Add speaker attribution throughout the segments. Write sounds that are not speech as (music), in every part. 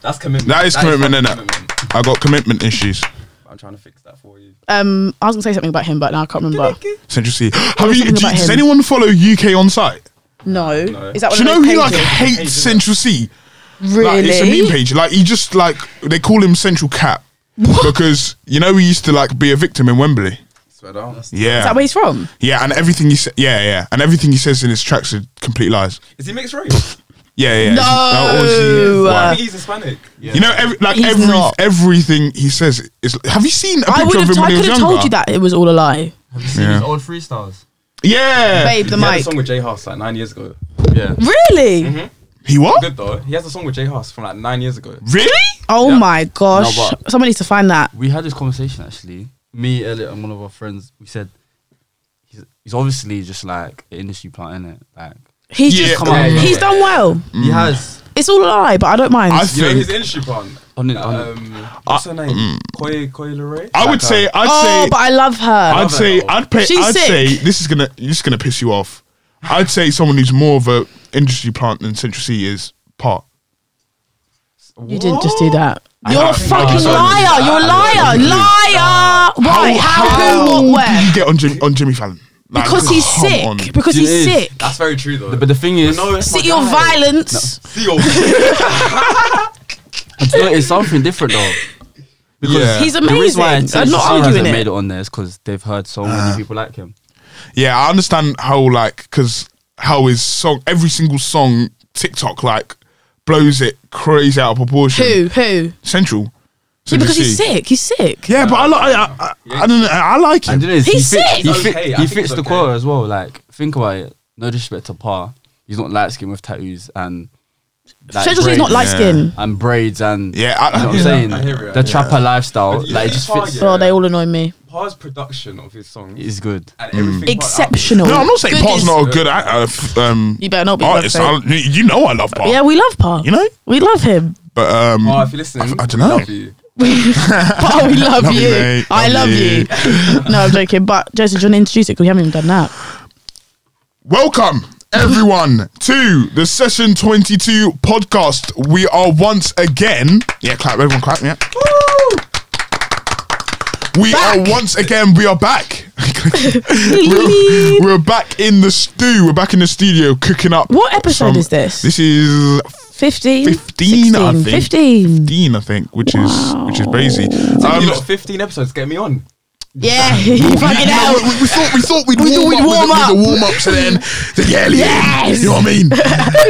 Speaker 1: That's commitment.
Speaker 2: That is commitment,
Speaker 1: fucking
Speaker 2: innit? I got commitment issues.
Speaker 1: I'm trying to fix that for you.
Speaker 3: Um, I was gonna say something about him, but now I can't remember.
Speaker 2: Central C. Have
Speaker 3: was
Speaker 2: you,
Speaker 3: thinking
Speaker 2: do,
Speaker 3: about
Speaker 2: does
Speaker 3: him.
Speaker 2: anyone follow UK on site?
Speaker 3: No. is that
Speaker 2: Do
Speaker 3: one
Speaker 2: you
Speaker 3: of
Speaker 2: know
Speaker 3: those
Speaker 2: he like
Speaker 3: pages?
Speaker 2: hates
Speaker 1: Pages, innit?
Speaker 2: Central C?
Speaker 3: really?
Speaker 2: Like, it's a meme page. Like he just like they call him Central Cap because you know he used to like be a victim in Wembley.
Speaker 1: Swear down. Is
Speaker 2: Yeah,
Speaker 3: Is that where he's from?
Speaker 2: yeah, and everything he sa- yeah yeah, and everything he says in his tracks are complete lies.
Speaker 1: he mixed race?
Speaker 2: Yeah yeah.
Speaker 3: No.
Speaker 2: obviously-
Speaker 3: Uh,
Speaker 1: I
Speaker 2: Wow.
Speaker 1: think he's Hispanic. Yeah.
Speaker 2: You know, every, like
Speaker 3: He's
Speaker 2: every,
Speaker 3: not.
Speaker 2: everything he says is. Have you seen a picture
Speaker 3: I would
Speaker 2: of
Speaker 3: have.
Speaker 2: him
Speaker 3: T-
Speaker 2: when
Speaker 3: I
Speaker 2: he was
Speaker 3: could have
Speaker 2: younger?
Speaker 3: told you that it was all a
Speaker 2: (laughs)
Speaker 3: lie,
Speaker 4: Have you seen
Speaker 2: Yeah.
Speaker 4: his old freestyles?
Speaker 2: Yeah, Mm-hmm.
Speaker 3: babe. The
Speaker 1: He had a
Speaker 3: mic.
Speaker 1: song with J House like nine years ago.
Speaker 4: Yeah.
Speaker 3: Really?
Speaker 2: he what?
Speaker 1: Good though. He has a song with J House from like nine years ago.
Speaker 2: Really?
Speaker 3: Oh
Speaker 1: Yeah.
Speaker 3: my gosh!
Speaker 4: No, but-
Speaker 3: Someone needs to find that.
Speaker 4: We had this conversation actually. Me, Elliot, and one of our friends. We said he's, he's obviously just like an industry plant, innit? Like Mm.
Speaker 3: He's
Speaker 2: Yeah,
Speaker 3: just
Speaker 2: come on.
Speaker 3: he's done well.
Speaker 4: he has
Speaker 3: It's all a lie, but I don't mind.
Speaker 2: I
Speaker 1: You know
Speaker 2: think
Speaker 1: his industry pun.
Speaker 4: on it. On it.
Speaker 1: Um, what's her name? Koi Koi Leray?
Speaker 2: Uh, mm. I would
Speaker 4: Like,
Speaker 2: say I'd
Speaker 3: oh,
Speaker 2: say
Speaker 3: but I love her.
Speaker 2: I'd say
Speaker 1: though.
Speaker 2: I'd play.
Speaker 3: She's
Speaker 2: I'd
Speaker 3: sick.
Speaker 2: say this is gonna this is gonna piss you off. I'd say someone who's more of a industry plant than Central C is part.
Speaker 3: you didn't just do that.
Speaker 4: I
Speaker 3: You're a
Speaker 4: don't think I
Speaker 3: fucking
Speaker 4: did.
Speaker 3: liar. You're a liar. Liar. Why? How? Who? What?
Speaker 2: did
Speaker 3: Where?
Speaker 2: you get on Jim, on Jimmy Fallon? Like,
Speaker 3: Because he's
Speaker 2: come
Speaker 3: sick.
Speaker 2: on.
Speaker 3: (laughs) Because
Speaker 4: It
Speaker 3: he's
Speaker 4: is.
Speaker 3: sick.
Speaker 1: uh, That's very true though.
Speaker 4: But the thing is,
Speaker 1: no, it's
Speaker 3: City of violence.
Speaker 1: See your
Speaker 4: it's, not- it's something different though. Because
Speaker 2: Yeah.
Speaker 3: He's
Speaker 4: The reason
Speaker 3: amazing.
Speaker 4: why
Speaker 3: I'm
Speaker 4: I'd say
Speaker 3: not
Speaker 4: Shazam
Speaker 3: arguing
Speaker 4: hasn't
Speaker 3: it.
Speaker 4: made it on there is because they've heard so many people like him.
Speaker 2: Yeah, I understand how like because how his song every single song TikTok like blows it crazy out of proportion.
Speaker 3: Who? Who?
Speaker 2: Central.
Speaker 3: Yeah,
Speaker 2: Central
Speaker 3: because he's
Speaker 2: C.
Speaker 3: sick. He's sick.
Speaker 2: Yeah, but I like. I, I, I don't know. I like
Speaker 4: And
Speaker 2: him.
Speaker 4: you know,
Speaker 3: He's
Speaker 4: he fits,
Speaker 3: sick.
Speaker 4: He,
Speaker 1: It's
Speaker 4: fit-
Speaker 1: okay, I
Speaker 4: he
Speaker 1: think
Speaker 4: fits
Speaker 1: it's
Speaker 4: the
Speaker 1: okay.
Speaker 4: quota as well. Like, think about it. No disrespect to Par. He's not light skinned with tattoos and. like,
Speaker 3: Central C's not
Speaker 4: braids
Speaker 3: light skinned.
Speaker 4: And braids and.
Speaker 2: Yeah, I,
Speaker 4: You know
Speaker 2: I,
Speaker 4: what I'm saying?
Speaker 1: I hear it, I hear
Speaker 4: the trapper lifestyle.
Speaker 1: But you
Speaker 4: Like, it
Speaker 1: see
Speaker 4: just
Speaker 1: Par,
Speaker 4: fits.
Speaker 1: yeah.
Speaker 3: Oh, they all annoy me.
Speaker 1: Par's production of his song
Speaker 4: It's good.
Speaker 1: and everything.
Speaker 3: Exceptional.
Speaker 2: No, I'm not saying
Speaker 3: Good
Speaker 2: Par's
Speaker 3: is-
Speaker 2: not a good act- uh, f- um,
Speaker 3: You better not be
Speaker 2: artist. I,
Speaker 3: love
Speaker 2: you know I love Par.
Speaker 3: Yeah, we love Par.
Speaker 2: You know?
Speaker 3: we love him.
Speaker 2: But um,
Speaker 1: Oh, if you're listening,
Speaker 2: I- I dunno.
Speaker 1: love you.
Speaker 3: Par, we love,
Speaker 2: Love you,
Speaker 3: you.
Speaker 2: mate.
Speaker 3: I
Speaker 2: Love
Speaker 3: love you. no, I'm joking. But Jason, do you want to introduce it? Because we haven't even done that.
Speaker 2: welcome everyone to the Session 22 podcast. We are once again. Yeah, clap. Everyone clap. Yeah. We are once again. We are back. we're, (laughs) we're back in the stew. We're back in the studio cooking up.
Speaker 3: What episode
Speaker 2: some-
Speaker 3: is this?
Speaker 2: This is
Speaker 3: 15?
Speaker 2: 15, I
Speaker 3: 16,
Speaker 2: think.
Speaker 3: 15.
Speaker 2: 15, I think, which is which is crazy. Um,
Speaker 1: you got 15 episodes. Get me on.
Speaker 3: Yeah, you fucking
Speaker 2: you know,
Speaker 3: hell.
Speaker 2: we, we thought we thought we'd
Speaker 3: We
Speaker 2: warm,
Speaker 3: thought we'd
Speaker 2: up, with,
Speaker 3: warm
Speaker 2: the- with the warm ups and then the yeah, yeah,
Speaker 3: Yes.
Speaker 2: you know what I
Speaker 3: (laughs)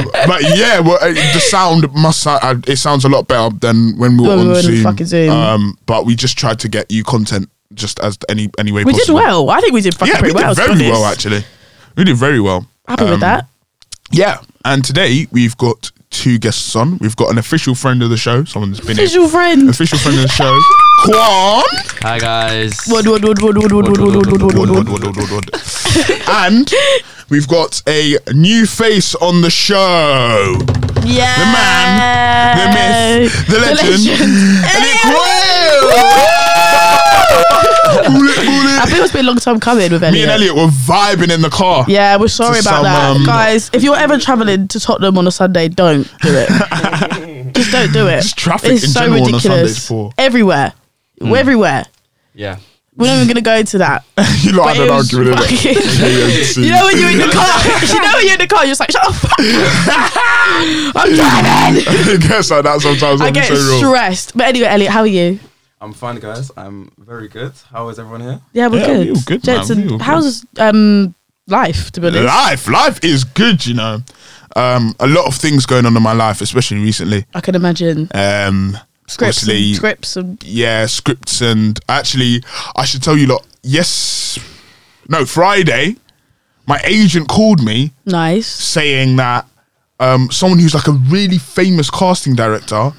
Speaker 2: mean. um, but yeah, well, uh, the sound must sou- uh, it sounds a lot better than when we were
Speaker 3: When we
Speaker 2: on
Speaker 3: were on
Speaker 2: Zoom.
Speaker 3: fucking Zoom.
Speaker 2: Um, but we just tried to get you content just as any any way
Speaker 3: We did
Speaker 2: possible.
Speaker 3: well. I think we did fucking
Speaker 2: Yeah, we
Speaker 3: pretty
Speaker 2: did
Speaker 3: well. to be
Speaker 2: very well
Speaker 3: honest.
Speaker 2: actually. We did very well.
Speaker 3: Happy with
Speaker 2: Um,
Speaker 3: that.
Speaker 2: Yeah, and today we've got two guests on. We've got an official friend of the show, someone that's been
Speaker 3: Official
Speaker 2: here.
Speaker 3: friend.
Speaker 2: official friend of the
Speaker 3: (laughs)
Speaker 2: show, Quan.
Speaker 4: Hi, guys.
Speaker 3: Wood, wood, wood, wood, wood, wood, wood, wood, wood, wood, wood, wood. (laughs)
Speaker 2: and we've got a new face on the show.
Speaker 3: Yeah.
Speaker 2: The man, the myth, the legend, Elliot Quayle. Bullet, bullet.
Speaker 3: I think it's been a long time coming with Elliot.
Speaker 2: Me and Elliot were vibing in the car.
Speaker 3: Yeah, we're
Speaker 2: To
Speaker 3: sorry about
Speaker 2: some,
Speaker 3: that,
Speaker 2: um,
Speaker 3: guys. If you're ever traveling to Tottenham on a Sunday, don't do
Speaker 2: (laughs)
Speaker 3: it. Just don't do it.
Speaker 2: Just traffic in general on a Sunday is poor. Hmm.
Speaker 3: Everywhere, we're everywhere.
Speaker 4: Yeah.
Speaker 3: We're not even gonna go into that.
Speaker 2: (laughs) you know, (laughs) I
Speaker 3: But
Speaker 2: had an
Speaker 3: it was
Speaker 2: argument. innit?
Speaker 3: fucking-
Speaker 2: Yeah, (laughs) yeah, see.
Speaker 3: (laughs) You know when you're in the car, (laughs) you know when you're in the car, you're just like, shut up. (laughs) I'm driving.
Speaker 2: (laughs) I guess like (laughs) that sometimes.
Speaker 3: I
Speaker 2: on the
Speaker 3: get
Speaker 2: show reel.
Speaker 3: stressed. But anyway, Elliot, how are you?
Speaker 1: I'm fine, guys. I'm very good. How is everyone here?
Speaker 3: Yeah, we're
Speaker 2: Yeah,
Speaker 3: good.
Speaker 2: we all good, man.
Speaker 3: Jetson,
Speaker 2: We all good.
Speaker 3: how's um life? To be honest,
Speaker 2: Life, life is good, you know. Um, a lot of things going on in my life, especially recently.
Speaker 3: I can imagine
Speaker 2: Um,
Speaker 3: scripts,
Speaker 2: obviously,
Speaker 3: and, scripts, and
Speaker 2: yeah, scripts, and actually, I should tell you, lot. Yes, no, Friday, my agent called me
Speaker 3: nice.
Speaker 2: saying that um, someone who's like a really famous casting director,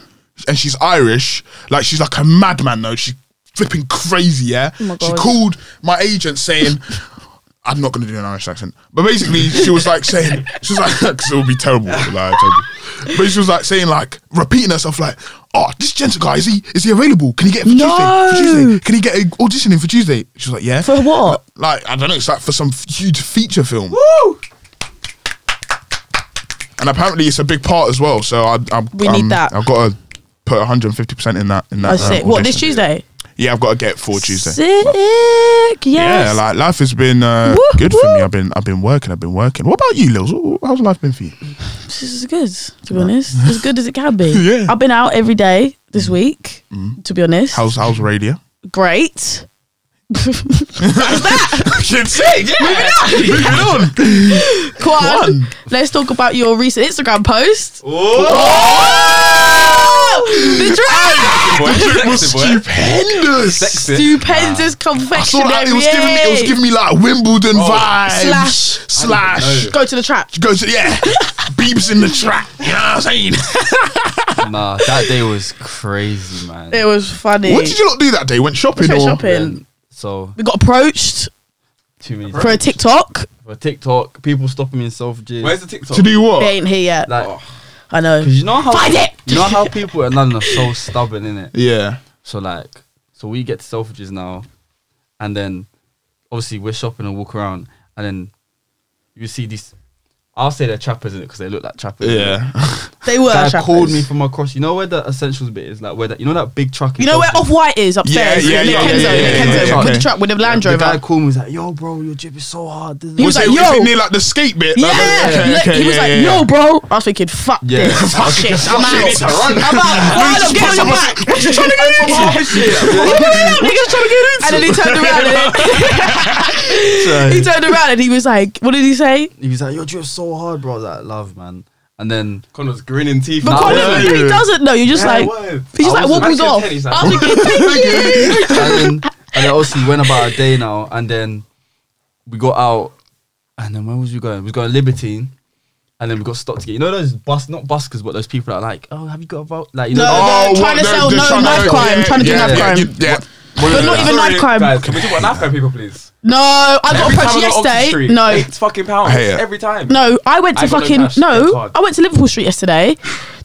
Speaker 2: and she's Irish, like she's like a madman though. She's flipping crazy, yeah.
Speaker 3: Oh my
Speaker 2: she
Speaker 3: God.
Speaker 2: called my agent saying. (laughs) I'm not going to do an Irish accent, but basically she was like saying, she was like, (laughs) because it would be terrible, like, terrible. But she was like saying, like repeating herself, like, "Oh, this gentle guy is he is he available? Can he get in for
Speaker 3: No.
Speaker 2: Tuesday? For Tuesday? Can he get a audition in for Tuesday?" She was like, "Yeah."
Speaker 3: For what?
Speaker 2: Like I don't know, it's like for some huge feature film.
Speaker 1: Woo!
Speaker 2: and apparently it's a big part as well. So I, I'm,
Speaker 3: We need
Speaker 2: um,
Speaker 3: that.
Speaker 2: I've got to put 150 percent in that. In that.
Speaker 3: Oh,
Speaker 2: uh,
Speaker 3: sick. What this
Speaker 2: audition.
Speaker 3: Tuesday?
Speaker 2: Yeah, I've got to get for Tuesday.
Speaker 3: Sick. Yes.
Speaker 2: Yeah, like life has been uh,
Speaker 3: Woo,
Speaker 2: good for me.
Speaker 3: woo.
Speaker 2: I've been I've been working. I've been working. What about you, Lils? Wh- How's life been for you?
Speaker 3: This is good, to be honest. As good as it can
Speaker 2: (laughs)
Speaker 3: be.
Speaker 2: Yeah. Mm.
Speaker 3: I've been out every day this week, to be honest.
Speaker 2: How's how's radio?
Speaker 3: Great.
Speaker 2: Shit's sick. Moving on. (laughs) Moving on.
Speaker 3: Kwan, let's talk about your recent
Speaker 2: (laughs)
Speaker 3: Instagram post.
Speaker 2: Oh,
Speaker 3: The dress!
Speaker 2: (laughs) The drip was stupendous.
Speaker 3: Stupendous
Speaker 2: I saw
Speaker 3: confectionery.
Speaker 2: that it was giving me it was giving me like Wimbledon vibes.
Speaker 3: Slash.
Speaker 2: slash.
Speaker 3: Go to the trap.
Speaker 2: Go to the yeah. (laughs) Beeps in the track. You know what I'm
Speaker 3: (laughs)
Speaker 2: saying?
Speaker 4: Nah, that day was crazy, man.
Speaker 3: It was funny.
Speaker 2: what did you lot do that day? Went shopping
Speaker 3: We went
Speaker 2: or
Speaker 3: shopping?
Speaker 4: so
Speaker 3: We got approached
Speaker 4: too many
Speaker 3: for a TikTok.
Speaker 4: for TikTok. People stopping me in Selfridges.
Speaker 1: Where's the Oh. TikTok?
Speaker 2: to do what?
Speaker 3: They ain't here yet.
Speaker 4: like,
Speaker 3: I know.
Speaker 4: Cause you know how
Speaker 3: Find it!
Speaker 4: you know how people in London are so stubborn in it.
Speaker 2: Yeah.
Speaker 4: So like, so we get to Selfridges now, and then obviously we're shopping and walk around, and then you see these. I'll say they're trappers in it because they look like trappers. innit?
Speaker 2: Yeah.
Speaker 3: They were.
Speaker 4: Guy
Speaker 3: trappers.
Speaker 4: called me from across. You know where the essentials bit is, like where that. You know that big truck. in
Speaker 3: You know where
Speaker 4: Selfridges?
Speaker 3: Off White is upstairs?
Speaker 2: Yeah, yeah,
Speaker 3: Near
Speaker 2: yeah,
Speaker 3: Kenzo,
Speaker 2: yeah, yeah,
Speaker 3: near
Speaker 2: yeah,
Speaker 3: Kenzo.
Speaker 2: yeah,
Speaker 3: Put
Speaker 2: okay.
Speaker 3: the trap with the Land
Speaker 4: The
Speaker 3: Rover.
Speaker 4: guy called me. He's like, "Yo, bro, your jib is so hard."
Speaker 3: He (laughs) was like,
Speaker 2: it-
Speaker 3: yo.
Speaker 2: it near like the skate bit?
Speaker 3: yeah,
Speaker 2: Like the- okay,
Speaker 3: look,
Speaker 2: okay,
Speaker 3: he was
Speaker 2: yeah,
Speaker 3: like,
Speaker 2: yeah,
Speaker 3: "Yo,
Speaker 2: yeah.
Speaker 3: bro," I was thinking, "Fuck
Speaker 4: Yeah.
Speaker 3: this, fuck shit, I'm out, I'm out." Why not get on your back? Niggas trying to get in, niggas trying to get in. And then he turned around and then- (laughs) he turned around and he was like, "What did he say?"
Speaker 4: (laughs) He was like, "Your drip's so hard, bro." I was like, "Love, man."
Speaker 3: (laughs)
Speaker 4: And then
Speaker 1: Connor's grinning teeth.
Speaker 3: But
Speaker 4: Nah,
Speaker 3: Colin,
Speaker 4: yeah,
Speaker 3: he doesn't know. You're just
Speaker 1: Yeah,
Speaker 3: like,
Speaker 1: word.
Speaker 3: he just
Speaker 1: I
Speaker 3: like
Speaker 1: was
Speaker 3: wobbles
Speaker 1: actually
Speaker 3: off.
Speaker 1: telling you, he's
Speaker 3: I
Speaker 1: like,
Speaker 3: was thinking, "Thank you."
Speaker 4: and then and then obviously went about a day now, and then we got out, and then where was we going? We was going to Libertine, and then we got stopped again. You know those bus, not buskers, but those people that are like, oh, have you got a vote? Like you
Speaker 3: No,
Speaker 4: know,
Speaker 3: they're
Speaker 2: Oh, what,
Speaker 3: trying to
Speaker 2: they're-
Speaker 3: sell
Speaker 2: they're
Speaker 3: no
Speaker 2: trying to-
Speaker 3: knife crime,
Speaker 2: yeah,
Speaker 3: trying to do
Speaker 2: yeah,
Speaker 3: knife
Speaker 2: yeah,
Speaker 3: crime.
Speaker 2: you- Yeah.
Speaker 3: (laughs) But not even knife crime.
Speaker 1: Guys, can we talk about knife crime people, please?
Speaker 3: No, I got
Speaker 1: Every time
Speaker 3: approached
Speaker 1: I go to Oxford
Speaker 3: yesterday.
Speaker 1: Street,
Speaker 3: No,
Speaker 1: It's fucking pounds.
Speaker 2: I hate it.
Speaker 1: Every time.
Speaker 3: No, I went to
Speaker 1: I got no
Speaker 3: fucking
Speaker 1: cash,
Speaker 3: no.
Speaker 1: no card.
Speaker 3: I went to Liverpool Street yesterday.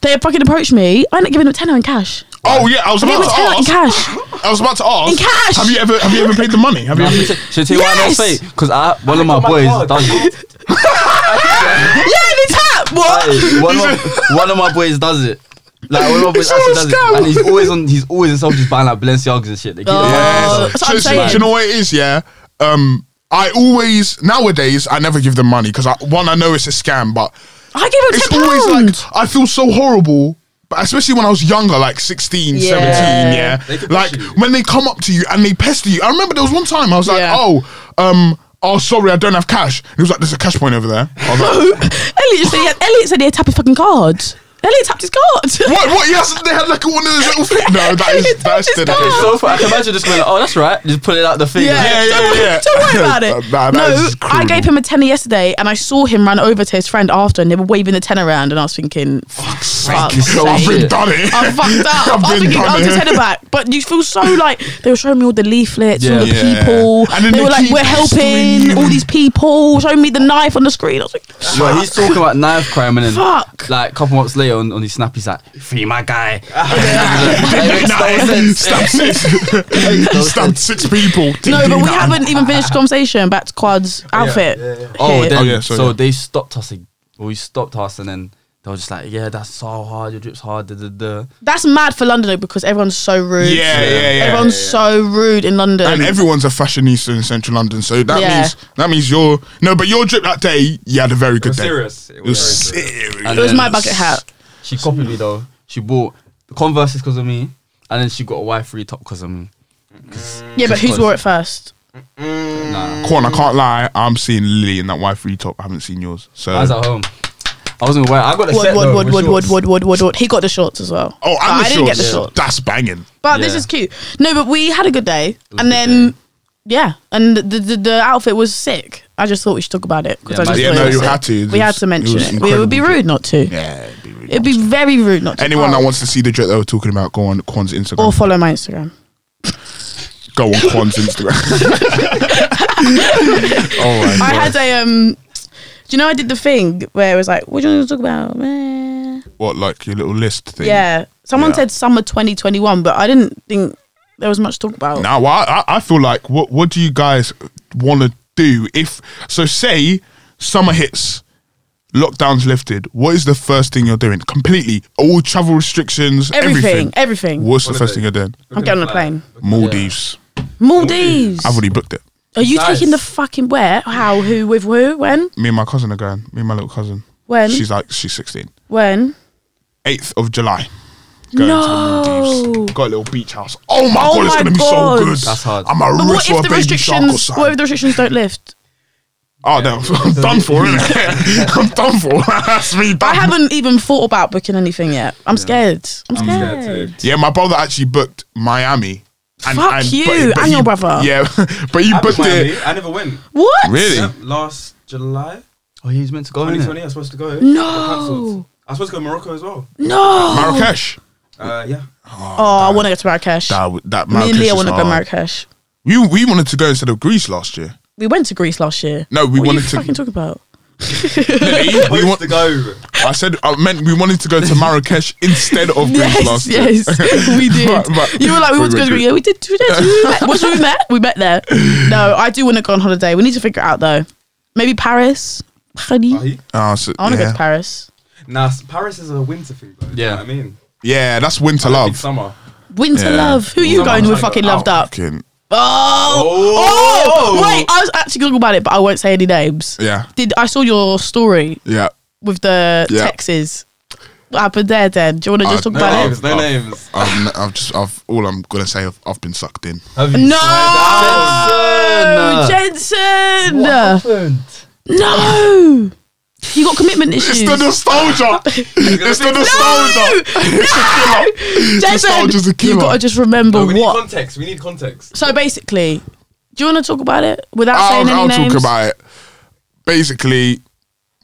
Speaker 3: They fucking approached me. I ended up giving them tenner in cash.
Speaker 2: Oh yeah, I was
Speaker 3: I gave
Speaker 2: about
Speaker 3: them
Speaker 2: to
Speaker 3: tenner in
Speaker 2: ask.
Speaker 3: cash.
Speaker 2: I was about to ask.
Speaker 3: In cash.
Speaker 2: Have you ever have you ever paid the money? Have you? Ever,
Speaker 4: (laughs) should I tell you why I
Speaker 3: Yes!
Speaker 4: don't say? Because I one of my
Speaker 1: got Oh my
Speaker 4: boys
Speaker 1: card.
Speaker 3: (laughs)
Speaker 4: does it.
Speaker 3: yeah, they tap. What?
Speaker 4: Hey,
Speaker 3: (laughs)
Speaker 4: one, of, one of my boys does it. Like one of my boys actually does it, and he's always on. He's always in Selfridges buying like Balenciagas and shit. They keep it
Speaker 3: Oh.
Speaker 4: on.
Speaker 3: Uh,
Speaker 2: Yeah.
Speaker 3: that's what
Speaker 2: So-
Speaker 3: I'm
Speaker 2: so-
Speaker 3: saying.
Speaker 2: Do you know what it is? Yeah. Um, I always nowadays I never give them money because I, one I know it's a scam, but
Speaker 3: I gave
Speaker 2: it's
Speaker 3: them ten
Speaker 2: always
Speaker 3: pounds.
Speaker 2: like I feel so horrible. But especially when I was younger, like 16,
Speaker 3: Yeah.
Speaker 2: 17, yeah.
Speaker 1: could
Speaker 2: Like
Speaker 1: pester you.
Speaker 2: when they come up to you and they pester you. I remember there was one time I was like,
Speaker 3: Yeah.
Speaker 2: oh, um, oh, sorry, I don't have cash. And he was like, there's a cash point over there. I was like,
Speaker 3: (laughs) Elliot just said he had, Elliot said he had tapped his fucking card. Elliot tapped his (laughs) card.
Speaker 2: what? What? Yes, they had like one of those little things. No, that
Speaker 3: (laughs)
Speaker 2: is,
Speaker 3: It's
Speaker 2: that's
Speaker 3: just
Speaker 2: the
Speaker 3: gone.
Speaker 4: It's so funny. I can imagine just going, like, oh, that's right. Just put it out the thing.
Speaker 3: Yeah,
Speaker 4: Like,
Speaker 2: Yeah, yeah,
Speaker 3: don't, worry,
Speaker 2: yeah.
Speaker 3: don't worry about it.
Speaker 2: Nah, that
Speaker 3: no,
Speaker 2: is
Speaker 3: I
Speaker 2: cruel.
Speaker 3: gave him a tenner yesterday, and I saw him run over to his friend after, and they were waving the tenner around, and I was thinking, "Fuck's sake,
Speaker 2: Yo, I've been
Speaker 4: Shit.
Speaker 2: done it. (laughs)
Speaker 3: I'm fucked
Speaker 2: I've
Speaker 3: up. I was
Speaker 2: been
Speaker 3: thinking, I'll
Speaker 2: done
Speaker 3: just
Speaker 2: here. (laughs)
Speaker 3: head it back. But you feel so like they were showing me all the leaflets, all the
Speaker 4: Yeah.
Speaker 2: Yeah.
Speaker 3: people.
Speaker 2: And then
Speaker 3: they
Speaker 2: they
Speaker 3: were like,
Speaker 2: keep
Speaker 3: we're helping
Speaker 2: pestering
Speaker 3: all
Speaker 2: you.
Speaker 3: these people. Showing me the knife on the screen. I was like,
Speaker 4: Yo, he's talking about knife crime and then
Speaker 3: Fuck. Ah.
Speaker 4: like a couple months later on, on his snap he's like, free my guy.
Speaker 2: Stabbed six. (laughs) Stabbed six people.
Speaker 3: no, but we
Speaker 2: Nah.
Speaker 3: haven't even finished the conversation. Back to Quad's outfit.
Speaker 4: Oh,
Speaker 3: Here.
Speaker 4: then,
Speaker 2: Oh, yeah, so,
Speaker 4: so
Speaker 2: yeah.
Speaker 4: they stopped us. ag- Well, we stopped us and then they were just like, yeah, that's so hard. Your drip's hard. Da, da, da.
Speaker 3: that's mad for London though, because everyone's so rude.
Speaker 2: Yeah, yeah, yeah.
Speaker 3: Everyone's so rude in London.
Speaker 2: and everyone's a fashionista in Central London, so that
Speaker 3: Yeah.
Speaker 2: means that means you're no, but your drip that day, you had a very good
Speaker 1: was
Speaker 2: day.
Speaker 1: serious. It
Speaker 2: It was
Speaker 1: was very
Speaker 2: serious.
Speaker 4: And
Speaker 3: it was my bucket hat.
Speaker 4: She copied me though. She bought the Converse because of me and then she got a Y3 top because of me.
Speaker 3: Yeah, but who's wore it first?
Speaker 4: Nah.
Speaker 2: Quan, I can't lie, I'm seeing Lily in that Y3 top. I haven't seen yours, so
Speaker 4: I was at home. I wasn't aware. I got a
Speaker 3: Wood,
Speaker 4: set though,
Speaker 3: wood, wood, wood,
Speaker 4: with
Speaker 3: wood,
Speaker 4: shorts.
Speaker 3: wood, wood, wood, wood. He got the shorts as well.
Speaker 2: oh, and
Speaker 3: But
Speaker 2: the
Speaker 3: I didn't get
Speaker 2: shorts.
Speaker 3: the shorts.
Speaker 2: That's banging.
Speaker 3: But this
Speaker 4: Yeah.
Speaker 3: is cute. No, but we had a good day,
Speaker 4: a
Speaker 3: and
Speaker 4: good
Speaker 3: then yeah, and the, the the outfit was sick. I just thought we should talk about it because
Speaker 4: Yeah,
Speaker 3: I just
Speaker 4: man.
Speaker 2: Yeah,
Speaker 3: thought it
Speaker 2: no,
Speaker 3: was
Speaker 2: you
Speaker 3: sick.
Speaker 2: had to. It
Speaker 3: We had
Speaker 2: was-
Speaker 3: to
Speaker 2: it
Speaker 3: mention
Speaker 2: was
Speaker 3: it. We- It would be
Speaker 2: incredible.
Speaker 3: rude not to.
Speaker 2: Yeah, it'd be really
Speaker 3: It'd be very rude not to.
Speaker 2: Anyone
Speaker 3: Oh.
Speaker 2: that wants to see the drip that we're talking about, go on Quan's Instagram.
Speaker 3: or follow my Instagram.
Speaker 2: go on Quan's Instagram. (laughs)
Speaker 4: Oh, my
Speaker 3: I
Speaker 4: God.
Speaker 3: had a um. Do you know I did the thing where it was like, "What do you want to talk about?" Eh.
Speaker 2: what, like your little list thing?
Speaker 3: Yeah, someone
Speaker 2: Yeah.
Speaker 3: said summer 2021, but I didn't think there was much to talk about.
Speaker 2: Now, I, I I feel like what what do you guys want to do if so? Say summer hits lockdown's lifted, what is the first thing you're doing? Completely, all travel restrictions,
Speaker 3: Everything,
Speaker 2: everything.
Speaker 3: everything.
Speaker 2: What's the
Speaker 1: Holiday.
Speaker 2: first thing you're doing?
Speaker 1: We're
Speaker 3: I'm
Speaker 1: gonna
Speaker 3: getting on a
Speaker 1: fly.
Speaker 3: plane.
Speaker 2: Maldives.
Speaker 3: Maldives.
Speaker 2: I've already booked it.
Speaker 3: Are you
Speaker 1: Nice.
Speaker 3: taking the fucking where? How? Who? With who? When?
Speaker 2: Me and my cousin are going. Me and my little cousin.
Speaker 3: When?
Speaker 2: She's like, she's 16.
Speaker 3: When?
Speaker 2: 8th of July. Going
Speaker 3: No.
Speaker 2: to the Maldives. Got a little beach house. Oh my
Speaker 3: Oh
Speaker 2: god, it's
Speaker 3: my
Speaker 2: gonna be
Speaker 3: God.
Speaker 2: so good.
Speaker 4: That's hard.
Speaker 2: I'm a
Speaker 3: But
Speaker 2: rich
Speaker 3: what
Speaker 2: for
Speaker 3: if
Speaker 2: a
Speaker 3: the
Speaker 2: baby shark or
Speaker 3: restrictions? What if
Speaker 2: something.
Speaker 3: the restrictions don't lift?
Speaker 2: Oh no, (laughs) I'm done for, innit? (laughs) I'm done for. That's me (laughs)
Speaker 3: I
Speaker 2: done.
Speaker 3: haven't even thought about booking anything yet. I'm scared. I'm
Speaker 1: I'm
Speaker 3: scared.
Speaker 1: scared too.
Speaker 2: Yeah, my brother actually booked Miami.
Speaker 3: Fuck you
Speaker 2: he-
Speaker 3: and your
Speaker 2: he-
Speaker 3: brother.
Speaker 2: Yeah, (laughs) but he
Speaker 1: I've been
Speaker 2: booked
Speaker 1: Miami.
Speaker 2: it.
Speaker 1: I never went.
Speaker 3: What?
Speaker 2: Really?
Speaker 1: Yep, last July
Speaker 4: Oh, yeah, he's meant to go. innit?
Speaker 1: 2020, I was supposed to go.
Speaker 3: No.
Speaker 1: Got cancelled. I was supposed to go to Morocco as well.
Speaker 2: Oh,
Speaker 3: No.
Speaker 2: Marrakesh.
Speaker 1: Uh, yeah.
Speaker 3: Oh, I want to go to Marrakesh.
Speaker 2: That, w- that
Speaker 3: Me
Speaker 2: Marrakesh
Speaker 3: and Leah
Speaker 2: want
Speaker 3: want to go Marrakesh.
Speaker 2: We, we wanted to go instead of Greece last year.
Speaker 3: We went to Greece last year.
Speaker 2: No, we
Speaker 3: what
Speaker 2: wanted
Speaker 3: are you
Speaker 2: to. (laughs)
Speaker 3: fucking talking about?
Speaker 2: Lily, we
Speaker 1: Supposed
Speaker 2: want,
Speaker 1: to go.
Speaker 2: I said I meant we wanted to go to
Speaker 3: (laughs)
Speaker 2: Marrakesh instead of Greece last
Speaker 3: Yes,
Speaker 2: year.
Speaker 3: yes,
Speaker 2: (laughs)
Speaker 3: we did.
Speaker 2: But- but-
Speaker 3: you were like, we want to go
Speaker 2: went
Speaker 3: to Greece. Yeah, we did. We
Speaker 2: (laughs)
Speaker 3: did. We met. Once we met, we met there. No, I do want to go on holiday. We need to figure it out though. Maybe Paris. Paris.
Speaker 1: Bali.
Speaker 2: Oh, so-
Speaker 3: I want to
Speaker 2: yeah.
Speaker 3: go to Paris.
Speaker 1: Nah, s- Paris is a winter thing, though.
Speaker 4: Yeah.
Speaker 1: Yeah. I mean,
Speaker 2: yeah, that's winter
Speaker 1: I don't think
Speaker 2: love.
Speaker 1: summer.
Speaker 3: Winter
Speaker 2: Yeah.
Speaker 3: love. Who you
Speaker 1: Someone's
Speaker 3: going with?
Speaker 1: trying to
Speaker 3: Fucking
Speaker 1: go
Speaker 3: loved
Speaker 1: out.
Speaker 3: up.
Speaker 2: Fucking-
Speaker 3: Oh,
Speaker 1: Oh.
Speaker 3: oh, wait. I was actually going about it, but I won't say any names.
Speaker 2: Yeah,
Speaker 3: Did I saw your story
Speaker 2: yeah.
Speaker 3: with the
Speaker 2: Yeah.
Speaker 3: Texas? What happened there? Then do you want to just
Speaker 2: Uh,
Speaker 3: talk
Speaker 1: No
Speaker 3: about it?
Speaker 1: names, no
Speaker 2: Oh.
Speaker 1: names.
Speaker 2: I've, n- I've just, I've all I'm gonna say, I've, I've been sucked in.
Speaker 4: Have you?
Speaker 3: No, Jensen.
Speaker 4: What happened?
Speaker 3: No, you got commitment
Speaker 2: It's
Speaker 3: issues.
Speaker 2: the
Speaker 3: (laughs)
Speaker 2: nostalgia. it's the (laughs) nostalgia. nostalgia's a
Speaker 3: Jensen,
Speaker 2: killer.
Speaker 3: you got to just remember
Speaker 1: No, we need
Speaker 3: what.
Speaker 1: context. We need context.
Speaker 3: So basically, do you want to talk about it without saying
Speaker 2: I'll,
Speaker 3: any
Speaker 2: I'll
Speaker 3: names?
Speaker 2: talk about it. Basically,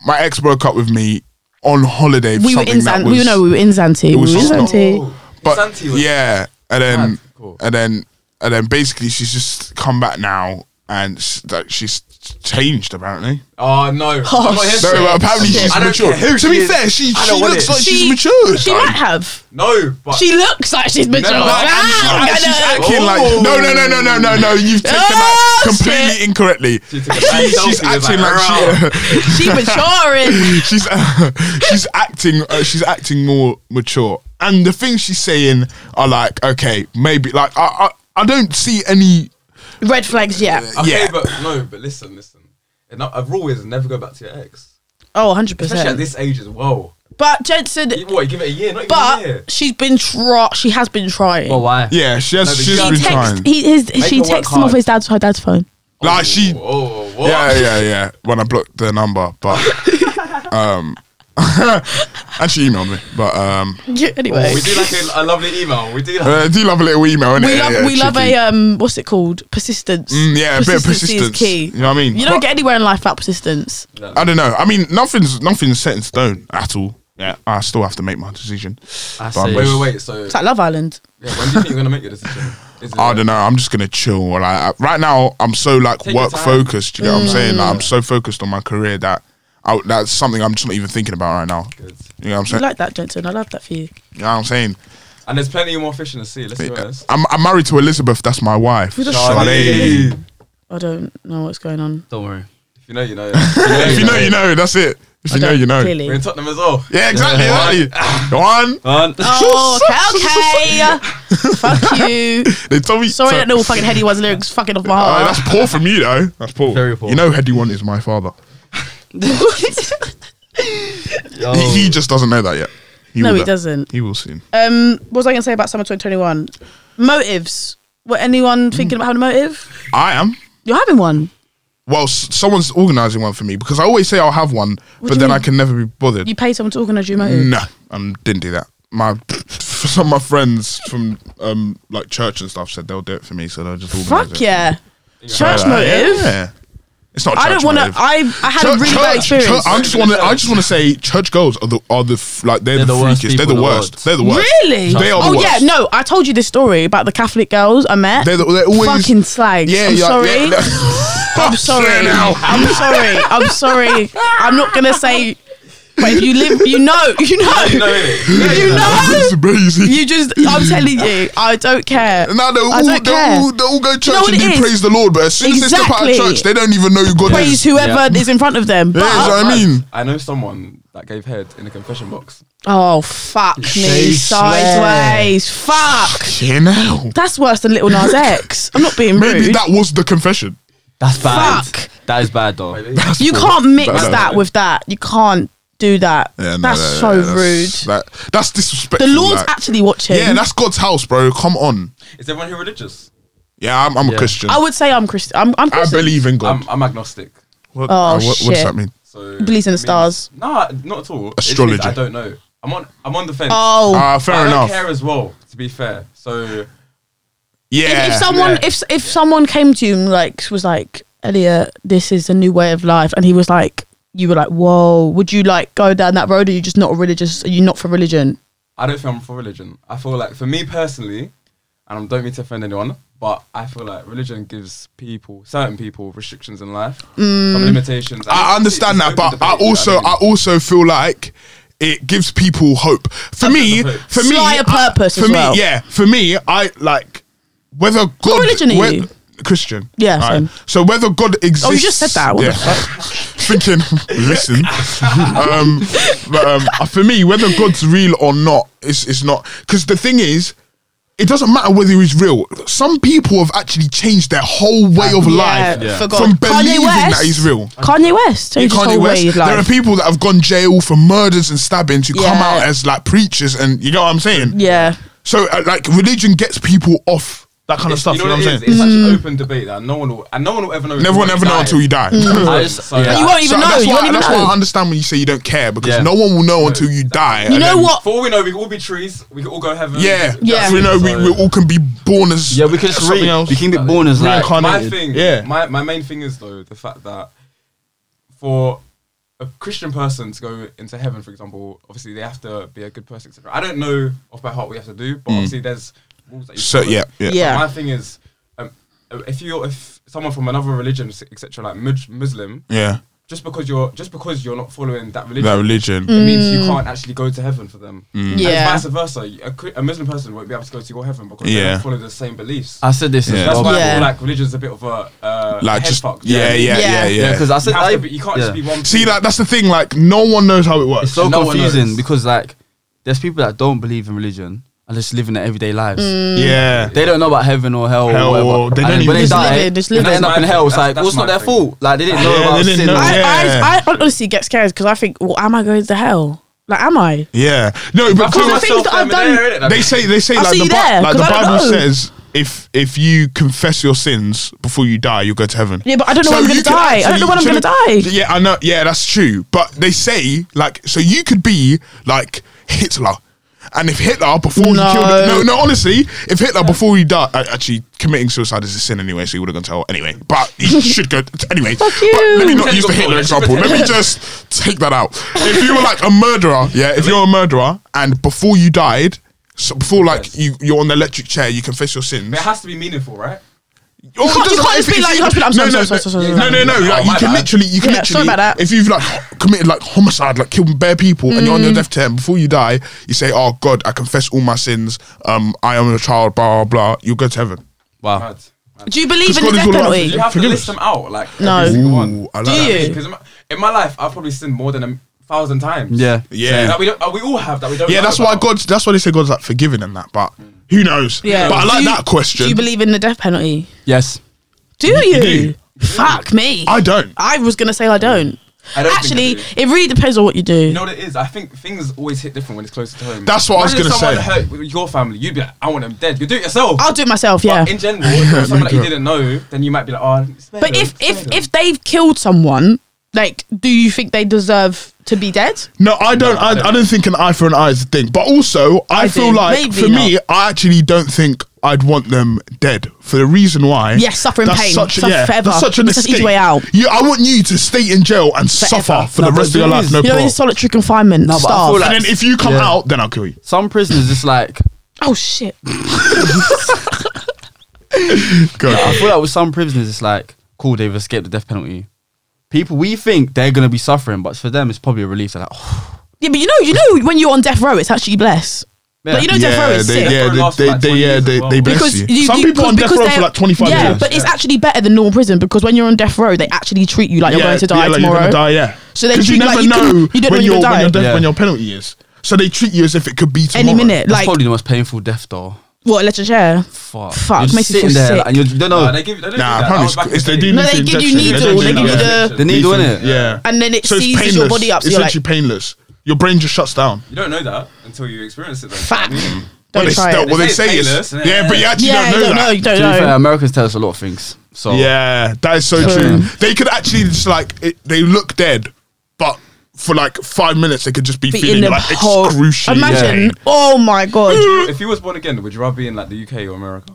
Speaker 2: my ex broke up with me on holiday. For
Speaker 3: we were
Speaker 2: something
Speaker 3: in
Speaker 2: that
Speaker 3: Zan.
Speaker 2: was,
Speaker 3: We know we were in Zante. We were
Speaker 2: was
Speaker 3: in
Speaker 2: just not-
Speaker 3: Zante.
Speaker 1: Oh,
Speaker 2: but
Speaker 1: Santi was-
Speaker 2: yeah,
Speaker 1: Mad.
Speaker 2: and then
Speaker 1: Cool.
Speaker 2: and then and then basically she's just come back now and s like she's changed apparently.
Speaker 1: Oh no.
Speaker 3: Oh,
Speaker 1: I'm not here
Speaker 2: No,
Speaker 1: for it.
Speaker 2: but apparently she's
Speaker 1: I don't
Speaker 2: matured.
Speaker 1: care who
Speaker 2: To
Speaker 1: she
Speaker 2: be
Speaker 1: is.
Speaker 2: fair, she
Speaker 1: I
Speaker 2: she
Speaker 1: don't want
Speaker 2: looks
Speaker 1: it.
Speaker 2: like she's
Speaker 3: She-
Speaker 2: matured.
Speaker 3: She
Speaker 2: like-
Speaker 3: might have.
Speaker 1: No, but
Speaker 3: She looks like she's been.
Speaker 1: No, no,
Speaker 3: Ah,
Speaker 1: no,
Speaker 3: I'm
Speaker 2: she's
Speaker 3: gonna-
Speaker 2: acting like no, no, no, no, no, no, no. You've taken that
Speaker 3: Oh,
Speaker 2: completely
Speaker 3: shit.
Speaker 2: incorrectly.
Speaker 1: She took a bad
Speaker 2: She- she's
Speaker 1: selfie, was
Speaker 2: acting
Speaker 1: like,
Speaker 2: (laughs) like, she,
Speaker 3: She maturing.
Speaker 2: (laughs) she's uh, she's acting uh, she's acting more mature. And the things she's saying are like okay, maybe like I I, I don't see any
Speaker 3: Red flags. Yeah.
Speaker 1: okay,
Speaker 2: yeah.
Speaker 1: but no, but listen, listen. And I- a rule is never go back to your ex,
Speaker 3: Oh, 100
Speaker 1: especially at
Speaker 3: percent.
Speaker 1: this age as well.
Speaker 3: But Jensen.
Speaker 1: You- What? You give it a year, not even a year.
Speaker 3: But she's been try. She has been trying.
Speaker 4: Well, why?
Speaker 2: Yeah, she has.
Speaker 1: No, but
Speaker 2: she's
Speaker 1: she
Speaker 2: been
Speaker 3: text,
Speaker 2: trying.
Speaker 3: He, his,
Speaker 1: Make
Speaker 3: she
Speaker 1: her work
Speaker 3: texts him off
Speaker 1: hard.
Speaker 3: his dad's her dad's phone.
Speaker 2: Like she.
Speaker 1: Oh, what?
Speaker 2: Yeah, yeah, yeah. When I blocked the number,
Speaker 1: (laughs)
Speaker 2: but um, (laughs) and she emailed me. But um,
Speaker 3: Yeah, anyway,
Speaker 1: We do like a, a lovely email. We do
Speaker 2: (laughs)
Speaker 1: like.
Speaker 2: uh, I do love a little email. Innit? (laughs)
Speaker 3: we
Speaker 2: Yeah,
Speaker 3: love
Speaker 2: yeah,
Speaker 3: we love
Speaker 2: cheeky.
Speaker 3: a um what's it called persistence.
Speaker 2: Mm, yeah, a bit of persistence.
Speaker 3: Is key.
Speaker 2: You know what I mean?
Speaker 3: You don't
Speaker 2: But
Speaker 3: get anywhere in life without persistence.
Speaker 2: I don't know. I mean, nothing's nothing's set in stone at all. Yeah, I still have to make my decision.
Speaker 4: I
Speaker 2: But I'm
Speaker 1: Wait,
Speaker 2: just-
Speaker 4: see.
Speaker 1: wait, wait. So,
Speaker 3: It's like Love Island.
Speaker 1: yeah, when do you think you're gonna make your decision? Is it-
Speaker 2: I don't know. I'm just gonna chill. Like I- right now, I'm so like
Speaker 1: Take your
Speaker 2: work
Speaker 1: time.
Speaker 2: focused. You know what I'm
Speaker 3: Mm.
Speaker 2: saying? Like, I'm so focused on my career that I, that's something I'm just not even thinking about right now.
Speaker 1: Good.
Speaker 2: You know what I'm
Speaker 3: You
Speaker 2: saying?
Speaker 3: like that, Jensen? I love that for you.
Speaker 2: you know what I'm saying?
Speaker 1: And there's plenty more fish in the sea. Let's be honest.
Speaker 2: I'm, I'm married to Elizabeth. That's my wife.
Speaker 3: Who the
Speaker 2: Charlene.
Speaker 1: Charlie.
Speaker 3: I don't know what's going
Speaker 2: (laughs)
Speaker 3: on.
Speaker 4: Don't worry.
Speaker 1: If you know, you know. If you know,
Speaker 2: If you know, you know. That's it. If
Speaker 3: I
Speaker 2: you know,
Speaker 3: don't,
Speaker 2: you know.
Speaker 3: Clearly.
Speaker 1: We're in Tottenham as well.
Speaker 2: Yeah, exactly. exactly. One.
Speaker 4: (laughs)
Speaker 2: (laughs)
Speaker 3: Oh, okay, okay. Fuck you.
Speaker 2: They told me.
Speaker 3: Sorry
Speaker 2: so-
Speaker 3: that no fucking Heady One's lyrics fucking off my
Speaker 2: Oh,
Speaker 3: heart.
Speaker 2: that's poor from you, though. That's poor.
Speaker 4: Very poor.
Speaker 2: You know, Heady One is my father.
Speaker 3: (laughs)
Speaker 2: He, he just doesn't know that yet.
Speaker 3: Oh. no,
Speaker 2: will
Speaker 3: he
Speaker 2: though.
Speaker 3: doesn't.
Speaker 2: He will soon.
Speaker 3: Um, what was I gonna say about summer 2021? Motives. Were anyone thinking
Speaker 2: Mm.
Speaker 3: about having a motive?
Speaker 2: I am.
Speaker 3: You're having one.
Speaker 2: Well, s- someone's organising one for me because I always say I'll have one,
Speaker 3: do
Speaker 2: but
Speaker 3: you
Speaker 2: then I
Speaker 3: mean?
Speaker 2: can never be bothered.
Speaker 3: You pay someone to organise your motive.
Speaker 2: No, I didn't do that. My (laughs) some of my friends from um like church and stuff said they'll do it for me, so they'll just organise
Speaker 3: Fuck
Speaker 2: it.
Speaker 3: yeah. Church
Speaker 2: Like,
Speaker 3: motive.
Speaker 2: Yeah. It's not. Church
Speaker 3: I don't want to.
Speaker 2: motive.
Speaker 3: I I had a
Speaker 2: Church-
Speaker 3: really bad
Speaker 2: church- church-
Speaker 3: experience.
Speaker 2: I just want to. I just want to say, church girls are the are the f- like they're,
Speaker 4: They're
Speaker 2: the,
Speaker 4: the worst
Speaker 2: freakiest. They're the
Speaker 4: people in the
Speaker 2: worst.
Speaker 4: world.
Speaker 2: they're the worst.
Speaker 3: Really?
Speaker 2: They are
Speaker 3: oh
Speaker 2: the worst.
Speaker 3: yeah, no. I told you this story about the Catholic girls I met.
Speaker 2: They're, the, they're always
Speaker 3: fucking slags.
Speaker 2: Yeah,
Speaker 3: I'm
Speaker 2: yeah,
Speaker 3: sorry.
Speaker 2: yeah.
Speaker 3: I'm
Speaker 2: Say (laughs)
Speaker 3: sorry.
Speaker 2: now.
Speaker 3: I'm sorry. I'm sorry. I'm not gonna say But if you live, you know, (laughs) you know,
Speaker 1: (laughs) No,
Speaker 2: (laughs)
Speaker 1: innit?
Speaker 3: (laughs) you know.
Speaker 2: It's amazing.
Speaker 3: You just, I'm telling you, I don't care.
Speaker 2: Now they all,
Speaker 3: I don't
Speaker 2: they,
Speaker 3: care.
Speaker 2: all, they all go to church
Speaker 3: know what
Speaker 2: and
Speaker 3: it
Speaker 2: do
Speaker 3: is?
Speaker 2: praise the Lord, but as soon as they step out of
Speaker 3: Exactly.
Speaker 2: church, they don't even know who God
Speaker 3: Praise
Speaker 2: is.
Speaker 3: whoever is in front of them.
Speaker 2: Yeah,
Speaker 3: But,
Speaker 2: so I mean,
Speaker 1: I know someone that gave head in a confession box.
Speaker 3: oh fuck me
Speaker 2: They
Speaker 3: sideways, fuck.
Speaker 2: yeah, now.
Speaker 3: That's worse than
Speaker 2: (laughs)
Speaker 3: Little Nas X. I'm not being rude.
Speaker 2: Maybe that was the confession.
Speaker 4: That's bad.
Speaker 3: Fuck.
Speaker 4: That is bad though.
Speaker 2: That's
Speaker 3: you
Speaker 2: what-
Speaker 3: can't mix
Speaker 2: That's-
Speaker 3: that, with that. You can't do that.
Speaker 2: Yeah, no,
Speaker 3: that's
Speaker 2: yeah,
Speaker 3: so
Speaker 2: yeah, that's-
Speaker 3: rude.
Speaker 2: That, that's disrespectful.
Speaker 3: The Lord's
Speaker 2: like.
Speaker 3: actually watching.
Speaker 2: Yeah, that's God's house, bro. Come on.
Speaker 1: (laughs) Is everyone here religious?
Speaker 2: Yeah, I'm, I'm a
Speaker 4: Yeah.
Speaker 2: Christian.
Speaker 3: I
Speaker 2: I
Speaker 3: would say I'm Christian. I'm, I'm Christian.
Speaker 2: believe in God.
Speaker 1: I'm, I'm agnostic.
Speaker 2: what,
Speaker 3: Oh,
Speaker 2: what, what does
Speaker 3: shit.
Speaker 2: that mean?
Speaker 1: So
Speaker 3: believes in
Speaker 1: it
Speaker 3: the
Speaker 1: means-
Speaker 3: stars.
Speaker 1: Nah, not at all. It just
Speaker 2: Astrology.
Speaker 1: means I don't know. I'm on. I'm on the fence.
Speaker 3: Oh,
Speaker 2: Ah, fair
Speaker 1: I
Speaker 2: enough.
Speaker 1: don't care as well. To be fair, so
Speaker 2: Yeah.
Speaker 3: if, if someone
Speaker 1: Yeah.
Speaker 3: if if someone came to him like was like Elliot, this is a new way of life, and he was like, you were like, whoa, would you like go down that road? Are you just not religious? Are you not for religion?
Speaker 1: I don't feel I'm for religion. I feel like for me personally, and I don't mean to offend anyone, but I feel like religion gives people, certain people, restrictions in life,
Speaker 3: Mm.
Speaker 1: some limitations.
Speaker 2: I understand that, but I also I also feel like it gives people hope. For me,
Speaker 1: hope.
Speaker 2: for me,
Speaker 3: Slight
Speaker 2: I-
Speaker 3: purpose
Speaker 2: For
Speaker 3: as
Speaker 2: me,
Speaker 3: well.
Speaker 2: yeah. For me, I like whether God.
Speaker 3: religion are
Speaker 2: whe-
Speaker 3: you?
Speaker 2: Christian.
Speaker 3: Yeah,
Speaker 2: Alright.
Speaker 3: same.
Speaker 2: So whether God exists.
Speaker 3: Oh, you just said that. What the
Speaker 2: (laughs) Thinking, listen. um, but um, for me, whether God's real or not, it's it's not because the thing is. It doesn't matter whether he's real. Some people have actually changed their whole way of life
Speaker 3: yeah. forgot.
Speaker 2: from
Speaker 3: Kanye
Speaker 2: believing that
Speaker 3: West?
Speaker 2: he's real.
Speaker 3: Kanye West changed his
Speaker 2: Kanye
Speaker 3: whole
Speaker 2: West,
Speaker 3: way of
Speaker 2: there are
Speaker 3: life.
Speaker 2: people that have gone jail for murders and stabbings who come
Speaker 3: Yeah.
Speaker 2: out as like preachers, and you know what I'm saying.
Speaker 3: yeah,
Speaker 2: So uh, like religion gets people off that kind of stuff. You know, what I'm
Speaker 1: is?
Speaker 2: saying?
Speaker 1: It's such an
Speaker 3: Mm.
Speaker 1: open debate that no one will, and no one will ever know.
Speaker 2: And everyone ever know until you (laughs) die.
Speaker 1: I just, so,
Speaker 4: But
Speaker 3: you won't even
Speaker 2: So
Speaker 3: know.
Speaker 2: That's,
Speaker 3: You
Speaker 2: why,
Speaker 3: won't even
Speaker 2: that's
Speaker 3: know.
Speaker 2: why I understand when you say you don't care because
Speaker 4: Yeah.
Speaker 2: no one will know until you die.
Speaker 3: you
Speaker 2: and
Speaker 3: know
Speaker 2: then-
Speaker 3: what?
Speaker 1: For all we know, we could all be trees. We could all go heaven.
Speaker 2: Yeah,
Speaker 3: Yeah.
Speaker 2: We know we, we all can be born as
Speaker 4: Yeah, we can just
Speaker 2: something
Speaker 4: read.
Speaker 2: else.
Speaker 4: You can get born as like.
Speaker 1: my
Speaker 2: Reincarnated.
Speaker 1: thing,
Speaker 2: Yeah.
Speaker 1: My my main thing is though the fact that for a Christian person to go into heaven, for example, obviously they have to be a good person, etc. I don't know off by heart what you have to do, but obviously there's rules that you
Speaker 2: Mm. So,
Speaker 1: follow.
Speaker 2: yeah, yeah.
Speaker 3: Yeah.
Speaker 1: But my thing is, um, if you're if someone from another religion, etc., like Muj- Muslim,
Speaker 2: yeah,
Speaker 1: just because you're just because you're not following that religion,
Speaker 2: Mm. that religion.
Speaker 3: Mm.
Speaker 1: it means you can't actually go to heaven for them.
Speaker 2: Mm.
Speaker 1: And
Speaker 3: Yeah.
Speaker 1: vice versa. you- A, Chri- a Muslim person won't be able to go to your heaven because they
Speaker 2: Yeah.
Speaker 1: don't follow the same beliefs.
Speaker 4: I said this.
Speaker 2: Yeah.
Speaker 4: As
Speaker 1: That's
Speaker 4: well,
Speaker 1: why I
Speaker 3: Yeah.
Speaker 1: feel like religion's a bit of a uh,
Speaker 2: Like
Speaker 1: head
Speaker 2: just
Speaker 1: fuck.
Speaker 2: yeah, yeah,
Speaker 3: Yeah.
Speaker 2: yeah,
Speaker 4: Yeah, because I
Speaker 1: You,
Speaker 4: said
Speaker 1: have
Speaker 4: I,
Speaker 1: to be- you can't just be
Speaker 4: yeah.
Speaker 1: one.
Speaker 2: See,
Speaker 1: thing.
Speaker 2: like that's the thing. Like no one knows how it works.
Speaker 4: It's so
Speaker 1: No one
Speaker 4: confusing
Speaker 1: knows.
Speaker 4: because like there's people that don't believe in religion and just living their everyday lives.
Speaker 3: Mm.
Speaker 2: yeah,
Speaker 4: They don't know about heaven or hell,
Speaker 2: Hell,
Speaker 4: or whatever.
Speaker 2: they
Speaker 4: and
Speaker 2: don't
Speaker 4: then
Speaker 2: even-
Speaker 4: when they
Speaker 2: Just
Speaker 4: die,
Speaker 3: live it, just
Speaker 4: and
Speaker 3: live
Speaker 4: they
Speaker 3: it.
Speaker 4: end up in
Speaker 1: That's
Speaker 4: hell. It's
Speaker 1: my
Speaker 4: like,
Speaker 1: thing.
Speaker 4: what's not their
Speaker 1: That's my
Speaker 4: fault? Like they didn't know
Speaker 2: Yeah,
Speaker 4: about
Speaker 2: they didn't
Speaker 4: sin.
Speaker 2: know.
Speaker 4: or-
Speaker 3: I,
Speaker 2: Yeah.
Speaker 3: I, I honestly get scared because I think, well, am I going to hell? Like, am I?
Speaker 2: yeah. No,
Speaker 1: I
Speaker 2: but
Speaker 1: feel
Speaker 3: the
Speaker 1: myself
Speaker 3: things that I've
Speaker 1: down
Speaker 3: done-
Speaker 1: innit? Like,
Speaker 2: they say they say
Speaker 3: I'll
Speaker 2: like
Speaker 3: see
Speaker 2: the,
Speaker 3: you
Speaker 2: Bi-
Speaker 3: there,
Speaker 2: like the
Speaker 3: 'cause I don't
Speaker 2: Bible
Speaker 3: know.
Speaker 2: says if if you confess your sins before you die, you'll go to heaven.
Speaker 3: Yeah, but I don't know when I'm gonna
Speaker 2: you could
Speaker 3: die. I don't know when I'm
Speaker 2: actually-
Speaker 3: gonna die.
Speaker 2: Yeah, I know. Yeah, that's true. But they say like so you could be like Hitler. And if Hitler before
Speaker 3: No.
Speaker 2: he killed no no honestly if Hitler before he died uh, actually committing suicide is a sin anyway so he would have gone to hell anyway but he (laughs) should go anyway but let me
Speaker 3: you.
Speaker 2: not use the Hitler example let
Speaker 3: (laughs)
Speaker 2: me just take that out if you were like a murderer yeah if you're a murderer and before you died so before like you you're on the electric chair you confess your sins
Speaker 1: But it has to be meaningful, right?
Speaker 2: Oh, it
Speaker 3: can't- you
Speaker 2: doesn't
Speaker 3: can't
Speaker 2: matter
Speaker 3: just
Speaker 2: if-
Speaker 3: be
Speaker 2: if
Speaker 3: like,
Speaker 2: you-
Speaker 3: "I'm sorry, I'm
Speaker 2: no,
Speaker 3: sorry,
Speaker 2: no,
Speaker 3: sorry, sorry, sorry,
Speaker 2: No,
Speaker 3: sorry,
Speaker 2: no, no.
Speaker 1: sorry."
Speaker 2: like,
Speaker 1: Oh,
Speaker 2: you
Speaker 1: my
Speaker 2: can
Speaker 1: bad.
Speaker 2: literally, you can
Speaker 3: Yeah, sorry
Speaker 2: literally,
Speaker 3: about that.
Speaker 2: if you've like committed like homicide, like killed bare people, and you're
Speaker 3: Mm.
Speaker 2: on your death term before you die, you say, "Oh God, I confess all my sins. Um, I am a child. Blah blah. blah. You'll go to heaven."
Speaker 4: Wow.
Speaker 1: Mad.
Speaker 3: Do you believe
Speaker 2: God
Speaker 3: in the
Speaker 2: is
Speaker 3: death
Speaker 2: all
Speaker 3: penalty?
Speaker 2: right.
Speaker 1: You have to
Speaker 2: Forgive
Speaker 1: list
Speaker 2: us.
Speaker 1: them out, like
Speaker 3: No.
Speaker 1: every single one.
Speaker 2: Ooh, I like
Speaker 3: Do
Speaker 2: that.
Speaker 3: you?
Speaker 1: Because in my, in my life, I've probably sinned more than a thousand times.
Speaker 4: Yeah.
Speaker 2: Yeah.
Speaker 1: So that we, don't, that we all have that. We don't.
Speaker 2: Yeah,
Speaker 1: know
Speaker 2: that's why
Speaker 1: about.
Speaker 2: God. That's why they say God's like forgiving and that. But who knows? But I
Speaker 3: Do
Speaker 2: like
Speaker 3: you-
Speaker 2: that question.
Speaker 3: Do you believe in the death penalty?
Speaker 4: Yes.
Speaker 3: Do you?
Speaker 2: do.
Speaker 3: Fuck me.
Speaker 2: I don't.
Speaker 3: I was gonna say I don't.
Speaker 1: I don't think I
Speaker 3: Actually,
Speaker 1: do.
Speaker 3: it really depends on what you do.
Speaker 1: You know what it is? I think things always hit different when it's closer to home.
Speaker 2: That's what I was
Speaker 1: Imagine
Speaker 2: gonna
Speaker 1: someone
Speaker 2: say.
Speaker 1: Hurt with your family, you'd be like, I want them dead. You do it yourself.
Speaker 3: I'll do it myself.
Speaker 1: but
Speaker 3: Yeah.
Speaker 1: in general, if it was someone that
Speaker 2: (laughs)
Speaker 1: you didn't know, then you might be like, oh. spare
Speaker 3: But
Speaker 1: them,
Speaker 3: if
Speaker 1: spare
Speaker 3: if
Speaker 1: them."
Speaker 3: if they've killed someone, like, do you think they deserve to be dead?
Speaker 2: No, I don't. I, I, don't. think an eye for an eye is a thing. But also, I,
Speaker 3: I
Speaker 2: feel
Speaker 3: do.
Speaker 2: like
Speaker 3: Maybe
Speaker 2: for me, I actually don't think I'd want them dead for the reason why.
Speaker 3: Yes, suffer in
Speaker 2: that's
Speaker 3: pain.
Speaker 2: Such, a-
Speaker 3: Suffer
Speaker 2: yeah,
Speaker 3: forever.
Speaker 2: That's such an
Speaker 3: That's an easy
Speaker 2: escape.
Speaker 3: way out.
Speaker 2: Yeah, I want you to stay in jail and suffer for
Speaker 4: No,
Speaker 2: the
Speaker 4: but
Speaker 2: rest of your
Speaker 4: it
Speaker 2: life.
Speaker 4: is.
Speaker 2: No
Speaker 3: You know,
Speaker 2: problem.
Speaker 3: in solitary confinement,
Speaker 4: No, but I
Speaker 3: starve.
Speaker 4: feel like-
Speaker 2: and then if you come
Speaker 4: Yeah.
Speaker 2: out, then I'll kill you.
Speaker 4: Some prisoners just like
Speaker 3: oh shit!
Speaker 2: Go.
Speaker 4: I feel like with some prisoners it's like cool they've escaped the death penalty, people we think they're gonna be suffering, but for them it's probably a relief. They're like, oh,
Speaker 3: Yeah, but you know, you know, when you're on death row, it's actually bless.
Speaker 4: Yeah.
Speaker 3: Like you know, death row
Speaker 2: yeah,
Speaker 3: is
Speaker 2: they,
Speaker 3: sick.
Speaker 2: yeah,
Speaker 1: Death row lasts
Speaker 2: they, they,
Speaker 1: about
Speaker 2: they,
Speaker 1: 20
Speaker 2: yeah,
Speaker 1: years
Speaker 2: they,
Speaker 1: as well.
Speaker 2: they bless
Speaker 3: Because
Speaker 2: you.
Speaker 3: you,
Speaker 2: Some
Speaker 3: you-
Speaker 2: people on death
Speaker 3: because
Speaker 2: row
Speaker 3: they're-
Speaker 2: for like 25
Speaker 3: yeah,
Speaker 2: years.
Speaker 3: but it's actually better than normal prison because when you're on death row, they actually treat you like you're going to die
Speaker 2: like
Speaker 3: tomorrow.
Speaker 2: You're gonna die, yeah.
Speaker 3: So they
Speaker 2: 'Cause
Speaker 3: treat
Speaker 2: you
Speaker 3: you
Speaker 2: never
Speaker 3: like you
Speaker 2: know
Speaker 3: couldn't- (laughs) you didn't know
Speaker 2: when
Speaker 3: you
Speaker 2: your
Speaker 3: were
Speaker 2: when your
Speaker 3: dying.
Speaker 2: death- when
Speaker 4: Yeah.
Speaker 2: your penalty is. So they treat you as if it could be tomorrow.
Speaker 3: Any minute,
Speaker 4: that's
Speaker 3: like
Speaker 4: probably the most painful death though.
Speaker 3: what? Electric chair.
Speaker 4: Fuck,
Speaker 3: Fuck,
Speaker 4: You're
Speaker 3: makes me feel
Speaker 4: sitting there
Speaker 3: sick.
Speaker 4: and you're, you don't know.
Speaker 1: Nah, they give, they don't
Speaker 2: Nah,
Speaker 1: do that.
Speaker 2: apparently
Speaker 1: That was
Speaker 2: it's-
Speaker 1: back in
Speaker 2: it's-
Speaker 1: the
Speaker 2: they
Speaker 1: day.
Speaker 2: do
Speaker 3: No,
Speaker 2: Needs
Speaker 3: they give you
Speaker 2: injection, yeah,
Speaker 3: needle.
Speaker 2: don't
Speaker 3: They
Speaker 2: you
Speaker 3: give you
Speaker 2: know?
Speaker 4: the
Speaker 3: the,
Speaker 4: needle in it.
Speaker 2: Yeah.
Speaker 3: and then it
Speaker 2: So it's
Speaker 3: seizes
Speaker 2: painless.
Speaker 3: your body up. So
Speaker 2: it's
Speaker 3: you're like,
Speaker 2: literally painless. Your brain just shuts down.
Speaker 1: You don't know that until you experience it. Though.
Speaker 3: Fact.
Speaker 1: I mean,
Speaker 2: Mm. But
Speaker 3: don't
Speaker 2: they
Speaker 3: try
Speaker 2: still,
Speaker 3: it.
Speaker 2: what they
Speaker 1: They say
Speaker 2: say
Speaker 1: it's
Speaker 2: is,
Speaker 1: painless,
Speaker 2: yeah,
Speaker 1: yeah.
Speaker 2: but you actually
Speaker 3: Yeah,
Speaker 2: don't know that.
Speaker 3: you don't
Speaker 4: To be
Speaker 3: know. You
Speaker 4: fair,
Speaker 3: don't know.
Speaker 4: Americans tell us a lot of things. So
Speaker 2: Yeah, that is so true.
Speaker 3: True.
Speaker 2: They could actually just like it, they look dead, but for like five minutes they could just be
Speaker 3: Be in
Speaker 2: feeling
Speaker 3: the
Speaker 2: like
Speaker 3: whole.
Speaker 2: excruciating.
Speaker 3: Imagine. Oh my god.
Speaker 2: (laughs)
Speaker 1: If you was born again, would you rather be in like the UK or America?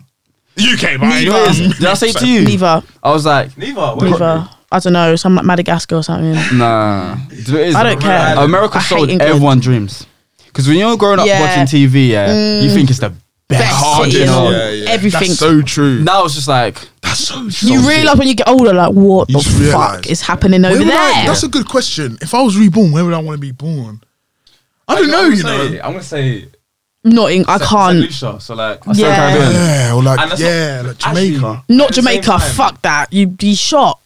Speaker 2: UK, man.
Speaker 3: Neither.
Speaker 2: you know, it's-
Speaker 4: did I say to you?
Speaker 3: Neither.
Speaker 4: I was like,
Speaker 1: Neither. what do you
Speaker 3: Neither. I don't know. Some like Madagascar or something.
Speaker 4: Nah, Do you know what it is?
Speaker 3: I don't care.
Speaker 4: America
Speaker 3: I hate
Speaker 4: sold
Speaker 3: England.
Speaker 4: everyone dreams. Because when you're growing up
Speaker 3: Yeah. Mm.
Speaker 4: watching TV, yeah, you think it's the best.
Speaker 3: Best
Speaker 2: hard,
Speaker 3: city
Speaker 2: you
Speaker 3: in
Speaker 2: know.
Speaker 3: all.
Speaker 2: Yeah, yeah.
Speaker 3: Everything.
Speaker 2: That's so true.
Speaker 4: Now it's just like
Speaker 2: That's so true.
Speaker 3: you realise when you get older, like what
Speaker 2: You
Speaker 3: the
Speaker 2: just realise.
Speaker 3: fuck is happening over
Speaker 2: Where would
Speaker 3: there?
Speaker 2: I- that's a good question. If I was reborn, where would I want to be born? I don't know,
Speaker 1: I'm
Speaker 2: you
Speaker 1: gonna say-
Speaker 2: know.
Speaker 1: I'm gonna say
Speaker 3: not in. I
Speaker 1: Saint-
Speaker 3: can't.
Speaker 1: Saint Lucia. So like,
Speaker 4: Saint
Speaker 3: Yeah.
Speaker 4: Lucia.
Speaker 2: Yeah, or
Speaker 1: And
Speaker 2: like
Speaker 1: that's
Speaker 2: yeah,
Speaker 1: not-
Speaker 2: like Jamaica.
Speaker 1: actually, at
Speaker 3: Not
Speaker 1: the same
Speaker 3: Jamaica.
Speaker 1: time-
Speaker 3: Fuck that. You'd be shot.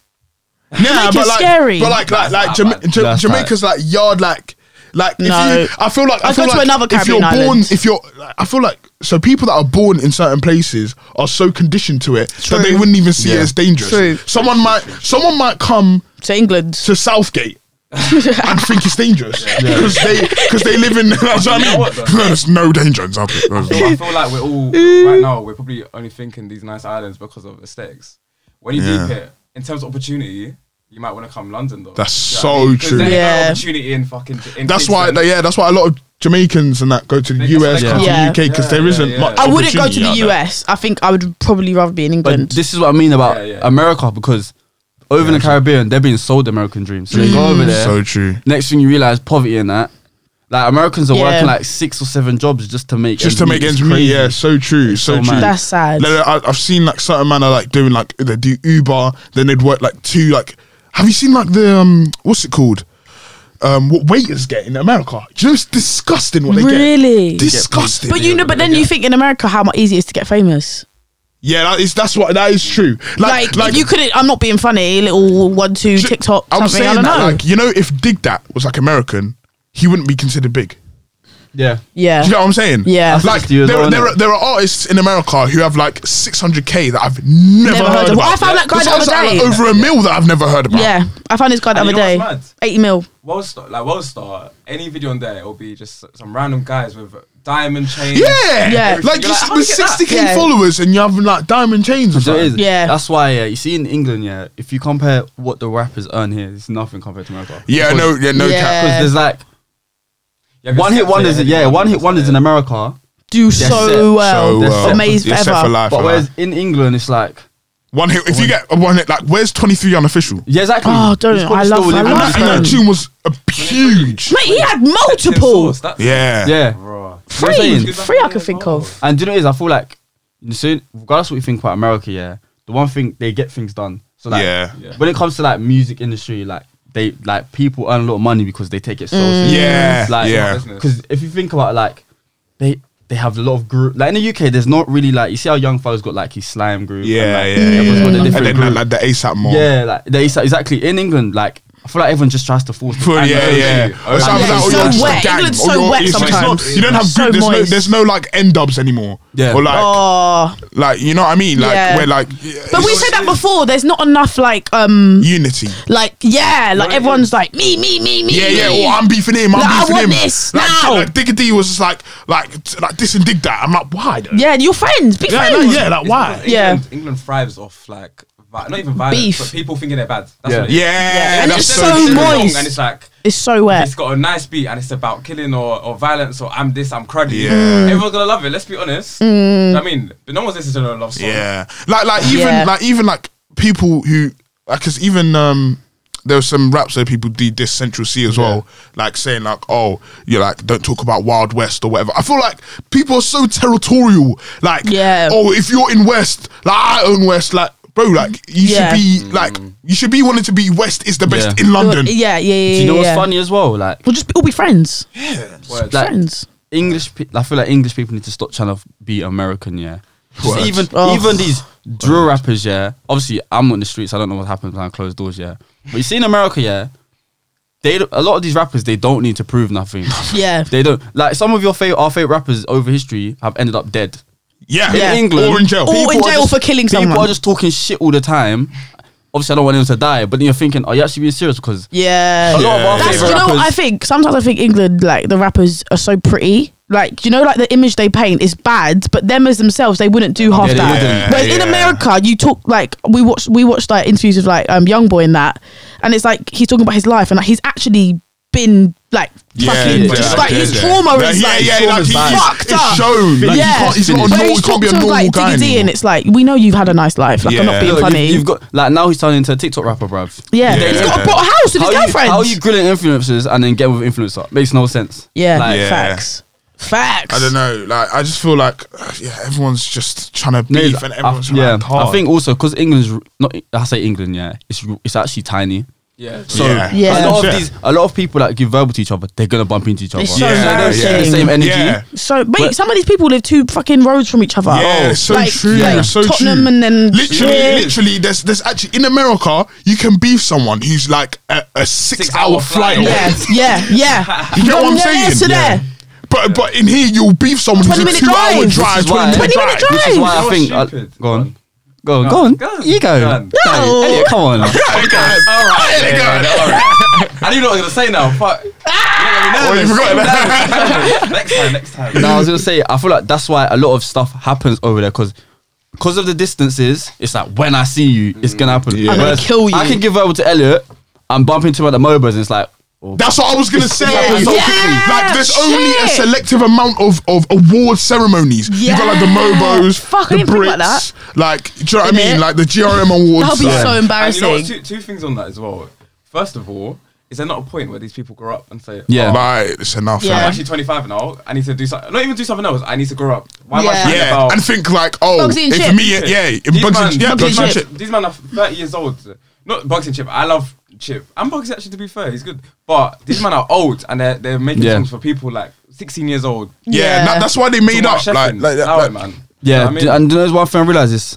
Speaker 2: Yeah,
Speaker 3: Jamaica's
Speaker 2: but like,
Speaker 3: scary.
Speaker 2: but like, like,
Speaker 1: That's
Speaker 2: like
Speaker 1: not
Speaker 2: Jama-
Speaker 1: bad.
Speaker 2: Ja-
Speaker 4: That's
Speaker 2: Jamaica's like yard, like, like.
Speaker 3: No.
Speaker 2: If you, I feel like I
Speaker 3: I'd
Speaker 2: feel
Speaker 3: go to
Speaker 2: like
Speaker 3: another
Speaker 2: if you're
Speaker 3: Caribbean
Speaker 2: born,
Speaker 3: island.
Speaker 2: if you're, like, I feel like so people that are born in certain places are so conditioned to it that they
Speaker 3: True.
Speaker 2: wouldn't even see it
Speaker 4: Yeah.
Speaker 2: as dangerous.
Speaker 3: True.
Speaker 2: Someone might, someone might come
Speaker 3: To England.
Speaker 2: to
Speaker 3: (laughs)
Speaker 2: Southgate. and think it's dangerous because they because they live in. (laughs) That's what I
Speaker 1: You know
Speaker 2: mean.
Speaker 1: what, though?
Speaker 2: There's no danger in
Speaker 1: (laughs)
Speaker 2: Southgate. There's
Speaker 1: I
Speaker 2: no-
Speaker 1: feel like we're all right now. We're probably only thinking these nice islands because of aesthetics. When you
Speaker 2: Yeah.
Speaker 1: deep it, in terms of opportunity, you might want to come London though.
Speaker 2: That's
Speaker 1: You know what I
Speaker 2: so
Speaker 1: mean? 'Cause
Speaker 2: true.
Speaker 1: there ain't no
Speaker 3: Yeah.
Speaker 1: opportunity in fucking. In
Speaker 2: That's why,
Speaker 1: Kingston.
Speaker 2: yeah, that's why a lot of Jamaicans and that go to the
Speaker 1: That's why
Speaker 2: US,
Speaker 1: they
Speaker 2: come
Speaker 1: come.
Speaker 3: Yeah.
Speaker 2: to the UK because
Speaker 1: Yeah,
Speaker 2: there
Speaker 1: yeah,
Speaker 2: isn't
Speaker 1: yeah.
Speaker 2: much.
Speaker 3: I wouldn't go to
Speaker 2: opportunity
Speaker 3: the
Speaker 2: out there.
Speaker 3: US. I think I would probably rather be in
Speaker 4: But
Speaker 3: England.
Speaker 4: this is what I mean about
Speaker 1: Yeah, yeah.
Speaker 4: America because over in the Caribbean, they're being sold the American dream. So they go over
Speaker 3: Mm.
Speaker 4: there.
Speaker 2: So true.
Speaker 4: next thing you realize, poverty and that. Like Americans are
Speaker 3: Yeah.
Speaker 4: working like six or seven jobs just to make
Speaker 2: Just to make
Speaker 4: It's
Speaker 2: ends meet,
Speaker 4: crazy.
Speaker 2: yeah, so true, so,
Speaker 4: so
Speaker 2: true.
Speaker 4: mad.
Speaker 3: That's sad.
Speaker 2: Like, I, I've seen like certain man are like doing like they do Uber, then they'd work like two like. Have you seen like the um what's it called? Um, what waiters get in America? Do you know it's disgusting what they
Speaker 3: Really?
Speaker 2: get. Disgusting.
Speaker 3: but you know, but then you think in America how much easier it is to get famous.
Speaker 2: yeah, that is that's what that is true.
Speaker 3: Like, if you couldn't, I'm not being funny. Little one two
Speaker 2: Ju-
Speaker 3: TikTok
Speaker 2: I'm
Speaker 3: something.
Speaker 2: saying
Speaker 3: I don't
Speaker 2: that,
Speaker 3: know.
Speaker 2: like, you know, if Dig That was like American, he wouldn't be considered big.
Speaker 4: Yeah.
Speaker 3: yeah.
Speaker 2: Do you know what I'm saying?
Speaker 3: Yeah. That's
Speaker 2: Like
Speaker 4: just you
Speaker 2: there,
Speaker 4: as well,
Speaker 2: there,
Speaker 4: innit?
Speaker 2: are, there are artists in America who have like 600k that I've never,
Speaker 3: Never heard
Speaker 2: heard
Speaker 3: of.
Speaker 2: about.
Speaker 3: Well, I found that guy
Speaker 2: There's
Speaker 3: the other
Speaker 2: artists that are,
Speaker 3: day.
Speaker 2: like, over a mil that I've never heard about.
Speaker 3: yeah, I found this guy the
Speaker 1: And
Speaker 3: other
Speaker 1: you know
Speaker 3: day.
Speaker 1: what's
Speaker 3: Eighty mil.
Speaker 1: Worldstar, like Worldstar, any video on there, it'll be just some random guys with diamond chains.
Speaker 2: Yeah.
Speaker 3: Yeah.
Speaker 1: Everything.
Speaker 2: Like
Speaker 1: You're
Speaker 2: you
Speaker 1: like,
Speaker 2: see
Speaker 1: how
Speaker 2: with
Speaker 1: do you get that?
Speaker 2: 60k
Speaker 3: Yeah.
Speaker 2: followers and you have like diamond chains or
Speaker 4: So it
Speaker 2: something.
Speaker 4: is.
Speaker 3: Yeah.
Speaker 4: That's why, yeah, you see in England, yeah, if you compare what the rappers earn here, it's nothing compared to America.
Speaker 2: Yeah, no, yeah, no
Speaker 3: Yeah.
Speaker 2: cap.
Speaker 4: Because there's like
Speaker 1: Yeah,
Speaker 4: one hit wonders, yeah, one hit wonders in America.
Speaker 3: Do so
Speaker 4: it.
Speaker 3: well.
Speaker 2: So
Speaker 4: That's
Speaker 2: well,
Speaker 4: set.
Speaker 3: Amazed
Speaker 2: you're set
Speaker 3: forever.
Speaker 2: for life.
Speaker 4: But
Speaker 2: for
Speaker 4: whereas
Speaker 2: life.
Speaker 4: in England, it's like,
Speaker 2: one hit, if you get a one hit, like where's 23 unofficial?
Speaker 4: yeah, exactly.
Speaker 3: Oh, don't-
Speaker 4: He's probably
Speaker 3: I love-
Speaker 4: still
Speaker 3: I
Speaker 4: living
Speaker 2: And
Speaker 3: love
Speaker 4: in
Speaker 2: that,
Speaker 4: his
Speaker 2: and that
Speaker 4: parents.
Speaker 2: tune was a huge.
Speaker 3: Mate, he had multiple.
Speaker 2: Yeah.
Speaker 4: Yeah.
Speaker 1: Bro.
Speaker 4: You know what I'm
Speaker 3: Three,
Speaker 4: saying?
Speaker 3: three I could think of.
Speaker 4: And do you know what it is? I feel like, so regardless what you think about America, yeah, the one thing they get things done. So like,
Speaker 2: Yeah.
Speaker 1: Yeah.
Speaker 4: when it comes to like music industry, like they like people earn a lot of money because they take it so
Speaker 2: Mm.
Speaker 4: seriously.
Speaker 2: Yeah,
Speaker 4: like,
Speaker 2: yeah.
Speaker 4: Because if you think about like they. They have a lot of group. Like in the UK, there's not really like you see how Young Fellas got like his slime group. and,
Speaker 2: Yeah,
Speaker 4: like,
Speaker 2: yeah,
Speaker 4: everyone's got
Speaker 2: yeah.
Speaker 4: their
Speaker 2: And
Speaker 4: different
Speaker 2: then
Speaker 4: group.
Speaker 2: like, like the ASAP more.
Speaker 4: Yeah, like they exactly in England. Like I feel like everyone just tries to force. the
Speaker 2: Food,
Speaker 4: family
Speaker 2: (laughs) yeah,
Speaker 4: on you.
Speaker 2: yeah.
Speaker 1: Oh,
Speaker 2: Sounds
Speaker 1: yeah,
Speaker 2: like,
Speaker 1: it's
Speaker 2: oh,
Speaker 1: so
Speaker 2: you're just a
Speaker 3: wet.
Speaker 2: gang.
Speaker 3: England's
Speaker 2: Oh,
Speaker 3: so
Speaker 2: you're-
Speaker 3: wet
Speaker 2: it's- it's
Speaker 3: sometimes.
Speaker 2: not- You don't have
Speaker 3: So
Speaker 2: group, there's no,
Speaker 3: moist.
Speaker 2: there's no like end dubs anymore.
Speaker 4: Yeah.
Speaker 2: Or like,
Speaker 3: Oh,
Speaker 2: like you know what I mean? Like
Speaker 3: Yeah.
Speaker 2: we're like,
Speaker 3: but we
Speaker 2: it's
Speaker 3: said that before. There's not enough like um
Speaker 2: unity.
Speaker 3: like yeah like
Speaker 1: Right.
Speaker 3: everyone's like me me me me.
Speaker 2: Yeah, yeah.
Speaker 3: me.
Speaker 2: Or I'm beefing him. I'm
Speaker 3: Like, I
Speaker 2: beefing
Speaker 3: want
Speaker 2: him.
Speaker 3: this
Speaker 2: like,
Speaker 3: now.
Speaker 2: Like Diggity was just like, like, t- like this and dig that. I'm like, why? though?
Speaker 3: yeah, your friends, be
Speaker 2: yeah, no,
Speaker 3: friends.
Speaker 2: yeah. Like why?
Speaker 3: Yeah.
Speaker 1: England, England thrives off like vi- not even violence,
Speaker 3: Beef.
Speaker 1: but people thinking they're bad. That's
Speaker 4: Yeah.
Speaker 1: what it is.
Speaker 2: Yeah,
Speaker 3: And
Speaker 2: that's
Speaker 3: it's
Speaker 2: so,
Speaker 3: so
Speaker 2: true.
Speaker 3: moist.
Speaker 1: and it's like
Speaker 3: It's so wet.
Speaker 1: it's got a nice beat and it's about killing or, or violence or I'm this, I'm cruddy.
Speaker 2: Yeah.
Speaker 1: Everyone's gonna love it, let's be
Speaker 3: Mm.
Speaker 1: honest. Do you know what I mean, but no one's listening to a love song.
Speaker 2: Yeah, like like even
Speaker 3: Yeah.
Speaker 2: like even like people who like because even um there were some raps where people did this Central C as well, like saying like oh you're like don't talk about Wild West or whatever. I feel like people are so territorial, like
Speaker 3: Yeah.
Speaker 2: oh if you're in West, like I own West, like. bro, like you
Speaker 3: Yeah.
Speaker 2: should be like you should be wanting to be West is the best
Speaker 4: Yeah.
Speaker 2: in London.
Speaker 3: Yeah, yeah, yeah.
Speaker 4: Do
Speaker 3: yeah
Speaker 4: you know what's
Speaker 3: yeah.
Speaker 4: funny as well? Like
Speaker 3: We'll just be, all be friends.
Speaker 1: Words.
Speaker 4: Like-
Speaker 3: friends.
Speaker 4: English, pe- I feel like English people need to stop trying to be American. Yeah, Just
Speaker 2: Words.
Speaker 4: even
Speaker 3: Oh.
Speaker 4: even
Speaker 3: (laughs)
Speaker 4: these drill rappers. Yeah, obviously I'm on the streets. I don't know what happens behind closed doors. Yeah, but you see in America, yeah, they a lot of these rappers they don't need to
Speaker 3: (laughs)
Speaker 4: prove nothing.
Speaker 3: Yeah.
Speaker 4: they don't like some of your favorite our favorite rappers over history have ended up dead.
Speaker 2: Yeah.
Speaker 3: Yeah.
Speaker 4: In England
Speaker 2: Or in jail.
Speaker 3: Or
Speaker 4: people
Speaker 3: in
Speaker 4: are
Speaker 3: jail for killing
Speaker 4: people
Speaker 3: someone.
Speaker 4: are just talking shit all the time. Obviously, I don't want anyone to die, but then you're thinking, are you actually being serious? Because
Speaker 3: Yeah.
Speaker 4: a lot of our
Speaker 3: That's, you
Speaker 4: favorite
Speaker 3: know,
Speaker 4: rappers.
Speaker 3: what I think sometimes I think England, like the rappers, are so pretty. Like you know, like the image they paint is bad, but them as themselves, they wouldn't do half
Speaker 4: they
Speaker 3: that.
Speaker 4: wouldn't.
Speaker 3: Whereas in
Speaker 2: Yeah.
Speaker 3: America, you talk like we watched we watched like interviews with like um young boy and that, and it's like he's talking about his life and like he's actually been like
Speaker 2: Yeah,
Speaker 3: fucking
Speaker 2: yeah,
Speaker 3: just
Speaker 2: yeah,
Speaker 3: like
Speaker 2: yeah,
Speaker 3: his
Speaker 2: yeah.
Speaker 3: trauma
Speaker 2: Like,
Speaker 3: is
Speaker 2: yeah,
Speaker 3: like
Speaker 2: yeah, like,
Speaker 4: trauma's
Speaker 2: he's
Speaker 4: bad.
Speaker 3: fucked
Speaker 2: it's
Speaker 3: up.
Speaker 2: shown. Like,
Speaker 3: yeah,
Speaker 2: yeah. he's, not a
Speaker 3: Whereas
Speaker 2: normal, he
Speaker 3: you
Speaker 2: can't
Speaker 3: talk
Speaker 2: be a
Speaker 3: to him,
Speaker 2: normal
Speaker 3: like,
Speaker 2: guy.
Speaker 3: Diggity,
Speaker 2: anymore.
Speaker 3: and it's like we know you've had a nice life. Like I'm not
Speaker 2: Yeah.
Speaker 3: being
Speaker 4: Look,
Speaker 3: funny.
Speaker 4: You've, you've got like now he's turning into a TikTok rapper, bruv.
Speaker 3: yeah,
Speaker 2: Yeah.
Speaker 3: he's got a bought house with
Speaker 4: How
Speaker 3: his
Speaker 4: you,
Speaker 3: girlfriend.
Speaker 4: how you grilling influencers and then get with influencer makes no sense.
Speaker 3: yeah,
Speaker 4: Like,
Speaker 2: Yeah.
Speaker 3: facts, facts.
Speaker 2: I don't know. Like, I just feel like, uh, yeah, everyone's just trying to
Speaker 4: No,
Speaker 2: beef and everyone's
Speaker 4: I,
Speaker 2: trying
Speaker 4: yeah,
Speaker 2: to act hard.
Speaker 4: I think also because England's r- not. I say England, yeah. It's r- it's actually tiny.
Speaker 1: Yeah.
Speaker 4: So
Speaker 2: Yeah.
Speaker 3: Yeah.
Speaker 4: a lot of
Speaker 2: Yeah.
Speaker 4: these, a lot of people that give verbal to each other, they're gonna bump into each other.
Speaker 3: It's so
Speaker 2: Yeah, yeah.
Speaker 4: They share the
Speaker 3: embarrassing.
Speaker 4: same energy.
Speaker 2: Yeah.
Speaker 3: So, mate,
Speaker 4: But-
Speaker 3: some of these people live two fucking roads from each other. Oh,
Speaker 2: Yeah, so
Speaker 3: like,
Speaker 2: true.
Speaker 3: Like
Speaker 2: so
Speaker 3: Tottenham
Speaker 2: true.
Speaker 3: and then
Speaker 2: literally,
Speaker 3: Yeah.
Speaker 2: literally, there's there's actually in America you can beef someone who's like a, a six, hour,
Speaker 1: Six-hour
Speaker 2: flight.
Speaker 1: flight.
Speaker 2: away.
Speaker 3: Yeah, yeah, (laughs) yeah.
Speaker 2: You get what
Speaker 3: From
Speaker 2: I'm
Speaker 3: there
Speaker 2: saying?
Speaker 3: To there.
Speaker 2: But but in here you'll beef someone who's a
Speaker 3: 20-minute
Speaker 2: two hour
Speaker 3: drive.
Speaker 2: drive,
Speaker 4: This is why-
Speaker 2: twenty minute
Speaker 3: 20-minute
Speaker 2: drive.
Speaker 3: drive.
Speaker 4: Which is why I
Speaker 1: You're
Speaker 4: think. uh,
Speaker 1: stupid.
Speaker 4: go on. Go on, go on,
Speaker 1: Go on.
Speaker 4: You go.
Speaker 1: Go on.
Speaker 4: Hey,
Speaker 3: No.
Speaker 4: Elliot, come
Speaker 3: (laughs)
Speaker 4: on.
Speaker 1: All right. Yeah, yeah, all
Speaker 2: (laughs)
Speaker 1: right. I knew what I was gonna say now. Fuck.
Speaker 2: Oh, you forgot that.
Speaker 1: (laughs) next time. Next
Speaker 3: (laughs)
Speaker 1: time.
Speaker 4: (laughs) no, I was gonna say, I feel like that's why a lot of stuff happens over there because. Because of the distances, it's like when I see you, it's gonna happen.
Speaker 2: Yeah. I'm
Speaker 3: gonna
Speaker 4: Whereas
Speaker 3: kill you.
Speaker 4: I can give verbal to Elliot. I'm bumping to him at the MOBAs, and it's like, oh,
Speaker 2: That's what I was gonna say.
Speaker 4: Yeah,
Speaker 2: Like there's only a
Speaker 3: shit.
Speaker 2: selective amount of, of award ceremonies. You got like the
Speaker 3: Yeah.
Speaker 2: Mobos,
Speaker 3: Fuck, I
Speaker 2: the
Speaker 3: didn't think
Speaker 2: Brits,
Speaker 3: about that.
Speaker 2: like do you know what I
Speaker 3: Innit?
Speaker 2: mean? Like the GRM awards.
Speaker 3: That'll be
Speaker 2: like-
Speaker 3: so
Speaker 1: And you
Speaker 3: embarrassing.
Speaker 1: know what, two, two things on that as well. First of all, is there not a point where these people grow up and say,
Speaker 4: Yeah.
Speaker 1: oh,
Speaker 2: Like it's enough.
Speaker 3: Yeah.
Speaker 2: like-
Speaker 1: I'm actually 25 now. I need to do something. Not even do something else. I need to grow up. Why
Speaker 3: Yeah.
Speaker 1: am I
Speaker 2: Yeah,
Speaker 1: yeah. about?
Speaker 2: and think like, oh,
Speaker 3: Bugsy and
Speaker 2: if
Speaker 3: Chip.
Speaker 2: me, yeah, if Bugsy, and- yeah,
Speaker 1: these,
Speaker 2: Bugsy
Speaker 1: man,
Speaker 2: and Chip.
Speaker 1: these men are 30 years old. Not Bugsy and Chip. I love Chip. And Bugsy actually, to be fair, he's good. But these men are old and they're, they're making
Speaker 4: Yeah.
Speaker 1: songs for people like 16 years old.
Speaker 2: Yeah,
Speaker 3: Yeah.
Speaker 2: that- that's why they made
Speaker 1: Mark
Speaker 2: up like,
Speaker 1: Sheffield.
Speaker 2: like, that-
Speaker 1: Allow
Speaker 2: like,
Speaker 1: it, man.
Speaker 4: Yeah,
Speaker 1: You know what I mean?
Speaker 4: and you know what's one thing I realize is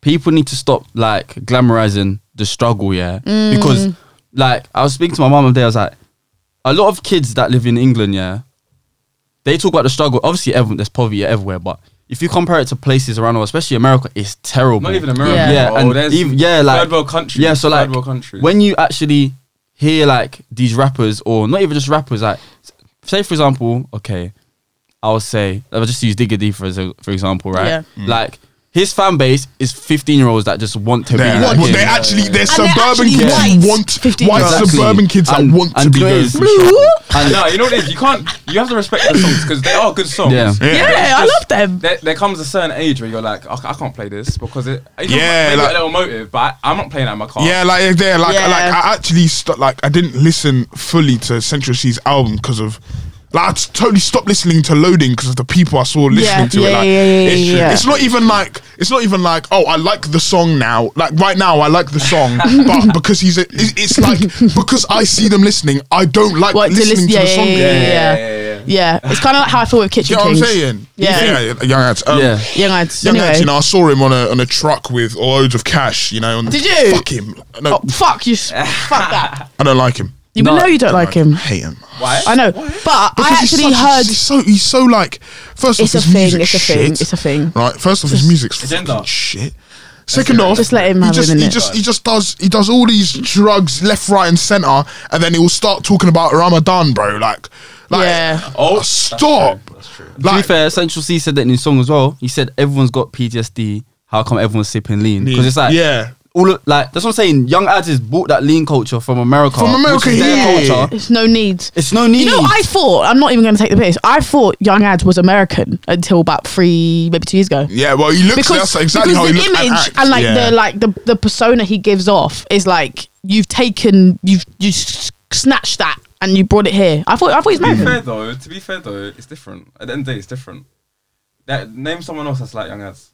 Speaker 4: people need to stop like glamorizing the struggle, yeah. Because like I was speaking to my mum the other day, I was like, a lot of kids that live in England, yeah, they talk about the struggle. Obviously, everyone, there's poverty everywhere, but if you compare it to places around, the world, especially America, it's terrible.
Speaker 1: Not even America.
Speaker 3: Yeah.
Speaker 4: Yeah,
Speaker 1: bro.
Speaker 4: and
Speaker 1: There's
Speaker 4: even, yeah, like
Speaker 1: third world countries.
Speaker 4: Yeah, so like
Speaker 1: third world countries.
Speaker 4: when you actually hear like these rappers, or not even just rappers, like say for example, okay, I'll say I'll just use Digga D for as a- for example, right?
Speaker 3: Yeah.
Speaker 2: Mm.
Speaker 4: Like his fan base is fifteen year olds that just want to
Speaker 2: they're,
Speaker 4: be
Speaker 2: like,
Speaker 4: like
Speaker 2: well,
Speaker 4: him.
Speaker 2: they're actually they're
Speaker 3: they're
Speaker 2: suburban
Speaker 3: actually
Speaker 2: kids
Speaker 3: white.
Speaker 2: who want
Speaker 3: 15
Speaker 2: white
Speaker 3: Exactly.
Speaker 2: suburban kids
Speaker 4: And-
Speaker 2: that want to
Speaker 4: and
Speaker 2: be
Speaker 4: you know
Speaker 2: those.
Speaker 4: it's-
Speaker 1: And no, you know what it is? You can't. You have to respect the songs because they are good songs.
Speaker 4: Yeah.
Speaker 2: Yeah.
Speaker 3: yeah, I love them.
Speaker 1: There, there comes a certain age where you're like, I, I can't play this because it. You know,
Speaker 2: Yeah,
Speaker 1: yeah, maybe
Speaker 2: like-
Speaker 1: a little motive, but I, am not playing that in my car.
Speaker 2: Yeah, like they're like
Speaker 3: Oh. Yeah.
Speaker 2: like I actually st- like I didn't listen fully to Central C's album because of like I t- totally stopped listening to Loading because of the people I saw listening
Speaker 3: Yeah,
Speaker 2: to
Speaker 3: yeah,
Speaker 2: it. Like
Speaker 3: yeah, yeah,
Speaker 2: it's,
Speaker 3: yeah, yeah.
Speaker 2: it's not even like it's not even like oh I like the song now. Like right now I like the song,
Speaker 3: (laughs)
Speaker 2: but because he's a, it's, it's like because I see them listening, I don't like
Speaker 3: What, to
Speaker 2: listening to,
Speaker 3: listen- yeah,
Speaker 2: the song.
Speaker 3: yeah,
Speaker 2: anymore.
Speaker 1: yeah,
Speaker 3: Yeah.
Speaker 1: yeah, yeah. yeah.
Speaker 3: Yeah, it's kind of like how I feel with
Speaker 2: You
Speaker 3: Kitchen
Speaker 2: know what I'm
Speaker 3: Kings.
Speaker 2: saying?
Speaker 3: Yeah.
Speaker 2: yeah young ads. Um,
Speaker 4: Yeah.
Speaker 3: Young ads.
Speaker 2: Young
Speaker 3: anyway.
Speaker 2: Ads, you know, I saw him on a on a truck with loads of cash. You know, on the-
Speaker 3: Did you?
Speaker 2: fuck him? No,
Speaker 3: Oh, fuck you! (laughs) s- fuck that.
Speaker 2: I don't like him.
Speaker 3: You
Speaker 4: No.
Speaker 3: know you don't like him.
Speaker 2: I hate him.
Speaker 1: Why?
Speaker 3: I know, but I
Speaker 2: Because
Speaker 3: actually
Speaker 2: he's such-
Speaker 3: heard.
Speaker 2: he's so he's so like first
Speaker 3: It's
Speaker 2: off his
Speaker 3: a thing.
Speaker 2: music
Speaker 3: It's a thing.
Speaker 2: shit,
Speaker 3: It's a thing.
Speaker 2: right first off his music's
Speaker 1: Agenda.
Speaker 2: fucking shit second off
Speaker 3: Just let him
Speaker 2: he
Speaker 3: have
Speaker 2: just
Speaker 3: him,
Speaker 2: he
Speaker 3: innit?
Speaker 2: just he just does he does all these drugs left right and center and then he will start talking about Ramadan bro like like
Speaker 3: Yeah.
Speaker 2: oh stop
Speaker 1: That's true.
Speaker 4: To be
Speaker 2: like
Speaker 4: fair, Central C said that in his song as well. He said everyone's got PTSD. How come everyone's sipping lean? Because it's like
Speaker 2: yeah
Speaker 4: all of, like that's what I'm saying. Young ads is bought that lean culture from America.
Speaker 2: From America,
Speaker 4: which is
Speaker 2: yeah.
Speaker 4: their culture.
Speaker 3: It's no need.
Speaker 4: It's no need.
Speaker 3: You know, I thought I'm not even going to take the piss. I thought Young Ad was American until about three, maybe two years ago.
Speaker 2: yeah well he looks that's exactly how
Speaker 3: because
Speaker 2: he looks
Speaker 3: the image
Speaker 2: and,
Speaker 3: and,
Speaker 2: acts.
Speaker 3: like
Speaker 2: yeah.
Speaker 3: the like the, the persona he gives off is like you've taken you've you s- snatched that and you brought it here. I thought I thought he's
Speaker 1: To be
Speaker 3: American.
Speaker 1: fair though, to be fair though, it's different. At the end of the day, it's different. That name someone else that's like Young Ads.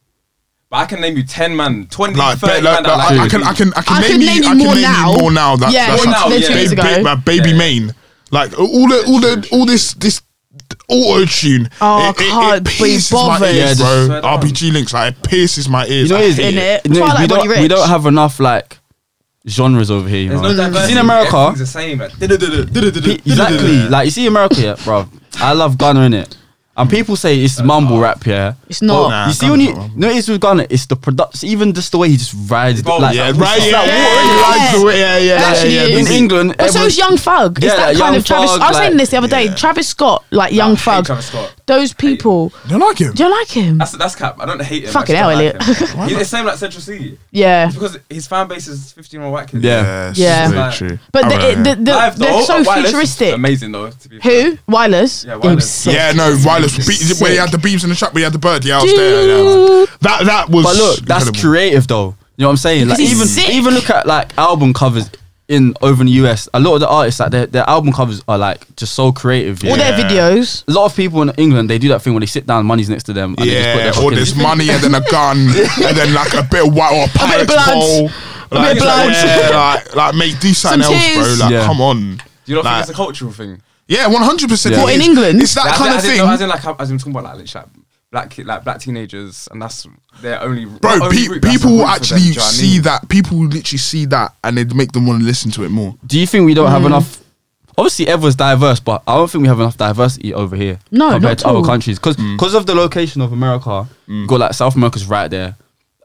Speaker 1: But But I can name you 10 man, 20,
Speaker 2: Like,
Speaker 1: 30
Speaker 2: bet- like,
Speaker 1: man that
Speaker 2: like,
Speaker 1: like
Speaker 2: I can, I can, I can name, you, I can name you more now. That,
Speaker 3: yeah,
Speaker 2: that's
Speaker 1: More
Speaker 2: like-
Speaker 1: now,
Speaker 3: than
Speaker 1: yeah.
Speaker 3: two years
Speaker 2: Baby,
Speaker 1: Ba-
Speaker 3: ago.
Speaker 2: ba- my baby
Speaker 1: Yeah.
Speaker 2: main, like all the, all the, all this, this auto tune.
Speaker 3: Oh, I can't be
Speaker 2: my
Speaker 3: bothered.
Speaker 4: Yeah,
Speaker 2: ears,
Speaker 4: just
Speaker 2: bro.
Speaker 1: swear down.
Speaker 2: RBG links, like it pierces my ears.
Speaker 4: You know,
Speaker 2: I
Speaker 4: it is,
Speaker 2: hate
Speaker 3: In
Speaker 2: it.
Speaker 3: it.
Speaker 4: you know,
Speaker 3: Twilight
Speaker 4: we
Speaker 3: Body
Speaker 4: don't
Speaker 3: Rich.
Speaker 4: we don't have enough like genres over here.
Speaker 1: There's
Speaker 4: man.
Speaker 1: no
Speaker 4: You
Speaker 1: diversity.
Speaker 4: see in America,
Speaker 1: Everything's the same. Like, du-du-du-du, du-du-du-du,
Speaker 4: exactly.
Speaker 1: du-du-du-du.
Speaker 4: Like you see America, yeah, bro. I love Gunner in it, and people say it's mumble rap, yeah.
Speaker 3: It's not.
Speaker 2: Nah,
Speaker 4: you see
Speaker 2: Gunna
Speaker 4: when you
Speaker 2: not mumble.
Speaker 4: no, it's with Gunner. It's the production, even just the way he just rides. the-
Speaker 1: Oh,
Speaker 4: like,
Speaker 2: Yeah,
Speaker 4: it's
Speaker 2: right.
Speaker 4: just
Speaker 2: Yeah,
Speaker 4: like,
Speaker 2: yeah,
Speaker 4: what?
Speaker 2: he likes the way- yeah, yeah, yeah,
Speaker 3: Actually,
Speaker 2: yeah,
Speaker 3: it
Speaker 2: yeah.
Speaker 4: In England,
Speaker 3: But so
Speaker 4: everyone-
Speaker 3: is Young Thug.
Speaker 4: Yeah,
Speaker 3: it's that
Speaker 4: like
Speaker 3: kind
Speaker 4: Young
Speaker 3: of Travis.
Speaker 4: Thug,
Speaker 3: I was saying
Speaker 4: like-
Speaker 3: this the other day.
Speaker 2: Yeah.
Speaker 3: Travis Scott, like
Speaker 1: Nah, I
Speaker 3: Young
Speaker 1: hate
Speaker 3: Thug.
Speaker 1: Travis Scott.
Speaker 3: Those people.
Speaker 2: Don't like him.
Speaker 3: Do you like him?
Speaker 1: That's that's cap. I don't hate him. I
Speaker 3: Fucking
Speaker 1: just
Speaker 3: hell,
Speaker 1: don't
Speaker 3: Elliot.
Speaker 1: like him.
Speaker 3: (laughs)
Speaker 1: He's the same like Central C.
Speaker 3: yeah.
Speaker 1: It's because his fan base is 15 year old white kids.
Speaker 4: Yeah.
Speaker 2: Yes,
Speaker 3: Yeah.
Speaker 2: very
Speaker 1: Like-
Speaker 2: true.
Speaker 3: But
Speaker 2: Alright,
Speaker 3: the,
Speaker 2: yeah.
Speaker 3: the, the,
Speaker 1: Live
Speaker 3: they're
Speaker 1: though,
Speaker 3: so
Speaker 1: Wireless is
Speaker 3: futuristic.
Speaker 1: Amazing though. To be fair.
Speaker 3: Who? Wireless?
Speaker 1: Yeah,
Speaker 3: It
Speaker 1: Wireless.
Speaker 3: was sick.
Speaker 2: Yeah, no, Wireless. Beat,
Speaker 3: Sick.
Speaker 2: when he had the beams in the trap, we had the bird. Yeah, I was there. Yeah,
Speaker 3: Dude.
Speaker 2: that that was.
Speaker 4: But look, that's
Speaker 2: incredible.
Speaker 4: creative though. You know what I'm saying? Like
Speaker 3: Because he's
Speaker 4: even
Speaker 3: sick.
Speaker 4: even look at like album covers in over in the US. A lot of the artists like their, their album covers are like just so creative. Yeah.
Speaker 3: All their
Speaker 2: Yeah.
Speaker 3: videos.
Speaker 4: a lot of people in England they do that thing when they sit down, money's next to them, and they
Speaker 2: Yeah,
Speaker 4: just
Speaker 2: all
Speaker 4: put their
Speaker 2: this
Speaker 4: fucking.
Speaker 2: money and then a gun and then like a bit of white or a pirate's
Speaker 3: blood.
Speaker 2: bowl.
Speaker 3: A
Speaker 2: Like,
Speaker 3: bit of blood.
Speaker 2: yeah, like, like, mate, do something
Speaker 3: Some
Speaker 2: else,
Speaker 3: tears.
Speaker 2: bro. Like,
Speaker 4: Yeah.
Speaker 2: come on.
Speaker 1: Do you not
Speaker 2: Like-
Speaker 1: think it's a cultural thing?
Speaker 2: Yeah, one hundred percent.
Speaker 4: Yeah.
Speaker 3: What, in England?
Speaker 2: It's that
Speaker 1: Like,
Speaker 2: kind
Speaker 1: as
Speaker 2: of
Speaker 1: in-
Speaker 2: thing,
Speaker 1: no, As in, like, as in talking about like, literally, like black, ki- like black teenagers, and that's their only.
Speaker 2: bro.
Speaker 1: not only
Speaker 2: pe-
Speaker 1: route, that's the route
Speaker 2: people
Speaker 1: for them, do
Speaker 2: actually
Speaker 1: you know what I
Speaker 2: see
Speaker 1: mean?
Speaker 2: that. People literally see that, and it make them want to listen to it more.
Speaker 4: Do you think we don't have
Speaker 3: Hmm.
Speaker 4: enough? Obviously, everyone's diverse, but I don't think we have enough diversity over here
Speaker 3: No,
Speaker 4: compared
Speaker 3: not at
Speaker 4: to
Speaker 3: all.
Speaker 4: other countries because of the location of America. you got like South America's right there.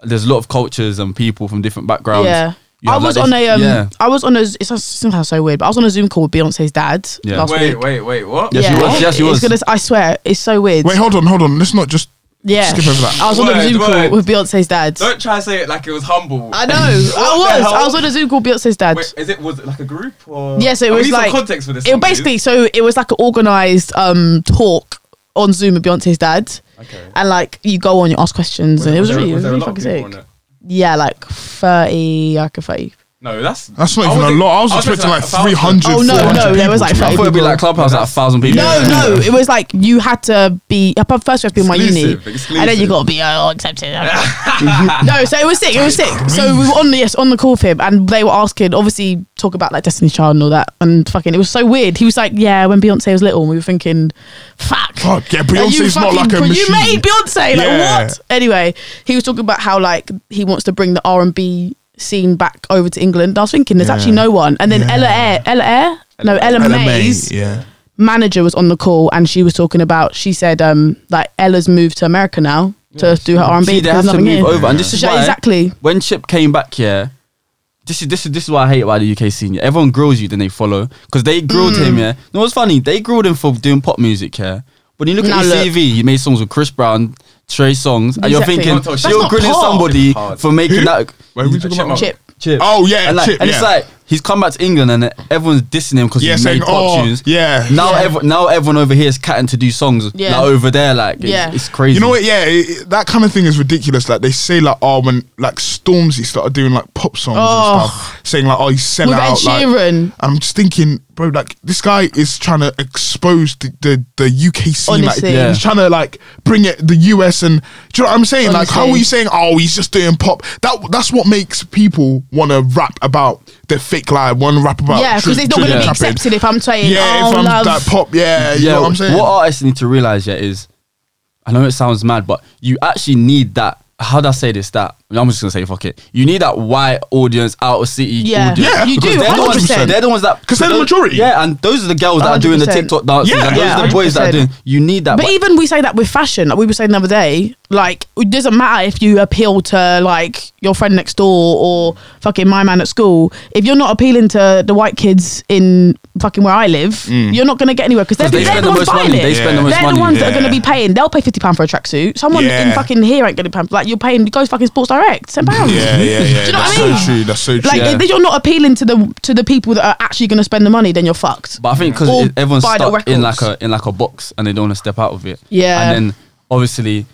Speaker 4: There's a lot of cultures and people from different
Speaker 2: Um,
Speaker 4: backgrounds.
Speaker 3: Yeah.
Speaker 4: You
Speaker 3: I
Speaker 4: have, like,
Speaker 3: was
Speaker 4: this-
Speaker 3: on a um,
Speaker 4: yeah.
Speaker 3: I was on a it sounds somehow so weird, but I was on a Zoom call with Beyonce's dad
Speaker 4: Yeah.
Speaker 3: last
Speaker 1: Wait,
Speaker 3: week.
Speaker 1: wait, wait. What?
Speaker 4: Yeah. Yes, you was. Yes, you
Speaker 3: It's
Speaker 4: was.
Speaker 3: Gonna, I swear, it's so weird.
Speaker 2: Wait, hold on, hold on. Let's not just.
Speaker 3: yeah,
Speaker 2: skip over that.
Speaker 3: I was on a
Speaker 1: Word,
Speaker 3: Zoom call
Speaker 1: word.
Speaker 3: with Beyonce's dad.
Speaker 1: Don't try to say it like it was humble. (laughs)
Speaker 3: I know.
Speaker 1: What
Speaker 3: I
Speaker 1: the
Speaker 3: was.
Speaker 1: hell?
Speaker 3: I was on a Zoom call with Beyonce's dad.
Speaker 1: Wait, is it was it like a group or?
Speaker 3: Yeah, so it
Speaker 1: Oh, we
Speaker 3: was
Speaker 1: need some
Speaker 3: like
Speaker 1: context for this.
Speaker 3: It
Speaker 1: one,
Speaker 3: basically
Speaker 1: please.
Speaker 3: so it was like an organized um talk on Zoom with Beyonce's dad,
Speaker 1: Okay.
Speaker 3: and like you go on, you ask questions, and it was,
Speaker 1: there-
Speaker 3: really, it was
Speaker 1: there a
Speaker 3: really
Speaker 1: lot of
Speaker 3: fucking
Speaker 1: people
Speaker 3: sick.
Speaker 1: on it?
Speaker 3: Yeah, like thirty, I could thirty.
Speaker 1: No, that's
Speaker 2: That's not
Speaker 1: I
Speaker 2: even a
Speaker 1: wasn't-
Speaker 2: lot. I was
Speaker 1: I
Speaker 2: expecting like
Speaker 1: a thousand.
Speaker 2: 300,
Speaker 3: Oh, no,
Speaker 2: 400
Speaker 3: no, there
Speaker 2: people
Speaker 3: was, like,
Speaker 2: to
Speaker 4: I
Speaker 2: watch.
Speaker 4: thought it'd be like clubhouse like a thousand people.
Speaker 3: No, no, it was like you had to be. At first, you have to be in my uni,
Speaker 1: Exclusive, exclusive.
Speaker 3: and then you got to be oh, accepted.
Speaker 2: (laughs)
Speaker 3: no, so it was sick. It was sick. So we were on the yes on the call with him, and they were asking, obviously, talk about like Destiny's Child and all that, and fucking, it was so weird. He was like, yeah, when Beyonce was little, and we were thinking, fuck.
Speaker 2: God, yeah,
Speaker 3: Are you
Speaker 2: Beyonce's not
Speaker 3: fucking-
Speaker 2: like a
Speaker 3: but
Speaker 2: machine.
Speaker 3: You made Beyonce. Like
Speaker 2: Yeah.
Speaker 3: what? Anyway, he was talking about how like he wants to bring the R and B scene back over to England. I was thinking there's
Speaker 2: Yeah.
Speaker 3: actually no one. And then
Speaker 2: Yeah.
Speaker 3: Ella Air, Ella Air, no Ella,
Speaker 2: LMA,
Speaker 3: Mays,
Speaker 2: yeah.
Speaker 3: manager was on the call and she was talking about. She said um like Ella's moved to America now to do her R and B.
Speaker 4: See, they have to move over, and this is why
Speaker 3: Exactly.
Speaker 4: when Chip came back here, this is this is this is what I hate about the UK scene. Yeah. Everyone grills you, then they follow because they grilled him.
Speaker 3: Mm.
Speaker 4: Yeah, no, it's funny. They grilled him for doing pop music. Yeah, when you look
Speaker 3: Now
Speaker 4: at his
Speaker 3: look.
Speaker 4: CV, he made songs with Chris Brown, Trey songs, and you're
Speaker 3: Exactly.
Speaker 4: thinking
Speaker 1: Can't touch
Speaker 4: you're
Speaker 1: that.
Speaker 4: grilling
Speaker 3: That's not
Speaker 4: somebody
Speaker 1: hard.
Speaker 4: for making that
Speaker 2: Wait, we talking about?
Speaker 1: Chipmunk.
Speaker 3: Chip.
Speaker 4: Chip.
Speaker 2: Oh, yeah,
Speaker 4: and, like,
Speaker 2: Chip,
Speaker 4: and
Speaker 2: yeah.
Speaker 4: it's like he's come back to England and everyone's dissing him because
Speaker 2: Yeah,
Speaker 4: he's
Speaker 2: saying,
Speaker 4: made pop
Speaker 2: oh,
Speaker 4: tunes.
Speaker 2: yeah.
Speaker 4: Now, ev- now everyone over here is catting to do songs.
Speaker 3: Yeah.
Speaker 4: like, over there, like it's,
Speaker 3: Yeah.
Speaker 4: it's crazy.
Speaker 2: You know what? Yeah, it, it- that kind of thing is ridiculous. Like they say, like oh, when like Stormzy started doing like pop songs
Speaker 3: Oh.
Speaker 2: and stuff, saying like oh, he's selling
Speaker 3: With Ed
Speaker 2: out. like-
Speaker 3: Sheeran.
Speaker 2: I'm just thinking, bro, like this guy is trying to expose the the, the UK scene.
Speaker 3: Honestly.
Speaker 2: Like,
Speaker 4: Yeah.
Speaker 2: he's trying to like bring it the US and do you know what I'm saying? Like, how
Speaker 3: Honestly.
Speaker 2: are you saying? Oh, he's just doing pop. That that's what makes people want to rap about their fake life, want to rap about
Speaker 3: Yeah, because
Speaker 2: truth-
Speaker 3: it's
Speaker 2: truth
Speaker 3: not going to be
Speaker 2: and trapping.
Speaker 3: accepted if I'm saying,
Speaker 2: Yeah,
Speaker 3: oh,
Speaker 2: if I'm
Speaker 3: love.
Speaker 2: like pop, yeah, you know what I'm saying?
Speaker 4: artists need to realize yet is, I know it sounds mad, but you actually need that. How do I say this? That I'm just gonna say fuck it. You need that white audience, outer city
Speaker 3: Yeah.
Speaker 4: audience.
Speaker 2: Yeah,
Speaker 3: you
Speaker 2: because
Speaker 3: do.
Speaker 4: They're the, ones,
Speaker 3: 100%.
Speaker 4: they're the ones that
Speaker 2: 'Cause they're the
Speaker 4: those-
Speaker 2: majority.
Speaker 4: Yeah, and those are the girls that are doing the
Speaker 3: 100%.
Speaker 4: TikTok dances.
Speaker 2: Yeah.
Speaker 4: and those are
Speaker 3: Yeah,
Speaker 4: the boys that are
Speaker 3: 100%.
Speaker 4: doing. You need that.
Speaker 3: But
Speaker 4: But
Speaker 3: even we say that with fashion, like we were saying the other day, like it doesn't matter if you appeal to like your friend next door or fucking my man at school. If you're not appealing to the white kids in fucking where I live, you're not going to get anywhere because they're,
Speaker 4: Mm. they
Speaker 3: they're
Speaker 4: spend
Speaker 3: the
Speaker 4: the
Speaker 3: ones
Speaker 4: most
Speaker 3: buying
Speaker 4: money.
Speaker 3: it.
Speaker 4: They
Speaker 2: Yeah.
Speaker 4: spend the most
Speaker 3: They're
Speaker 4: money.
Speaker 3: the ones that are
Speaker 2: Yeah.
Speaker 3: going to be paying. They'll pay fifty pound for a tracksuit. Someone in
Speaker 2: Yeah.
Speaker 3: fucking here ain't going to pay. Like you're paying. It goes fucking Sports Direct. Ten pounds.
Speaker 2: yeah, yeah, yeah.
Speaker 3: (laughs) Do you know
Speaker 2: that's
Speaker 3: what I mean?
Speaker 2: so true. That's so true.
Speaker 3: Like
Speaker 4: Yeah.
Speaker 3: if you're not appealing to the to the people that are actually going to spend the money, then you're fucked.
Speaker 4: But I think
Speaker 3: Or
Speaker 4: because everyone's
Speaker 3: buy the
Speaker 4: stuck in
Speaker 3: records.
Speaker 4: like a in like a box and they don't want to step out of it.
Speaker 3: Yeah.
Speaker 4: and then obviously,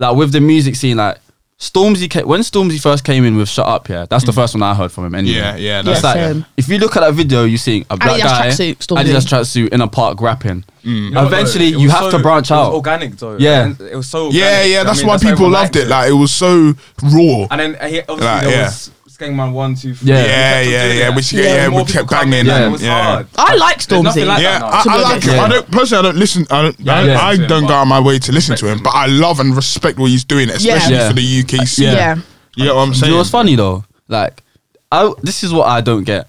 Speaker 4: like with the music scene, like Stormzy came, when Stormzy first came in with "Shut Up," yeah, that's the first one I heard from him. Anyway,
Speaker 2: Yeah, yeah,
Speaker 4: It's
Speaker 2: that's-
Speaker 4: like,
Speaker 3: Mm. same.
Speaker 4: if you look at that video, you see a black
Speaker 3: Adidas
Speaker 4: guy,
Speaker 3: tracksuit, Stormzy.
Speaker 4: Adidas tracksuit in a park rapping.
Speaker 1: Mm. You know what, though?
Speaker 4: Eventually,
Speaker 1: It
Speaker 4: you
Speaker 1: was
Speaker 4: have
Speaker 1: so-
Speaker 4: to branch
Speaker 1: it was
Speaker 4: out.
Speaker 1: Organic though.
Speaker 4: Yeah.
Speaker 1: And it was so. Organic,
Speaker 2: yeah, yeah.
Speaker 1: I
Speaker 2: That's
Speaker 1: mean,
Speaker 2: why
Speaker 1: why
Speaker 2: people
Speaker 1: everyone
Speaker 2: loved
Speaker 1: liked
Speaker 2: it. Like it was so raw.
Speaker 1: and then uh, he, obviously
Speaker 2: Like,
Speaker 1: there
Speaker 2: yeah.
Speaker 1: was Skangman one, two, three.
Speaker 4: Yeah.
Speaker 1: They kept
Speaker 2: Yeah,
Speaker 1: on
Speaker 2: yeah,
Speaker 1: doing
Speaker 2: yeah,
Speaker 1: that.
Speaker 2: which- yeah, yeah,
Speaker 1: more
Speaker 2: we kept
Speaker 1: people
Speaker 2: banging
Speaker 1: came in,
Speaker 4: that.
Speaker 1: It was
Speaker 2: Yeah.
Speaker 1: hard.
Speaker 3: I like
Speaker 1: There's nothing
Speaker 3: Stormzy.
Speaker 1: like
Speaker 2: Yeah,
Speaker 1: that now.
Speaker 2: I,
Speaker 3: To
Speaker 2: I
Speaker 3: be
Speaker 2: like
Speaker 3: honest,
Speaker 2: him. I
Speaker 4: yeah.
Speaker 2: don't personally. I don't listen. I don't. I,
Speaker 1: Yeah,
Speaker 2: I
Speaker 1: yeah.
Speaker 2: don't go out of my way to listen to him, but I love and respect what he's doing, especially
Speaker 4: Yeah.
Speaker 2: for the UK scene.
Speaker 3: Uh, yeah.
Speaker 4: Yeah.
Speaker 2: You know what I'm
Speaker 4: Do you
Speaker 2: saying?
Speaker 4: know what's funny though? Like, I this is what I don't get.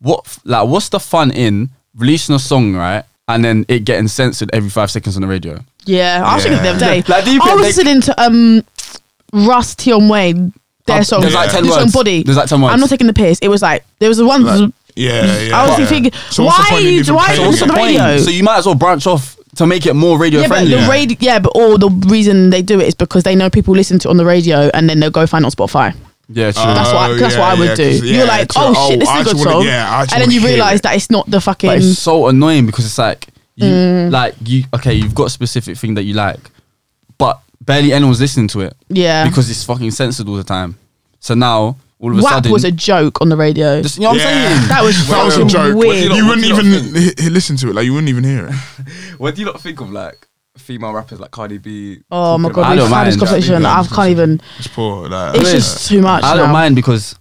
Speaker 4: What f- like what's the fun in releasing a song right and then it getting censored every five seconds on the radio?
Speaker 3: Yeah, I was thinking the other day.
Speaker 4: (laughs) Like, do you
Speaker 3: I
Speaker 4: think
Speaker 3: was
Speaker 4: they-
Speaker 3: listening to um, Russ Tion Wayne. Their
Speaker 4: Uh,
Speaker 3: song,
Speaker 4: there's like 10
Speaker 3: the song
Speaker 4: words.
Speaker 3: Body.
Speaker 4: There's like 10 words.
Speaker 3: I'm not taking the piss. It was like there was the one.
Speaker 2: Like, yeah, yeah.
Speaker 3: I was
Speaker 2: yeah.
Speaker 3: thinking,
Speaker 2: So what's the
Speaker 3: why
Speaker 2: point
Speaker 3: are
Speaker 2: in
Speaker 3: you?
Speaker 2: even
Speaker 3: Why are
Speaker 2: playing
Speaker 3: you
Speaker 2: it?
Speaker 3: on the radio?
Speaker 4: So you might as well branch off to make it more radio
Speaker 3: yeah, but
Speaker 4: friendly.
Speaker 3: the
Speaker 2: Yeah.
Speaker 3: radio. Yeah, but all the reason they do it is because they know people listen to it on the radio and then they'll go find it on Spotify.
Speaker 4: yeah, true.
Speaker 3: That's what I,
Speaker 2: Oh,
Speaker 3: that's what I
Speaker 2: yeah,
Speaker 3: would
Speaker 2: yeah,
Speaker 3: do.
Speaker 2: 'cause- yeah,
Speaker 3: You're like,
Speaker 2: to-
Speaker 3: oh, shit,
Speaker 2: oh,
Speaker 3: this is
Speaker 2: I
Speaker 3: a good
Speaker 2: just wanna-
Speaker 3: song,
Speaker 2: yeah, I just
Speaker 3: and then you
Speaker 2: wanna hear
Speaker 3: realise
Speaker 2: it.
Speaker 3: that it's not the fucking. Mm.
Speaker 4: But it's so annoying because it's like you like you okay, you've got a specific thing that you like, but barely anyone's listening to it.
Speaker 3: Yeah.
Speaker 4: Because it's fucking censored all the time. So now all of a
Speaker 3: WAP
Speaker 4: sudden
Speaker 3: was a joke on the radio.
Speaker 4: just, you know what
Speaker 2: Yeah.
Speaker 4: I'm saying?
Speaker 3: that was
Speaker 2: That was a
Speaker 3: fucking
Speaker 2: joke.
Speaker 3: Weird.
Speaker 2: You
Speaker 1: What
Speaker 2: wouldn't
Speaker 1: do you lot
Speaker 2: even h- h- listen to it. Like you wouldn't even hear it.
Speaker 1: What do you not think of like female rappers like Cardi B?
Speaker 3: Oh my
Speaker 1: talking
Speaker 3: god,
Speaker 4: I
Speaker 1: about-
Speaker 3: we've
Speaker 4: don't
Speaker 3: had this
Speaker 4: mind.
Speaker 3: conversation. I can't even.
Speaker 2: It's poor. Like,
Speaker 3: It's
Speaker 4: Yeah.
Speaker 3: just too much.
Speaker 4: I don't
Speaker 3: now.
Speaker 4: mind because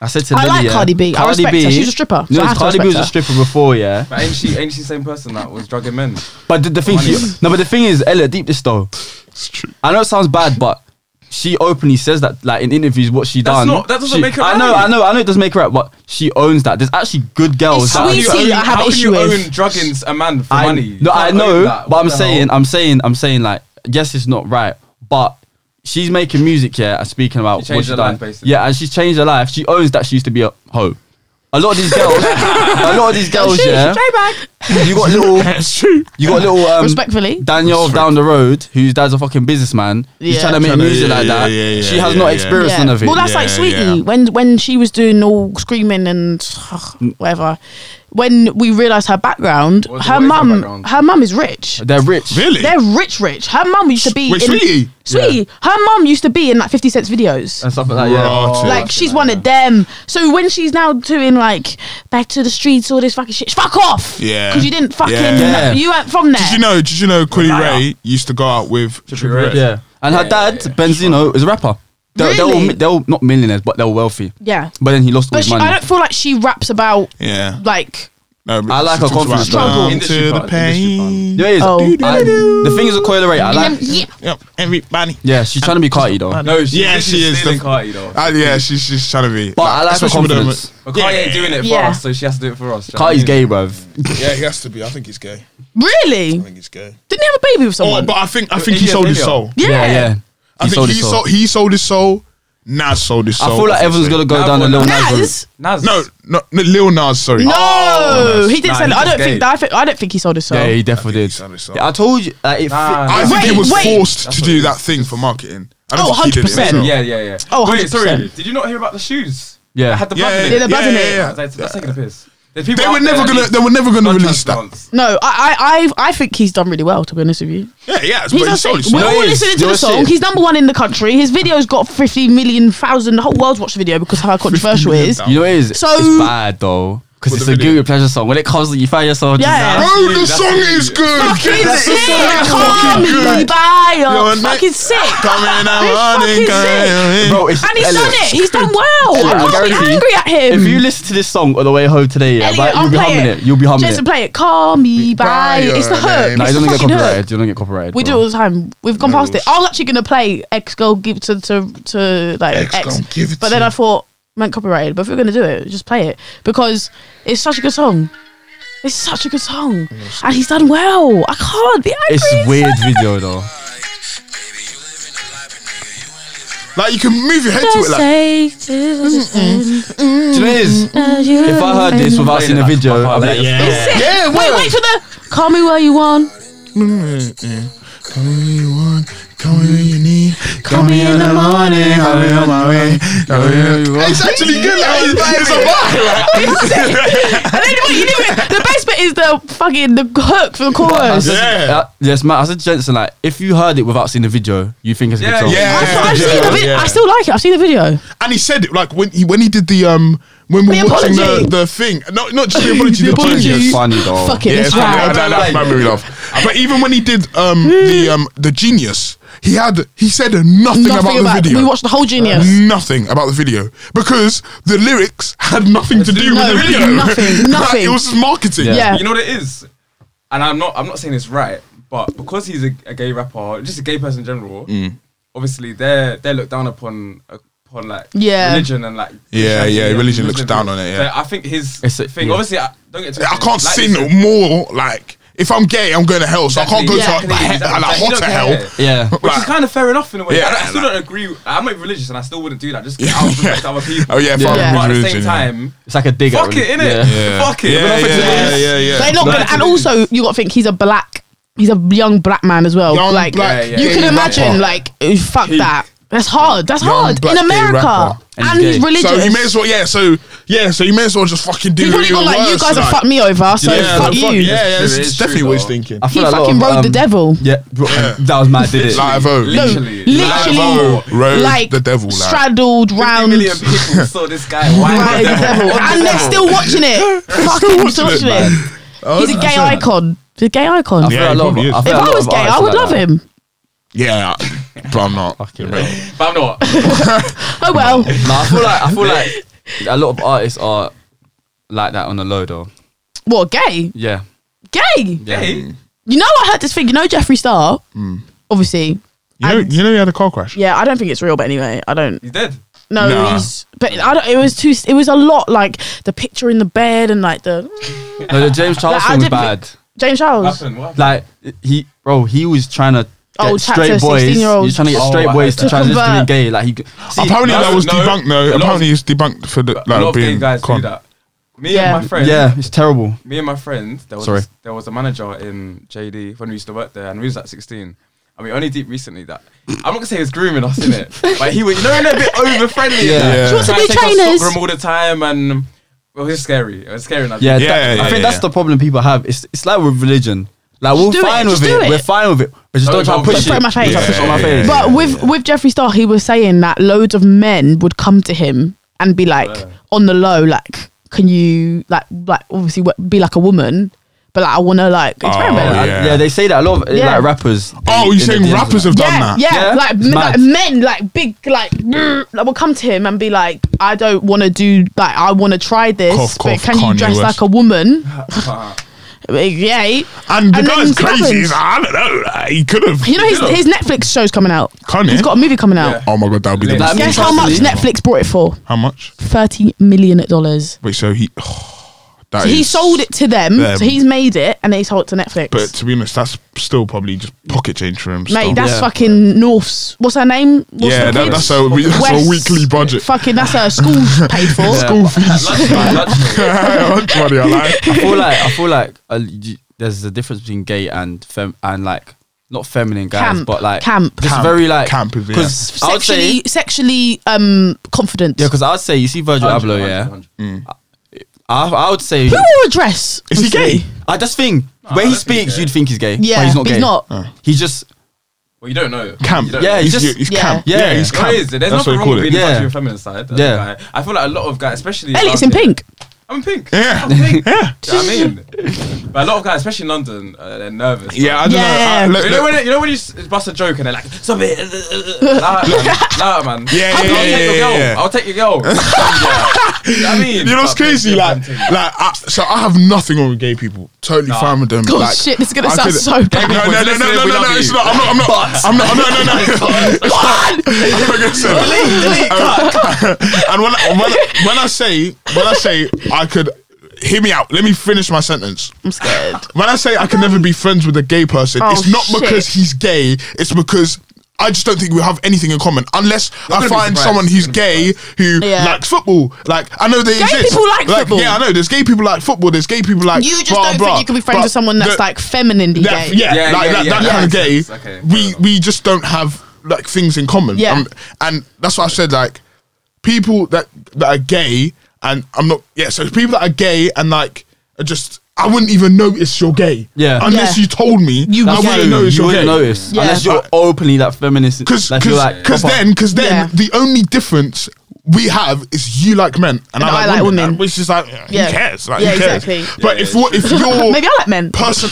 Speaker 4: I said to
Speaker 3: I
Speaker 4: Lily,
Speaker 3: like
Speaker 4: yeah,
Speaker 3: Cardi B. I respect her. She's a stripper, so
Speaker 4: No,
Speaker 3: I have to
Speaker 4: Cardi B was
Speaker 3: respect
Speaker 4: a
Speaker 3: her.
Speaker 4: stripper before, yeah.
Speaker 1: But ain't she ain't she the same person that was drugging men?
Speaker 4: But the, the thing, she, no, but the thing is, Ella, deep this though.
Speaker 2: it's true.
Speaker 4: I know it sounds bad, but she openly says that, like in interviews, what she
Speaker 1: That's
Speaker 4: done.
Speaker 1: not- that doesn't
Speaker 4: she-
Speaker 1: make her
Speaker 4: I know,
Speaker 1: right.
Speaker 4: I know, I know. It doesn't make her right, but she owns that. There's actually good girls.
Speaker 3: It's
Speaker 4: that
Speaker 3: sweet
Speaker 4: actually-
Speaker 3: tea. I have
Speaker 1: how can
Speaker 3: issue
Speaker 1: you
Speaker 3: with-
Speaker 1: own drugging a man for
Speaker 4: I,
Speaker 1: money? You
Speaker 4: No, I
Speaker 1: can't own
Speaker 4: know,
Speaker 1: that.
Speaker 4: but
Speaker 1: What
Speaker 4: I'm
Speaker 1: the
Speaker 4: saying,
Speaker 1: hell?
Speaker 4: I'm saying, I'm saying, like, yes, it's not right, but she's making music here and speaking about
Speaker 1: She
Speaker 4: what
Speaker 1: changed
Speaker 4: she
Speaker 1: her
Speaker 4: done.
Speaker 1: life, basically.
Speaker 4: Yeah, and she's changed her life. She owns that she used to be a hoe. A lot of these
Speaker 1: (laughs)
Speaker 4: girls, a lot of these girls,
Speaker 3: Sheesh,
Speaker 4: yeah.
Speaker 3: J-Bag.
Speaker 4: You got little, you got little. Um,
Speaker 3: Respectfully.
Speaker 4: Danielle
Speaker 2: Respect-
Speaker 4: down the road, whose dad's a fucking businessman. He's
Speaker 3: Yeah.
Speaker 4: trying to make
Speaker 2: Tryna-
Speaker 4: music
Speaker 2: yeah,
Speaker 4: like that.
Speaker 2: yeah, yeah,
Speaker 4: she
Speaker 2: yeah,
Speaker 4: has
Speaker 2: yeah,
Speaker 4: not
Speaker 2: yeah.
Speaker 4: experienced none of it.
Speaker 3: Well, that's like
Speaker 2: Yeah,
Speaker 3: Sweetie
Speaker 2: yeah.
Speaker 3: when when she was doing all screaming and ugh, whatever. When we realised her background,
Speaker 1: What-
Speaker 3: her
Speaker 1: what is her
Speaker 3: mum,
Speaker 1: background?
Speaker 3: her mum is rich.
Speaker 4: They're rich.
Speaker 2: Really?
Speaker 3: They're rich, rich. Her mum used to be
Speaker 2: Wait,
Speaker 3: in
Speaker 2: Sweetie?
Speaker 3: Sweetie. Her mum used to be in like Fifty Cent's videos.
Speaker 4: And stuff like that, yeah.
Speaker 2: Rotted.
Speaker 3: like she's one of them. So when she's now doing like back to the streets, all this fucking shit, fuck off.
Speaker 2: Yeah.
Speaker 3: because you didn't fucking.
Speaker 2: Yeah.
Speaker 3: You weren't from there.
Speaker 2: Did you know? Did you know? Quilly Ray used to go out with
Speaker 1: Trippie Redd.
Speaker 4: Yeah. And her
Speaker 1: Yeah,
Speaker 4: dad,
Speaker 1: yeah, yeah.
Speaker 4: Benzino, is a rapper. They, they, were,
Speaker 3: Really?
Speaker 4: mi- they were not millionaires, but they were wealthy.
Speaker 3: Yeah.
Speaker 4: But then he lost all
Speaker 3: But
Speaker 4: his
Speaker 3: she,
Speaker 4: money.
Speaker 3: I don't feel like she raps about
Speaker 2: Yeah.
Speaker 3: like
Speaker 2: No, but
Speaker 4: I like
Speaker 2: she
Speaker 4: her
Speaker 2: talks about
Speaker 4: confidence.
Speaker 2: down
Speaker 3: Struggle.
Speaker 1: Industry
Speaker 2: to the
Speaker 1: part, industry part.
Speaker 2: pain.
Speaker 4: There is.
Speaker 3: Oh.
Speaker 4: I- the thing is a coil rate. I like.
Speaker 3: yeah,
Speaker 2: Yep, everybody.
Speaker 4: Yeah, she's trying to be Carti though.
Speaker 1: No, she's
Speaker 2: Yeah, she is.
Speaker 1: stealing
Speaker 2: The-
Speaker 1: Cardi though.
Speaker 2: Uh, yeah, she's she's trying to be.
Speaker 4: But I like her
Speaker 2: especially with
Speaker 4: confidence.
Speaker 1: But Cardi ain't doing it for
Speaker 3: Yeah.
Speaker 1: us, so she has to do it for us. do you know what I
Speaker 4: Carti's
Speaker 1: mean?
Speaker 4: gay, bruv.
Speaker 2: Yeah, he has to be. I think he's gay.
Speaker 3: really.
Speaker 2: think he's gay.
Speaker 3: Didn't he have a baby with
Speaker 2: Oh,
Speaker 3: someone?
Speaker 2: but I think I think
Speaker 1: Is
Speaker 2: he
Speaker 1: he a
Speaker 2: sold his
Speaker 1: video?
Speaker 2: soul.
Speaker 3: yeah.
Speaker 4: Yeah, yeah.
Speaker 2: I think he sold he sold his soul. Nas sold his
Speaker 4: I
Speaker 2: soul.
Speaker 4: feel like everyone's gonna go
Speaker 1: Nah,
Speaker 4: down a
Speaker 1: but
Speaker 4: little
Speaker 1: nah.
Speaker 4: Nas route.
Speaker 3: Nas.
Speaker 1: Nas.
Speaker 2: No, no, no, Lil Nas.
Speaker 4: Oh,
Speaker 2: Sorry.
Speaker 3: No,
Speaker 1: Nas.
Speaker 3: he didn't
Speaker 1: Nah,
Speaker 3: sell it.
Speaker 1: he
Speaker 3: I don't
Speaker 1: just
Speaker 3: think.
Speaker 1: gay.
Speaker 3: I, think. I don't think he sold his soul.
Speaker 4: Yeah, he definitely
Speaker 2: I think
Speaker 4: did.
Speaker 2: he sold his soul.
Speaker 4: Yeah, I told you. Like, it
Speaker 1: Nah,
Speaker 4: fit-
Speaker 1: nah.
Speaker 2: I think he
Speaker 3: Wait,
Speaker 2: was
Speaker 3: wait.
Speaker 2: forced to
Speaker 1: what
Speaker 2: do
Speaker 1: it
Speaker 2: that
Speaker 1: is.
Speaker 2: thing for marketing. I don't
Speaker 3: Oh,
Speaker 2: think he did it
Speaker 3: 100%.
Speaker 2: himself.
Speaker 1: Yeah, yeah, yeah.
Speaker 3: Oh,
Speaker 1: Wait, sorry.
Speaker 3: 100%.
Speaker 1: Did you not hear about the shoes?
Speaker 4: Yeah.
Speaker 1: I had the
Speaker 2: Yeah,
Speaker 1: button
Speaker 2: yeah,
Speaker 1: in
Speaker 3: Did
Speaker 1: it.
Speaker 3: a
Speaker 2: yeah,
Speaker 3: button
Speaker 2: yeah,
Speaker 3: in it?
Speaker 2: yeah.
Speaker 1: That's that's taking a piss. There's people
Speaker 2: They
Speaker 1: out
Speaker 2: were
Speaker 1: there
Speaker 2: never
Speaker 1: that
Speaker 2: gonna.
Speaker 1: need
Speaker 2: They were never gonna
Speaker 1: blood
Speaker 2: release that.
Speaker 1: transplants.
Speaker 3: No, I, I, I, I think he's done really well. To be honest with you,
Speaker 2: Yeah, yeah. It's
Speaker 3: he's
Speaker 2: but he sold
Speaker 3: done
Speaker 2: his
Speaker 3: sick.
Speaker 2: soul.
Speaker 3: We're
Speaker 4: No,
Speaker 3: all
Speaker 4: he is.
Speaker 3: listening to
Speaker 4: No,
Speaker 3: the
Speaker 4: it's
Speaker 3: song.
Speaker 4: it.
Speaker 3: He's number one in the country. His video's got fifty million thousand. The whole world's watched the video because of how controversial it is.
Speaker 2: million
Speaker 4: You know what it is?
Speaker 3: So-
Speaker 4: it's bad though. Because
Speaker 2: With
Speaker 4: it's
Speaker 2: the
Speaker 4: a
Speaker 2: video.
Speaker 4: guilty pleasure song. When it comes, you find yourself. just
Speaker 3: Yeah.
Speaker 4: (laughs) like-
Speaker 2: Bro, the
Speaker 1: That's
Speaker 2: song
Speaker 1: really
Speaker 2: is
Speaker 1: good.
Speaker 2: good.
Speaker 3: Fucking
Speaker 2: That's the
Speaker 3: sick!
Speaker 2: song is
Speaker 3: Call
Speaker 2: fucking
Speaker 3: me
Speaker 2: good.
Speaker 3: by
Speaker 2: Yo,
Speaker 3: your
Speaker 2: mate.
Speaker 3: fucking sick.
Speaker 2: Coming out
Speaker 3: He's
Speaker 2: running,
Speaker 3: fucking
Speaker 2: coming.
Speaker 3: sick.
Speaker 4: Bro, it's
Speaker 3: And he's done
Speaker 4: Elliot.
Speaker 3: it. He's done well.
Speaker 4: Elliot,
Speaker 3: I can't be
Speaker 4: guarantee-
Speaker 3: angry at him.
Speaker 4: If you listen to this song on the way home today, yeah,
Speaker 3: Elliot,
Speaker 4: right, you'll
Speaker 3: I'll
Speaker 4: be
Speaker 3: play
Speaker 4: humming it. You'll be humming
Speaker 3: Jason,
Speaker 4: it.
Speaker 3: play it. Call me by.
Speaker 2: your
Speaker 3: It's the hook.
Speaker 2: name.
Speaker 4: No,
Speaker 3: It's the
Speaker 4: you don't get
Speaker 3: fucking hook.
Speaker 4: copyrighted. You don't get copyrighted.
Speaker 3: We do
Speaker 4: bro.
Speaker 3: all the time. We've gone past it. I was actually gonna play X Girl give to to to like
Speaker 2: X
Speaker 3: X,
Speaker 2: Girl, give it
Speaker 3: but
Speaker 2: to
Speaker 3: then
Speaker 2: you.
Speaker 3: I thought meant copyrighted. But if we're gonna do it, just play it because it's such a good song. It's such a good song, and he's done well. I can't be angry.
Speaker 4: It's weird video though.
Speaker 2: Like you can move your head to it.
Speaker 5: Just
Speaker 2: Like
Speaker 5: say this is
Speaker 4: Do you know what it is? If
Speaker 5: If
Speaker 4: I heard this without
Speaker 1: Playing
Speaker 4: seeing
Speaker 1: it
Speaker 4: a
Speaker 1: like my
Speaker 4: video, I'd be
Speaker 1: father.
Speaker 4: like, yeah.
Speaker 3: It's it.
Speaker 2: Yeah,
Speaker 3: wait, wait for the. Call me where you want.
Speaker 2: Come when you want, come when you need,
Speaker 4: Call me in the morning, I'll be on my way.
Speaker 2: It's actually good. Like, it's a vibe. Like,
Speaker 3: and then what you do, the best bit is the fucking the hook for the chorus.
Speaker 2: Yeah.
Speaker 4: Uh, yes, Matt. I said to Jensen, like, if you heard it without seeing the video, you think it's a
Speaker 1: Yeah,
Speaker 4: good song.
Speaker 2: yeah.
Speaker 3: I've- I've seen the vid-
Speaker 2: yeah.
Speaker 3: I still like it. I've seen the video.
Speaker 2: and he said it like when he when he did the um when we were
Speaker 3: The
Speaker 2: watching the,
Speaker 3: apology.
Speaker 2: the thing. No, not
Speaker 3: (laughs)
Speaker 2: just the apology. the
Speaker 4: Apology
Speaker 2: apology.
Speaker 4: is funny though.
Speaker 3: Fuck it,
Speaker 2: Yeah,
Speaker 3: it's
Speaker 2: it's funny.
Speaker 3: right.
Speaker 2: I, I, that's my memory love. But even when he did um, the um, the genius, he had he said nothing, about
Speaker 3: Nothing
Speaker 2: the
Speaker 3: about,
Speaker 2: video.
Speaker 3: we watched the whole Genius.
Speaker 2: Nothing about the video because the lyrics had nothing to do
Speaker 3: No,
Speaker 2: with the video.
Speaker 3: nothing,
Speaker 2: (laughs) Like,
Speaker 3: nothing.
Speaker 2: it was just marketing.
Speaker 4: Yeah.
Speaker 3: Yeah.
Speaker 1: You know what it is, and I'm not. I'm not saying it's right, but because he's a, a gay rapper, just a gay person in general.
Speaker 2: Mm.
Speaker 1: Obviously, they're they're looked down upon upon like
Speaker 3: Yeah.
Speaker 1: religion and like
Speaker 2: Yeah,
Speaker 1: Christianity
Speaker 2: yeah,
Speaker 1: and
Speaker 2: religion looks
Speaker 1: Muslim.
Speaker 2: down on it, yeah.
Speaker 1: So I think his
Speaker 4: It's a-
Speaker 1: thing.
Speaker 4: yeah.
Speaker 1: Obviously, I, don't get.
Speaker 2: I can't
Speaker 1: like
Speaker 2: sing
Speaker 1: you said,
Speaker 2: more like if I'm gay, I'm going to hell, so I can't go
Speaker 3: Exactly.
Speaker 2: to like,
Speaker 1: Yeah.
Speaker 2: he- like,
Speaker 1: Exactly. You
Speaker 2: hotter
Speaker 1: don't
Speaker 2: hell.
Speaker 1: care.
Speaker 4: Yeah.
Speaker 1: Which is
Speaker 2: Right.
Speaker 1: kind of fair enough in a way.
Speaker 2: Yeah,
Speaker 1: I, I still
Speaker 2: like-
Speaker 1: don't agree. I'm not religious, and I still wouldn't do that. Just 'cause I would respect other people.
Speaker 2: Oh yeah,
Speaker 4: Yeah.
Speaker 2: fuck
Speaker 3: Yeah.
Speaker 1: But at the same
Speaker 2: religion, yeah.
Speaker 1: time,
Speaker 4: It's like a digger.
Speaker 1: fuck it, innit?
Speaker 4: Yeah.
Speaker 2: Yeah.
Speaker 1: Fuck it.
Speaker 2: Yeah,
Speaker 1: Nothing
Speaker 2: yeah,
Speaker 1: else.
Speaker 2: yeah, yeah.
Speaker 3: They're not
Speaker 1: No,
Speaker 3: gonna, and
Speaker 1: absolutely.
Speaker 3: also you got to think he's a black, he's a young black man as well.
Speaker 2: Young
Speaker 3: like
Speaker 2: black
Speaker 1: Yeah, yeah.
Speaker 3: you
Speaker 1: gay
Speaker 3: can imagine,
Speaker 2: rapper.
Speaker 3: like eh, fuck that. That's hard. That's
Speaker 2: Young
Speaker 3: hard
Speaker 2: black
Speaker 3: in
Speaker 2: gay
Speaker 3: America,
Speaker 2: rapper.
Speaker 4: And
Speaker 3: and
Speaker 4: he's
Speaker 3: he's
Speaker 4: gay.
Speaker 3: religious.
Speaker 2: So you may as well, yeah. So yeah, so you may as well just fucking do.
Speaker 3: He's probably
Speaker 2: even
Speaker 3: gone like, you
Speaker 2: worse,
Speaker 3: guys have
Speaker 2: like-
Speaker 3: fucked me over, so
Speaker 2: Yeah,
Speaker 3: fuck you.
Speaker 2: fuck- yeah, yeah,
Speaker 1: It's
Speaker 2: it's,
Speaker 1: true, it's
Speaker 2: definitely
Speaker 1: true,
Speaker 2: what he's
Speaker 1: though.
Speaker 2: thinking.
Speaker 3: He
Speaker 4: I feel like a lot
Speaker 3: fucking
Speaker 4: of,
Speaker 3: rode the
Speaker 4: um,
Speaker 3: devil.
Speaker 4: Yeah, (laughs) that was mad, did it?
Speaker 2: Live Oak. (laughs)
Speaker 3: No,
Speaker 1: Literally.
Speaker 3: literally,
Speaker 1: Like,
Speaker 2: Rode
Speaker 3: like
Speaker 2: the devil, like.
Speaker 3: straddled
Speaker 1: 50
Speaker 3: round. (laughs)
Speaker 1: million people saw this guy.
Speaker 3: Right,
Speaker 1: Why?
Speaker 3: the devil. and they're still watching it. Fucking still
Speaker 2: watching
Speaker 3: watching
Speaker 2: it, (laughs)
Speaker 3: it.
Speaker 2: Oh,
Speaker 3: He's a
Speaker 2: that's
Speaker 3: gay
Speaker 2: right.
Speaker 3: icon. He's a gay
Speaker 4: I
Speaker 3: icon.
Speaker 4: feel
Speaker 2: Yeah, he
Speaker 4: like a lot of,
Speaker 2: probably
Speaker 4: I
Speaker 2: is.
Speaker 3: If
Speaker 4: feel like a
Speaker 3: I
Speaker 4: lot
Speaker 3: was
Speaker 4: of
Speaker 3: gay, I
Speaker 4: artists
Speaker 3: would
Speaker 4: like
Speaker 3: love
Speaker 4: that.
Speaker 3: him.
Speaker 2: (laughs) Yeah, but I'm not. Fucking
Speaker 1: But I'm not.
Speaker 3: Oh well.
Speaker 4: No, I feel like I feel like a lot of artists are like that on the low though.
Speaker 3: What gay?
Speaker 4: Yeah.
Speaker 3: Gay.
Speaker 1: Hey,
Speaker 3: You know, I heard this thing. You know, Jeffree Star.
Speaker 2: Mm.
Speaker 3: Obviously,
Speaker 2: You know, you know, he had a car crash.
Speaker 3: yeah. I don't think it's real, but anyway, I don't.
Speaker 1: he's dead.
Speaker 3: No,
Speaker 2: Nah.
Speaker 3: he's. But I don't. It was too. It was a lot. Like the picture in the bed and like the
Speaker 4: No, the James Charles
Speaker 3: Like, I
Speaker 4: thing was
Speaker 3: didn't
Speaker 4: bad.
Speaker 3: James Charles.
Speaker 1: Happened. What happened?
Speaker 4: Like he, bro, he was trying to. Get
Speaker 3: Oh, chapter
Speaker 4: straight boys.
Speaker 3: 16-year-olds.
Speaker 4: He's trying to get
Speaker 1: Oh,
Speaker 4: straight
Speaker 1: I
Speaker 4: boys
Speaker 1: heard
Speaker 4: to
Speaker 1: that.
Speaker 4: transition
Speaker 3: Convert.
Speaker 4: to being gay. Like he, see,
Speaker 2: Apparently
Speaker 1: no,
Speaker 2: that was
Speaker 1: no,
Speaker 2: debunked.
Speaker 1: a
Speaker 2: No,
Speaker 1: lot
Speaker 2: apparently it's debunked for the
Speaker 1: a lot
Speaker 2: like
Speaker 1: of gay
Speaker 2: being
Speaker 1: guys
Speaker 2: con.
Speaker 1: do that. Me
Speaker 3: Yeah.
Speaker 1: and my friend.
Speaker 4: yeah, it's terrible.
Speaker 1: Me and my friend. There was
Speaker 4: Sorry.
Speaker 1: there was a manager in JD when we used to work there, and we was at 16. And we only deep recently that I'm not gonna say he was grooming us in it, but he was you know when they're a bit over friendly.
Speaker 4: Yeah.
Speaker 2: Yeah. She wants
Speaker 3: to
Speaker 1: Trying
Speaker 3: be
Speaker 1: take our
Speaker 3: trainers.
Speaker 1: sock room all the time, and well, it was scary. It was scary. enough.
Speaker 4: Yeah,
Speaker 2: Yeah,
Speaker 4: that-
Speaker 2: yeah,
Speaker 4: I think
Speaker 2: yeah,
Speaker 4: that's
Speaker 2: yeah.
Speaker 4: the problem people have. It's it's like with religion. Like we're
Speaker 3: do it,
Speaker 4: fine
Speaker 3: just
Speaker 4: with
Speaker 3: do
Speaker 4: it.
Speaker 3: it.
Speaker 4: We're fine with it. But just
Speaker 1: Don't
Speaker 4: don't try and
Speaker 1: try
Speaker 4: push
Speaker 1: and
Speaker 4: it.
Speaker 3: push it in my face.
Speaker 4: Don't push it on my
Speaker 2: Yeah,
Speaker 4: face.
Speaker 2: yeah,
Speaker 3: But with with Jeffree Star, he was saying that loads of men would come to him and be like
Speaker 1: Yeah.
Speaker 3: on the low, like, can you like like obviously w- be like a woman, but like I want to like experiment.
Speaker 2: Oh,
Speaker 4: yeah.
Speaker 2: yeah.
Speaker 4: they say that a lot of
Speaker 3: Yeah.
Speaker 4: like rappers.
Speaker 2: Oh,
Speaker 4: in-
Speaker 2: you're
Speaker 4: in
Speaker 2: saying
Speaker 4: the DMs
Speaker 2: rappers
Speaker 4: and
Speaker 2: have done
Speaker 3: Yeah,
Speaker 2: that?
Speaker 3: yeah,
Speaker 4: Yeah,
Speaker 3: like,
Speaker 4: it's
Speaker 3: men,
Speaker 4: mad.
Speaker 3: like men, like big, like, (clears throat) like will come to him and be like, "I don't want to do, like, I want to try this,
Speaker 2: Cough,
Speaker 3: but
Speaker 2: cough,
Speaker 3: can you
Speaker 2: Kanye
Speaker 3: dress
Speaker 2: West.
Speaker 3: like a woman?"
Speaker 1: Yeah.
Speaker 3: yeah,
Speaker 2: And the
Speaker 3: And
Speaker 2: guy's
Speaker 3: then it
Speaker 2: crazy.
Speaker 3: happens.
Speaker 2: He's like, I don't know. Like, he could have.
Speaker 3: you know his
Speaker 1: Yeah.
Speaker 3: his Netflix show's coming out.
Speaker 2: Kanye?
Speaker 3: He's got a movie coming out.
Speaker 1: Yeah.
Speaker 2: Oh my god, that would be the
Speaker 1: Like,
Speaker 2: best.
Speaker 4: I mean,
Speaker 3: Guess how much
Speaker 4: personally-
Speaker 3: Netflix bought it for?
Speaker 2: How much?
Speaker 3: Thirty million dollars.
Speaker 2: Wait, so he. (sighs) Oh, that
Speaker 3: So he
Speaker 2: is-
Speaker 3: sold it to them,
Speaker 2: them.
Speaker 3: so he's made it, and then he sold it to Netflix.
Speaker 2: But to be honest, that's still probably just pocket change for him.
Speaker 3: Mate,
Speaker 2: still.
Speaker 3: that's
Speaker 4: Yeah.
Speaker 3: fucking North's. What's her name? What's
Speaker 2: yeah,
Speaker 3: the
Speaker 2: that,
Speaker 3: kid?
Speaker 2: that's a we- that's a
Speaker 3: West.
Speaker 2: weekly budget.
Speaker 3: Fucking, that's her school
Speaker 2: (laughs)
Speaker 3: paid for.
Speaker 2: School fees. (laughs)
Speaker 4: (laughs)
Speaker 1: Lunchtime, lunchtime.
Speaker 2: That's funny, I like.
Speaker 4: I feel like I feel like uh, you, there's a difference between gay and fem and like not feminine guys,
Speaker 3: Camp.
Speaker 4: but like
Speaker 3: Camp.
Speaker 4: Just
Speaker 2: Camp.
Speaker 4: very like
Speaker 2: Camp is- yeah.
Speaker 4: Because I would say
Speaker 3: Sexually, sexually um, confident.
Speaker 4: yeah, because I would say you see Virgil
Speaker 1: 100,
Speaker 4: Abloh,
Speaker 1: 100,
Speaker 4: yeah.
Speaker 1: 100.
Speaker 4: I, I would say
Speaker 3: Who wore a dress?
Speaker 2: Is he gay?
Speaker 4: I just think
Speaker 1: I don't
Speaker 4: when he
Speaker 1: think he's
Speaker 4: speaks,
Speaker 1: gay.
Speaker 4: you'd think he's gay.
Speaker 3: Yeah,
Speaker 4: but he's not
Speaker 3: but
Speaker 4: gay.
Speaker 3: he's not.
Speaker 4: He's just
Speaker 1: Well, you don't know.
Speaker 2: Camp.
Speaker 1: You don't
Speaker 4: Yeah,
Speaker 1: know.
Speaker 4: he's
Speaker 2: He's,
Speaker 4: just-
Speaker 2: he's
Speaker 3: yeah.
Speaker 2: camp.
Speaker 4: Yeah.
Speaker 2: Yeah, he's
Speaker 1: You know
Speaker 2: camp.
Speaker 1: what it is? There's
Speaker 2: That's what
Speaker 1: nothing
Speaker 2: they
Speaker 1: wrong
Speaker 2: call
Speaker 1: with
Speaker 2: it.
Speaker 1: being
Speaker 4: Yeah.
Speaker 1: yeah. on the feminine side. as a
Speaker 4: Yeah.
Speaker 1: guy. I feel like a lot of guys, especially
Speaker 3: Elliot's in
Speaker 1: around here-
Speaker 3: pink.
Speaker 1: I'm in pink.
Speaker 2: (laughs) Yeah.
Speaker 1: I'm pink. Yeah. I mean, but a lot of guys, especially in London, uh, they're nervous.
Speaker 2: Yeah, I
Speaker 1: Like,
Speaker 2: don't
Speaker 3: Yeah.
Speaker 2: know. I- look,
Speaker 1: you know
Speaker 2: look-
Speaker 1: when you know when you s- bust a joke and they're like, "Stop it, (laughs) nah, man, nah, man."
Speaker 2: Yeah,
Speaker 1: I'll,
Speaker 2: yeah,
Speaker 1: I'll
Speaker 2: yeah,
Speaker 1: take your
Speaker 2: yeah,
Speaker 1: girl.
Speaker 2: yeah.
Speaker 1: I'll take your
Speaker 2: (laughs)
Speaker 1: girl. yeah. You know what I mean,
Speaker 2: You know what's
Speaker 1: But
Speaker 2: crazy?
Speaker 1: they're
Speaker 2: Like,
Speaker 1: different
Speaker 2: like I, so I have nothing on with gay people. Totally
Speaker 1: Nah.
Speaker 2: fine with them.
Speaker 3: God,
Speaker 2: like,
Speaker 3: shit, this is gonna
Speaker 2: I
Speaker 3: sound
Speaker 2: could-
Speaker 3: so bad.
Speaker 2: No, no, no, no,
Speaker 1: Listen,
Speaker 2: no,
Speaker 1: we
Speaker 2: no,
Speaker 1: love
Speaker 2: no, it's
Speaker 1: you.
Speaker 2: not. I'm not. I'm not. I'm not. I'm not. No, no, no.
Speaker 3: (laughs)
Speaker 2: I'm not gonna say that. Um, And when I- when I- when I say when I say I could, hear me out. Let me finish my sentence.
Speaker 3: I'm scared.
Speaker 2: When I say I can never be friends with a gay person,
Speaker 3: Oh,
Speaker 2: it's not
Speaker 3: shit.
Speaker 2: because he's gay. It's because I just don't think we have anything in common unless I
Speaker 1: gonna be
Speaker 2: find
Speaker 1: surprised.
Speaker 2: someone who's
Speaker 1: You're gonna be
Speaker 2: gay who
Speaker 3: Yeah.
Speaker 2: likes football. Like I know they
Speaker 3: Gay
Speaker 2: exist.
Speaker 3: people like football.
Speaker 2: Yeah, I know. There's gay people like football. There's gay people like
Speaker 3: You just
Speaker 2: blah,
Speaker 3: don't
Speaker 2: blah,
Speaker 3: think you can be friends
Speaker 2: but
Speaker 3: with someone that's
Speaker 2: the-
Speaker 3: like femininely
Speaker 2: that,
Speaker 3: gay. (laughs)
Speaker 2: yeah,
Speaker 1: Yeah,
Speaker 2: like
Speaker 1: yeah,
Speaker 2: that,
Speaker 1: yeah,
Speaker 2: that
Speaker 1: yeah.
Speaker 2: kind of
Speaker 1: Makes
Speaker 2: gay.
Speaker 1: sense. Okay, fair
Speaker 2: we
Speaker 1: enough.
Speaker 2: we just don't have like things in common. Um,
Speaker 3: Yeah.
Speaker 2: and that's why I said like people that that are gay and I'm not yeah, so people that are gay and like are just I wouldn't even notice you're gay.
Speaker 4: Yeah.
Speaker 2: Unless
Speaker 3: Yeah.
Speaker 2: you told me
Speaker 3: You
Speaker 2: I
Speaker 3: gay.
Speaker 2: wouldn't notice
Speaker 4: you
Speaker 2: you're
Speaker 4: wouldn't
Speaker 2: gay.
Speaker 4: notice
Speaker 3: Yeah.
Speaker 4: unless you're openly that feminist.
Speaker 2: Cause,
Speaker 4: like,
Speaker 2: cause,
Speaker 4: you're like,
Speaker 2: 'cause
Speaker 4: proper-
Speaker 2: then, cause then,
Speaker 3: Yeah.
Speaker 2: the only difference we have is you like men and, I, like women, and which is like, yeah,
Speaker 3: Yeah.
Speaker 2: who cares? Like,
Speaker 3: Yeah,
Speaker 2: who cares?
Speaker 3: exactly.
Speaker 2: But if what if you're
Speaker 3: (laughs) Maybe I like Oh. men. (laughs)
Speaker 2: person,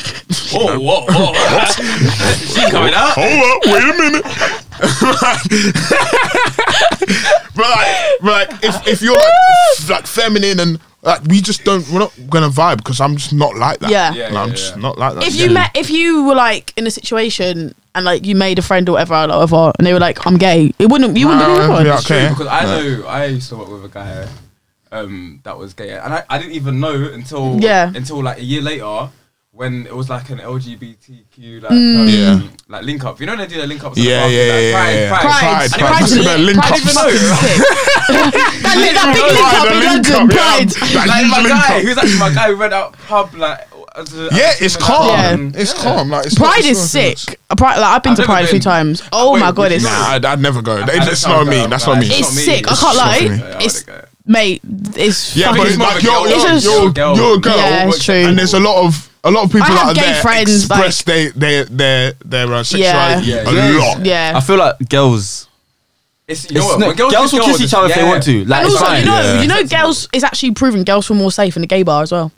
Speaker 1: Whoa, whoa, whoa! Oh,
Speaker 2: (laughs)
Speaker 1: She's coming out.
Speaker 2: hold up, wait a minute. (laughs) but like, but like, if if you're like,
Speaker 3: (laughs)
Speaker 2: f- like feminine and like, we just don't, we're not gonna vibe because I'm just not like that.
Speaker 3: Yeah. Yeah,
Speaker 2: Like,
Speaker 1: yeah,
Speaker 2: I'm
Speaker 1: yeah.
Speaker 2: just not like that.
Speaker 3: if you met, if you were like in a situation and like you made a friend or whatever, or whatever, and they were like, "I'm gay," it wouldn't. You wouldn't.
Speaker 2: Nah,
Speaker 3: be
Speaker 2: I'd
Speaker 3: bothered.
Speaker 2: be like, okay.
Speaker 1: Because I know I used to work with a guy um, that was gay, and I, I didn't even know until
Speaker 3: Yeah.
Speaker 1: until like a year later when it was like an LGBTQ like
Speaker 3: Mm.
Speaker 1: um,
Speaker 2: Yeah.
Speaker 1: like link up. You know when they do the link up.
Speaker 2: Yeah, yeah, yeah, yeah,
Speaker 1: Pride,
Speaker 2: yeah.
Speaker 1: pride,
Speaker 3: Pride,
Speaker 2: Pride,
Speaker 1: I
Speaker 3: pride,
Speaker 1: didn't
Speaker 2: pride.
Speaker 3: pride,
Speaker 1: even
Speaker 2: Talking
Speaker 1: know-
Speaker 2: about link
Speaker 3: pride
Speaker 2: ups.
Speaker 3: is fucking sick. that, li- that big link up in London, pride.
Speaker 2: (laughs)
Speaker 1: (laughs)
Speaker 2: That
Speaker 1: Like
Speaker 2: huge
Speaker 1: my
Speaker 2: link
Speaker 1: guy,
Speaker 2: up.
Speaker 1: who's actually my guy, we went out pub like. as a- um,
Speaker 2: Yeah,
Speaker 1: as a-
Speaker 2: it's calm.
Speaker 3: Yeah.
Speaker 2: It's calm. Like it's
Speaker 3: Pride
Speaker 2: not- it's
Speaker 3: is
Speaker 2: not-
Speaker 3: sick. Uh, Pride, like, I've been
Speaker 1: I've
Speaker 3: to
Speaker 1: never
Speaker 3: Pride a few
Speaker 1: been.
Speaker 3: times. Oh
Speaker 1: Wait,
Speaker 3: my
Speaker 1: would
Speaker 3: god,
Speaker 1: you
Speaker 3: it's
Speaker 2: Nah, I'd, I'd never go.
Speaker 1: I
Speaker 2: That's
Speaker 1: just
Speaker 2: not
Speaker 1: don't
Speaker 2: me.
Speaker 1: go,
Speaker 2: That's
Speaker 1: like,
Speaker 2: not me.
Speaker 1: it's
Speaker 3: it's
Speaker 1: not me.
Speaker 3: sick. I
Speaker 1: It's
Speaker 3: can't
Speaker 2: not
Speaker 3: lie.
Speaker 2: for me.
Speaker 1: Yeah, I
Speaker 3: It's
Speaker 1: wouldn't
Speaker 3: mate. It's
Speaker 2: Yeah, but
Speaker 3: fucking.
Speaker 2: it's
Speaker 1: It's
Speaker 2: like
Speaker 1: not
Speaker 2: you're,
Speaker 1: a
Speaker 2: you're,
Speaker 1: girl,
Speaker 3: it's
Speaker 2: you're,
Speaker 1: just-
Speaker 2: you're a girl,
Speaker 3: Yeah, it's true.
Speaker 2: and there's a lot of a lot of people
Speaker 3: I
Speaker 2: that
Speaker 3: have
Speaker 2: are
Speaker 3: gay
Speaker 2: there
Speaker 3: friends,
Speaker 2: express their their their their uh, sexuality
Speaker 1: Yeah.
Speaker 2: a
Speaker 1: Yeah.
Speaker 2: lot.
Speaker 4: I
Speaker 3: yeah.
Speaker 4: feel like girls.
Speaker 1: It's, you
Speaker 4: It's
Speaker 1: know what?
Speaker 4: not-
Speaker 1: when
Speaker 4: girls, will
Speaker 1: kiss
Speaker 4: kiss each other if they
Speaker 1: yeah.
Speaker 4: want to. Like,
Speaker 3: And
Speaker 4: it's
Speaker 3: also,
Speaker 4: fine.
Speaker 3: you know,
Speaker 2: Yeah.
Speaker 3: you know, girls. It's actually proven girls feel more safe in a gay bar as well.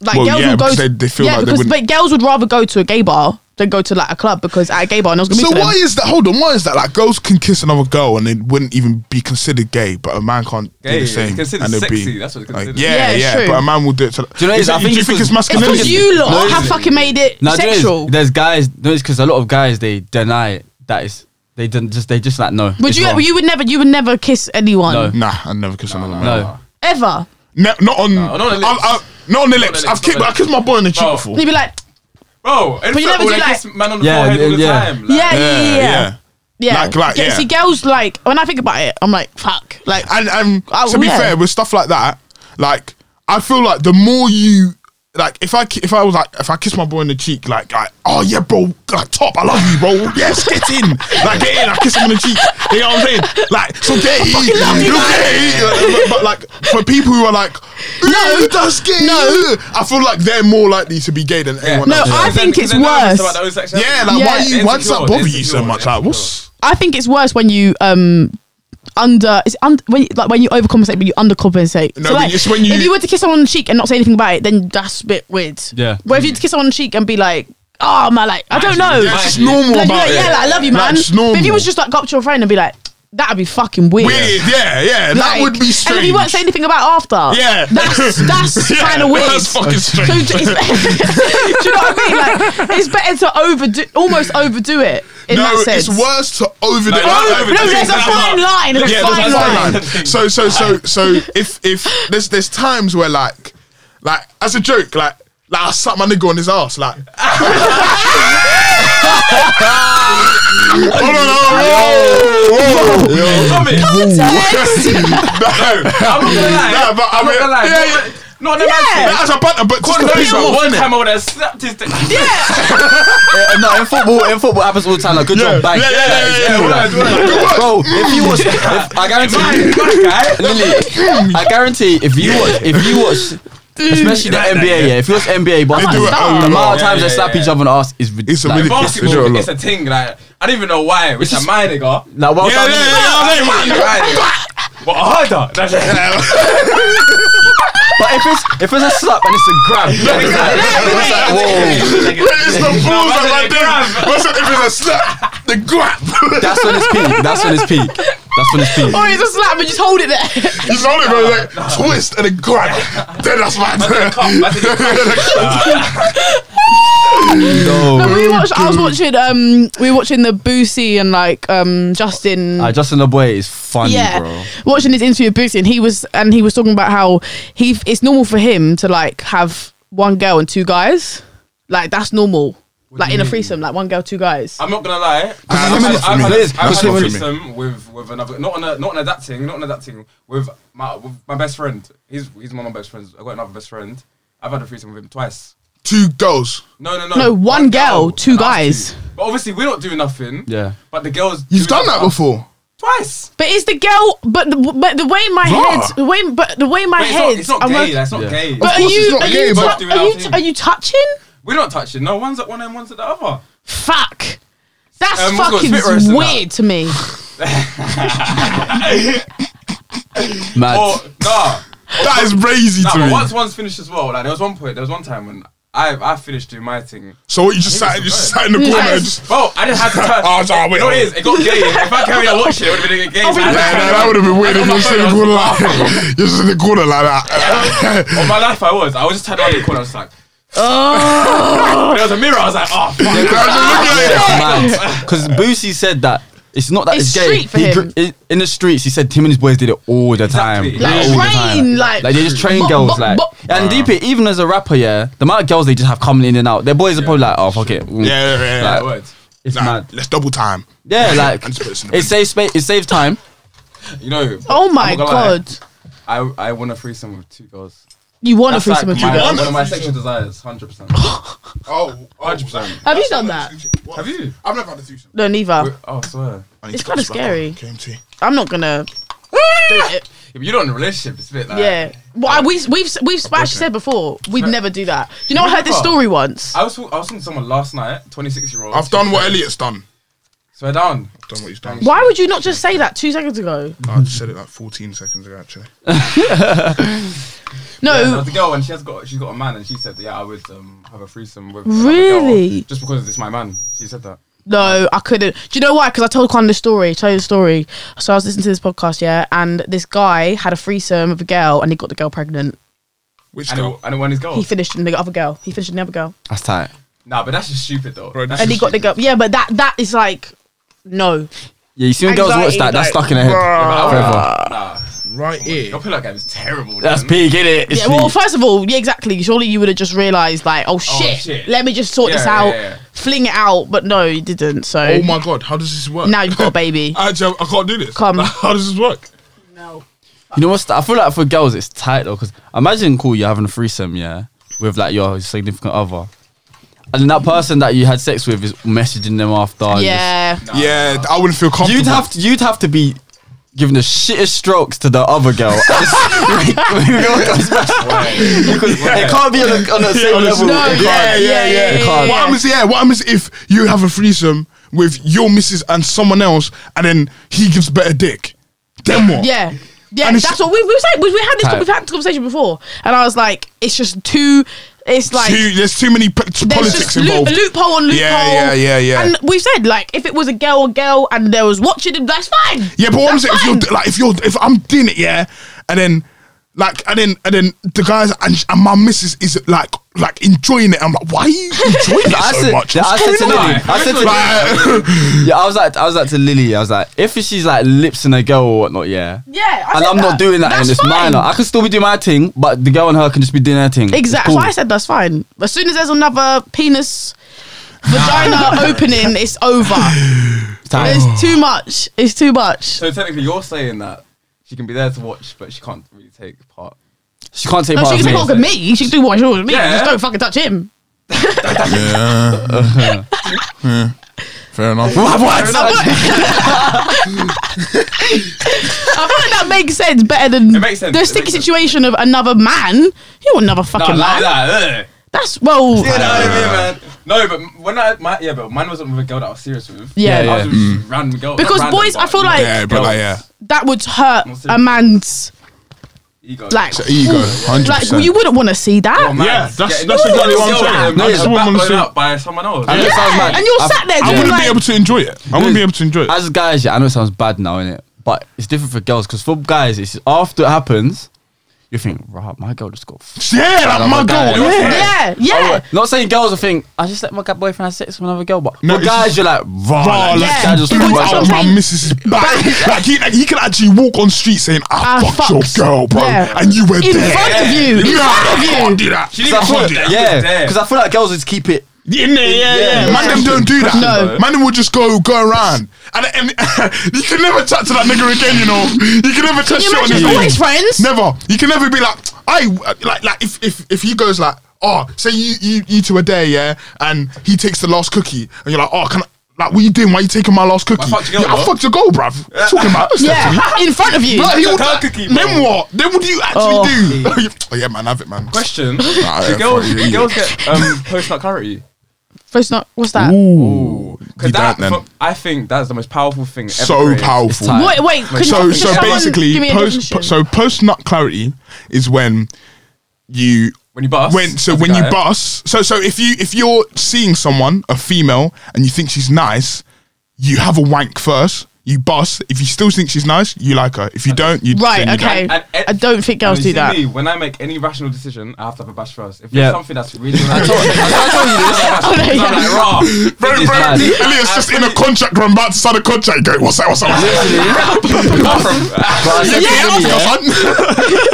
Speaker 3: Like
Speaker 2: Well,
Speaker 3: girls
Speaker 2: yeah,
Speaker 3: will go.
Speaker 2: because
Speaker 3: to-
Speaker 2: they- they feel
Speaker 3: yeah,
Speaker 2: like they
Speaker 3: because
Speaker 2: wouldn't-
Speaker 3: but girls would rather go to a gay bar than go to like a club because at a gay bar, no one's gonna
Speaker 2: So
Speaker 3: be to
Speaker 2: why
Speaker 3: them.
Speaker 2: is that? Hold on, why is that? Like girls can kiss another girl and it wouldn't even be considered gay, but a man can't
Speaker 1: Gay,
Speaker 2: do the
Speaker 1: it's
Speaker 2: same.
Speaker 1: considered
Speaker 2: and they'd
Speaker 1: sexy,
Speaker 2: be
Speaker 1: that's what it's
Speaker 2: like,
Speaker 1: considered.
Speaker 2: yeah,
Speaker 3: Yeah, it's
Speaker 2: yeah,
Speaker 3: true.
Speaker 2: but a man will do it. To,
Speaker 4: Do you know what it is?
Speaker 2: Is it-
Speaker 4: I think
Speaker 2: do you
Speaker 4: it's
Speaker 2: think it's
Speaker 4: 'cause-
Speaker 3: It's
Speaker 2: masculinity?
Speaker 3: because you lot
Speaker 4: No,
Speaker 3: have
Speaker 4: it's-
Speaker 3: fucking made it
Speaker 4: No, do you know what it is?
Speaker 3: sexual.
Speaker 4: There's guys. No, it's because a lot of guys they deny that is. They didn't just. They just like no.
Speaker 3: Would
Speaker 4: it's
Speaker 3: you?
Speaker 4: wrong.
Speaker 3: You would never. You would never kiss anyone
Speaker 4: No.
Speaker 2: Nah, I never kiss another man.
Speaker 4: No.
Speaker 3: ever.
Speaker 2: Ne- not on,
Speaker 1: No, not on the
Speaker 2: I-
Speaker 1: lips.
Speaker 2: I- not on the lips.
Speaker 1: lips,
Speaker 2: I've
Speaker 1: not
Speaker 2: kicked,
Speaker 1: on the
Speaker 2: I kissed my boy in the cheek
Speaker 1: Oh.
Speaker 2: before.
Speaker 3: You'd be like,
Speaker 1: Bro, in
Speaker 3: But you never
Speaker 1: football,
Speaker 3: do
Speaker 1: they
Speaker 3: like-
Speaker 1: kiss man on the
Speaker 4: Yeah,
Speaker 1: forehead all the
Speaker 4: yeah.
Speaker 1: time. like-
Speaker 3: yeah, yeah, yeah, yeah. yeah.
Speaker 2: Like- like,
Speaker 3: Get-
Speaker 2: yeah.
Speaker 3: See, girls like when I think about it, I'm like, fuck. Like,
Speaker 2: and and
Speaker 3: Oh,
Speaker 2: to be
Speaker 3: yeah.
Speaker 2: fair, with stuff like that, like I feel like the more you like, if I ki- if I was like if I kiss my boy in the cheek, like I, oh yeah, bro, like top, I love you, bro. Yes, get in, like get in. I kiss him on the cheek. You know what I'm saying? Like so gay,
Speaker 3: love you,
Speaker 2: you're gay. But, but, like for people who are like, no, that's gay. No, I feel like they're more likely to be gay than anyone
Speaker 3: No,
Speaker 2: else.
Speaker 3: I
Speaker 1: Then-
Speaker 3: think
Speaker 1: then
Speaker 3: it's
Speaker 1: they're nervous
Speaker 3: worse.
Speaker 1: about their own sexuality.
Speaker 2: yeah, like why
Speaker 3: Yeah.
Speaker 2: you why does that
Speaker 1: Insecure,
Speaker 2: bother you so
Speaker 1: insecure,
Speaker 2: much? Like what's
Speaker 3: I think it's worse when you um under it's under when you- like when you overcompensate, but you undercompensate.
Speaker 2: No,
Speaker 3: so
Speaker 2: but
Speaker 3: like,
Speaker 2: it's when you-
Speaker 3: if you were to kiss someone on the cheek and not say anything about it, then that's a bit weird.
Speaker 4: Yeah.
Speaker 3: But if you were to kiss someone on the cheek and be like, oh my, like I don't know,
Speaker 2: yeah, it's just
Speaker 1: Like,
Speaker 2: normal
Speaker 3: like,
Speaker 2: about
Speaker 3: yeah,
Speaker 2: it.
Speaker 3: yeah, like, I love you, man.
Speaker 2: Like, it's
Speaker 3: But if
Speaker 2: normal.
Speaker 3: you was just like go up to your friend and be like, that'd be fucking weird.
Speaker 2: weird. Yeah, yeah, that
Speaker 3: Like,
Speaker 2: would be
Speaker 3: And
Speaker 2: strange.
Speaker 3: if you weren't saying anything about it after,
Speaker 2: Yeah.
Speaker 3: that's
Speaker 2: (laughs)
Speaker 3: that's
Speaker 2: Yeah,
Speaker 3: kind of weird.
Speaker 2: That's fucking
Speaker 3: So
Speaker 2: strange.
Speaker 3: it's, it's better, (laughs) do you know what I mean? Like, it's better to overdo, almost overdo it in
Speaker 2: no,
Speaker 3: that sense.
Speaker 2: it's worse to overdo.
Speaker 1: No,
Speaker 2: like,
Speaker 1: no,
Speaker 2: overdo-
Speaker 3: no, there's a
Speaker 1: That's
Speaker 3: fine
Speaker 1: not-
Speaker 3: line. There's
Speaker 2: yeah,
Speaker 3: a
Speaker 2: there's
Speaker 3: fine
Speaker 2: a fine
Speaker 3: line.
Speaker 2: line. So, so, so, so, if if there's there's times where like, like as a joke, like like I suck my nigga on his ass, like. (laughs) hold on, hold on, whoa, whoa, whoa.
Speaker 1: Stop it.
Speaker 2: No,
Speaker 1: I'm not gonna lie.
Speaker 2: Nah, but I
Speaker 1: I'm
Speaker 2: mean-
Speaker 1: not gonna lie.
Speaker 2: yeah,
Speaker 1: Not-
Speaker 2: yeah.
Speaker 1: Not the man
Speaker 3: Yeah.
Speaker 1: said.
Speaker 2: that's a banter, but just
Speaker 1: God,
Speaker 2: to
Speaker 1: no,
Speaker 2: piss him off,
Speaker 1: One
Speaker 2: innit?
Speaker 1: time I would have slapped his dick.
Speaker 4: Uh, no, in football, in football happens all the time. Like, good
Speaker 2: Yeah.
Speaker 4: job, bang.
Speaker 2: Yeah, yeah, yeah,
Speaker 4: it's
Speaker 2: yeah,
Speaker 4: cool,
Speaker 2: yeah,
Speaker 4: like.
Speaker 2: yeah, yeah. Good work.
Speaker 4: Bro, if you watch, if, I guarantee,
Speaker 1: Guy.
Speaker 4: Lily, I guarantee, if you watch, if you watch, especially the NBA, yeah, if you watch NBA
Speaker 2: do
Speaker 4: basketball,
Speaker 2: it
Speaker 4: the
Speaker 2: a lot.
Speaker 4: amount of
Speaker 1: Yeah,
Speaker 4: times they
Speaker 1: yeah,
Speaker 4: slap
Speaker 1: yeah.
Speaker 4: each other on the ass is ridiculous.
Speaker 2: It's a really-
Speaker 1: Basketball,
Speaker 2: Yeah.
Speaker 1: it's a thing. Like I don't even know why. Which is my nigga.
Speaker 4: Like, well
Speaker 2: Yeah,
Speaker 4: done,
Speaker 2: yeah,
Speaker 4: Lily.
Speaker 2: yeah, yeah, yeah, yeah.
Speaker 1: But harder. That's it.
Speaker 4: But if it's if it's a slap and it's a grab, it's like, whoa,
Speaker 2: It's the balls
Speaker 1: No,
Speaker 2: that
Speaker 1: that's
Speaker 2: like
Speaker 1: the
Speaker 2: this. What's up if it's a slap? The grab. (laughs)
Speaker 4: that's when it's peak. That's when it's peak. That's when it's peak.
Speaker 2: Oh
Speaker 3: Or Oh, it's a slap, but just hold it there.
Speaker 2: He's on it, bro. Like, twist and then grab. then that's my turn.
Speaker 3: No, we watched. I was watching. Um, we were watching the Boosie and like um Justin.
Speaker 4: Uh, Justin Laboy is funny,
Speaker 3: yeah,
Speaker 4: bro.
Speaker 3: watching his interview with Boosie, and he was and he was talking about how he it's normal for him to like have one girl and two guys. Like that's normal. Like in a threesome, like one girl, two guys.
Speaker 1: I'm not gonna lie.
Speaker 2: Nah,
Speaker 1: I've had-
Speaker 2: that's not for
Speaker 1: I've
Speaker 2: me.
Speaker 1: had I've
Speaker 2: That's not
Speaker 1: had a
Speaker 2: for me.
Speaker 1: threesome with with another not on a, not on adapting, not on adapting with my with my best friend. He's he's one of my best friends. I got another best friend. I've had a threesome with him twice.
Speaker 2: Two girls.
Speaker 1: No, no, no.
Speaker 3: No, one girl, two
Speaker 1: and us
Speaker 3: guys.
Speaker 1: But obviously, we're not doing nothing.
Speaker 4: Yeah.
Speaker 1: But the girls.
Speaker 2: You've
Speaker 1: do
Speaker 2: done that
Speaker 1: stuff.
Speaker 2: before.
Speaker 1: Twice.
Speaker 3: But it's the girl. But the, but the way my
Speaker 2: Raw.
Speaker 3: head, the way but the way my
Speaker 1: But it's
Speaker 3: head.
Speaker 1: not, it's not
Speaker 3: I'm
Speaker 1: gay.
Speaker 3: like-
Speaker 1: that's not
Speaker 4: Yeah.
Speaker 1: gay.
Speaker 3: but are
Speaker 2: course it's
Speaker 3: you
Speaker 2: not
Speaker 3: are
Speaker 2: gay,
Speaker 3: you,
Speaker 2: but-
Speaker 3: tou- are you are you touching?
Speaker 1: We're not touching. No one's at one end, one's at the other.
Speaker 3: Fuck. That's
Speaker 1: Um, what's got
Speaker 3: fucking
Speaker 1: spit roast in that?
Speaker 3: weird to me.
Speaker 4: Mad.
Speaker 1: Or nah,
Speaker 2: That is crazy
Speaker 1: nah.
Speaker 2: to
Speaker 1: But
Speaker 2: me.
Speaker 1: once one's finished as well, like there was one point, there was one time when I I finished doing my thing.
Speaker 2: So what? You just sat, you just sat in the corner. And just,
Speaker 1: Bro, I just had
Speaker 2: (laughs)
Speaker 1: to turn.
Speaker 2: Oh, sorry, wait,
Speaker 1: no, it
Speaker 2: wait.
Speaker 1: is. It got gay.
Speaker 3: (laughs)
Speaker 1: if I carried out watching it, it would have been gay.
Speaker 2: nah, nah, that would have been weird if you were sitting in the corner like you're just in the corner like that.
Speaker 1: (laughs) On my life, I was. I was just turned around in the corner. I was like, (laughs) oh. there was a mirror. I was like, oh, fuck.
Speaker 3: (laughs)
Speaker 4: Because Boosie said that it's not that
Speaker 3: It's
Speaker 4: it's, gay.
Speaker 3: street for
Speaker 4: He
Speaker 3: him.
Speaker 4: gr- i- in the streets, he said him and his boys did it all the time.
Speaker 1: Exactly.
Speaker 3: Like
Speaker 4: all
Speaker 3: train, like-
Speaker 4: they just train
Speaker 3: Bop,
Speaker 4: girls,
Speaker 3: bop,
Speaker 4: like
Speaker 3: bop.
Speaker 4: and DP. Even as a rapper, yeah, the amount of girls they just have coming in and out. Their boys are probably like, oh fuck it, Mm.
Speaker 2: Yeah, yeah, yeah.
Speaker 1: (laughs) Like,
Speaker 2: yeah.
Speaker 1: words.
Speaker 4: it's
Speaker 2: Nah,
Speaker 4: mad.
Speaker 2: let's double time. (laughs)
Speaker 4: Yeah, like
Speaker 2: And just put this in the
Speaker 4: it saves space, it saves time.
Speaker 1: You know.
Speaker 3: Oh
Speaker 1: I'm
Speaker 3: my
Speaker 1: not gonna lie,
Speaker 3: god.
Speaker 1: I I want to threesome with two girls.
Speaker 3: You want a
Speaker 1: That's
Speaker 3: threesome
Speaker 1: like
Speaker 3: with two
Speaker 1: my-
Speaker 3: girls?
Speaker 1: One of my sexual desires, hundred
Speaker 3: (gasps)
Speaker 1: percent.
Speaker 2: Oh,
Speaker 1: 100%.
Speaker 3: Have you done that?
Speaker 1: Have you?
Speaker 2: I've never had a tuition.
Speaker 3: No,
Speaker 1: Oh,
Speaker 3: neither.
Speaker 1: I swear.
Speaker 3: It's kinda scary.
Speaker 2: KMT.
Speaker 3: I'm not gonna do
Speaker 1: (laughs)
Speaker 3: it.
Speaker 1: If you're not in a relationship, it's a bit like.
Speaker 3: Yeah. Well, I, we, we've we've actually said before we'd never do that. You know, I heard this story once.
Speaker 1: I was talk- I was talking to someone last night, 26 year old.
Speaker 2: I've done what Elliot's done.
Speaker 1: Swear down.
Speaker 2: I've done what he's done.
Speaker 3: Why would you not just say that two seconds ago?
Speaker 2: I just said it like 14 seconds ago, actually.
Speaker 1: Yeah, there
Speaker 3: No,
Speaker 1: was a girl and she has got she's got a man and she said yeah I would um, have a threesome with another
Speaker 3: Really?
Speaker 1: girl just because it's my man. She said that.
Speaker 3: No, I couldn't. Do you know why? Because I told Con the story. Tell you the story. So I was listening to this podcast, yeah, and this guy had a threesome with a girl, and he got the girl pregnant.
Speaker 2: Which
Speaker 1: And
Speaker 2: girl?
Speaker 1: it, and it won his
Speaker 3: He
Speaker 1: goals.
Speaker 3: finished in the other girl. He finished in the other girl,
Speaker 4: That's tight.
Speaker 1: Nah, but that's just stupid though.
Speaker 2: Bro,
Speaker 1: That's
Speaker 3: and he
Speaker 1: just
Speaker 3: got the girl. Yeah, but that that is like, no.
Speaker 4: Yeah, you see when girls watch
Speaker 3: Anxiety,
Speaker 4: that, that's
Speaker 3: like,
Speaker 4: stuck in their head.
Speaker 1: stupid. Nah,
Speaker 4: Forever.
Speaker 1: Nah,
Speaker 2: Right
Speaker 1: your
Speaker 2: here.
Speaker 1: pillow game is terrible.
Speaker 4: That's
Speaker 1: man.
Speaker 4: big, innit? It's
Speaker 3: yeah. Well,
Speaker 4: deep.
Speaker 3: first of all, yeah, exactly. Surely you would have just realized, like, oh shit,
Speaker 1: shit.
Speaker 3: let me just sort
Speaker 1: Yeah,
Speaker 3: this
Speaker 1: yeah,
Speaker 3: out,
Speaker 1: yeah.
Speaker 3: fling it out. But no, you didn't. So
Speaker 2: Oh my god, how does this work?
Speaker 3: now you've got a baby.
Speaker 2: (laughs) Actually, I can't do this.
Speaker 3: Come.
Speaker 2: (laughs) How does this work?
Speaker 3: no.
Speaker 4: You know what's? I feel like for girls, it's tight though. Because imagine, cool, you're having a threesome, yeah, with like your significant other, and then that person that you had sex with is messaging them after. and
Speaker 3: Yeah.
Speaker 1: Nah.
Speaker 2: Yeah, I wouldn't feel
Speaker 4: just-
Speaker 2: comfortable.
Speaker 4: you'd have to, you'd have to be giving the shittest strokes to the other girl. (laughs)
Speaker 3: (laughs)
Speaker 1: Wait.
Speaker 4: because it can't be on a, on the same
Speaker 2: on a
Speaker 4: level.
Speaker 2: similar-
Speaker 3: No,
Speaker 4: It
Speaker 3: yeah,
Speaker 4: can't.
Speaker 3: yeah, yeah,
Speaker 4: It can't.
Speaker 3: yeah.
Speaker 2: What happens? Yeah, what happens if you have a threesome with your missus and someone else, and then he gives better dick? Then what?
Speaker 3: Yeah. Yeah,
Speaker 2: And it's-
Speaker 3: that's what we, we were saying. We, we had this,
Speaker 4: Type.
Speaker 3: we've had this conversation before, and I was like, it's just too. It's like
Speaker 2: Too- there's too many p-
Speaker 3: there's
Speaker 2: politics
Speaker 3: just loop,
Speaker 2: involved.
Speaker 3: loophole on loophole.
Speaker 2: Yeah, yeah, yeah, yeah.
Speaker 3: And we said like, if it was a girl, a girl, and there was watching him, that's fine.
Speaker 2: Yeah, but what I'm
Speaker 3: That's
Speaker 2: saying, if
Speaker 3: fine.
Speaker 2: you're like, if you're, if I'm doing it, yeah, and then, like, and then, and then the guys and, and my missus is like, like enjoying it. I'm like, why are
Speaker 3: (laughs)
Speaker 2: you enjoying
Speaker 4: I
Speaker 2: it so
Speaker 4: said-
Speaker 2: much?
Speaker 4: yeah, I
Speaker 2: What's
Speaker 4: said to
Speaker 2: going on?
Speaker 4: Lily, I said to
Speaker 2: Like,
Speaker 4: Yeah, I was like, I was like to Lily, I was like, if she's like lips in a girl or whatnot, yeah.
Speaker 3: Yeah, I
Speaker 4: and
Speaker 3: said
Speaker 4: I'm not
Speaker 3: that.
Speaker 4: doing that,
Speaker 3: That's
Speaker 4: and it's
Speaker 3: fine.
Speaker 4: minor. I can still be doing my thing, but the girl and her can just be doing her thing. It's
Speaker 3: Exactly.
Speaker 4: cool.
Speaker 3: I said that's fine. As soon as there's another penis,
Speaker 2: (laughs)
Speaker 3: vagina opening, it's over.
Speaker 4: It's tight.
Speaker 3: It's too much. It's too much.
Speaker 1: So technically, you're saying that she can be there to watch, but she can't really take part.
Speaker 4: She can't take
Speaker 3: No,
Speaker 4: part
Speaker 3: she can
Speaker 4: of me.
Speaker 3: take hold of me. She can do what she wants with me.
Speaker 1: Yeah.
Speaker 3: Just don't fucking touch him.
Speaker 2: (laughs) fair enough.
Speaker 4: What? what?
Speaker 3: (laughs) I feel like that makes sense better than
Speaker 1: It makes sense.
Speaker 3: the
Speaker 1: It
Speaker 3: sticky
Speaker 1: makes sense.
Speaker 3: situation of another man. You want another fucking man.
Speaker 1: that. eh?
Speaker 3: That's well.
Speaker 1: You know
Speaker 3: Yeah,
Speaker 1: what I mean, man? No, but when I my yeah, but mine wasn't with a girl that I was serious with.
Speaker 3: Yeah. Mm.
Speaker 1: I was with just random girl. not
Speaker 3: Because
Speaker 1: random,
Speaker 3: boys, I
Speaker 1: but,
Speaker 3: feel
Speaker 1: you know,
Speaker 3: like-
Speaker 2: yeah, but like, yeah,
Speaker 3: that would hurt
Speaker 1: What's it?
Speaker 3: a man's
Speaker 1: ego.
Speaker 3: like.
Speaker 2: it's an ego, hundred
Speaker 3: Like well,
Speaker 2: percent.
Speaker 3: you wouldn't want to see that.
Speaker 1: man,
Speaker 2: Yeah, that's-
Speaker 1: getting-
Speaker 2: that's exactly what I'm
Speaker 1: Girl,
Speaker 2: saying.
Speaker 1: man,
Speaker 2: That's
Speaker 1: her
Speaker 2: what
Speaker 1: back
Speaker 2: I'm
Speaker 1: blown
Speaker 2: saying.
Speaker 1: out by someone else.
Speaker 4: I know it sounds mad.
Speaker 3: and you're
Speaker 4: I've-
Speaker 3: sat there.
Speaker 2: I
Speaker 3: just
Speaker 2: wouldn't
Speaker 3: like,
Speaker 2: be able to enjoy it. I wouldn't be able to enjoy it.
Speaker 4: as guys, yeah, I know it sounds bad now, innit? But it's different for girls because for guys, it's after it happens, you think, right, my girl just got. F-.
Speaker 2: Yeah, like my god.
Speaker 4: I'm dying.
Speaker 2: Yeah.
Speaker 3: Yeah, yeah.
Speaker 4: Not saying girls will think I just let my guy- boyfriend have sex with another girl, but
Speaker 2: No,
Speaker 4: for
Speaker 2: it's
Speaker 4: guys,
Speaker 2: just-
Speaker 4: you're like,
Speaker 3: Oh,
Speaker 2: Raw,
Speaker 4: raw, like,
Speaker 2: like,
Speaker 4: this
Speaker 3: Yeah.
Speaker 4: guy just
Speaker 3: Dude,
Speaker 4: fucked
Speaker 3: that's
Speaker 4: my
Speaker 3: what I'm
Speaker 4: girl."
Speaker 2: out my
Speaker 3: saying.
Speaker 2: missus is
Speaker 3: (laughs)
Speaker 2: back. like he, like, he can actually walk on street saying, "I,
Speaker 3: I
Speaker 2: fucked
Speaker 3: fucked.
Speaker 2: your girl, bro,"
Speaker 3: Ah, Yeah.
Speaker 2: and you were
Speaker 3: in
Speaker 2: there.
Speaker 3: front of you. In
Speaker 2: Nah,
Speaker 3: front of
Speaker 2: I
Speaker 3: you.
Speaker 2: can't do that.
Speaker 1: didn't
Speaker 2: I
Speaker 1: want
Speaker 2: can't do
Speaker 1: that.
Speaker 2: that.
Speaker 4: Yeah,
Speaker 1: Yeah.
Speaker 4: because I feel like girls just keep it.
Speaker 2: In there, yeah, yeah.
Speaker 4: yeah.
Speaker 2: Man, them don't do that.
Speaker 3: No.
Speaker 2: Man, them will just go go around, and, and (laughs) you can never chat to that nigga again. You know, you can never touch
Speaker 3: you
Speaker 2: shit on
Speaker 3: imagine
Speaker 2: his name.
Speaker 3: always friends?
Speaker 2: Never. You can never be like, I like like if if if he goes like, oh, say you you you two are there, yeah, and he takes the last cookie, and you're like, oh, can I? Like, what you doing? Why you taking my last cookie?
Speaker 1: I fucked your girl,
Speaker 2: yeah, I
Speaker 1: bro.
Speaker 2: fucked your girl, bruv. Talking about that's not
Speaker 3: Yeah,
Speaker 2: to me.
Speaker 3: in front of you.
Speaker 2: Bruh, he
Speaker 1: took
Speaker 2: would-
Speaker 1: her cookie,
Speaker 2: Then
Speaker 1: bro.
Speaker 2: what? Then what do you
Speaker 3: Oh.
Speaker 2: actually do? (laughs) oh yeah, man, have it, man.
Speaker 1: Question:
Speaker 2: Nah,
Speaker 1: Do
Speaker 2: yeah,
Speaker 1: girls,
Speaker 2: fuck
Speaker 1: do
Speaker 2: you.
Speaker 1: girls get um, post nut clarity?
Speaker 3: First, not what's that?
Speaker 2: Ooh,
Speaker 1: Because
Speaker 2: you
Speaker 1: that,
Speaker 2: don't, then.
Speaker 1: fu- I think that's the most powerful thing. Ever
Speaker 2: so
Speaker 1: created.
Speaker 2: powerful.
Speaker 4: tight.
Speaker 3: Wait, wait. Could
Speaker 2: so
Speaker 3: you,
Speaker 2: so
Speaker 3: could someone give me
Speaker 2: basically
Speaker 3: a
Speaker 2: post
Speaker 3: definition?
Speaker 2: so post nut clarity is when you
Speaker 1: When you bust,
Speaker 2: when so
Speaker 1: as a
Speaker 2: when you
Speaker 1: guy,
Speaker 2: bus so so if you if you're seeing someone a female and you think she's nice you have a wank first you bust if you still think she's nice you like her if you don't you
Speaker 3: Right,
Speaker 2: then you
Speaker 3: okay.
Speaker 2: don't.
Speaker 1: And- and-
Speaker 3: I don't think girls
Speaker 1: and you
Speaker 3: do
Speaker 1: see
Speaker 3: that.
Speaker 1: Me, when I make any rational decision, I have to have a bash first. If
Speaker 4: Yeah.
Speaker 1: it's something that's
Speaker 3: (laughs)
Speaker 1: really, (laughs) I told you, I
Speaker 3: Oh, there you go.
Speaker 1: like, rah.
Speaker 2: Bro,
Speaker 1: This
Speaker 2: bro,
Speaker 1: is bad.
Speaker 2: Elliot's just in a contract. We're about to sign a contract. Go, what's that? What's that? What's that? (laughs)
Speaker 3: (laughs)
Speaker 4: But I said
Speaker 2: Yeah,
Speaker 4: to Lily, yeah,
Speaker 2: Oscar,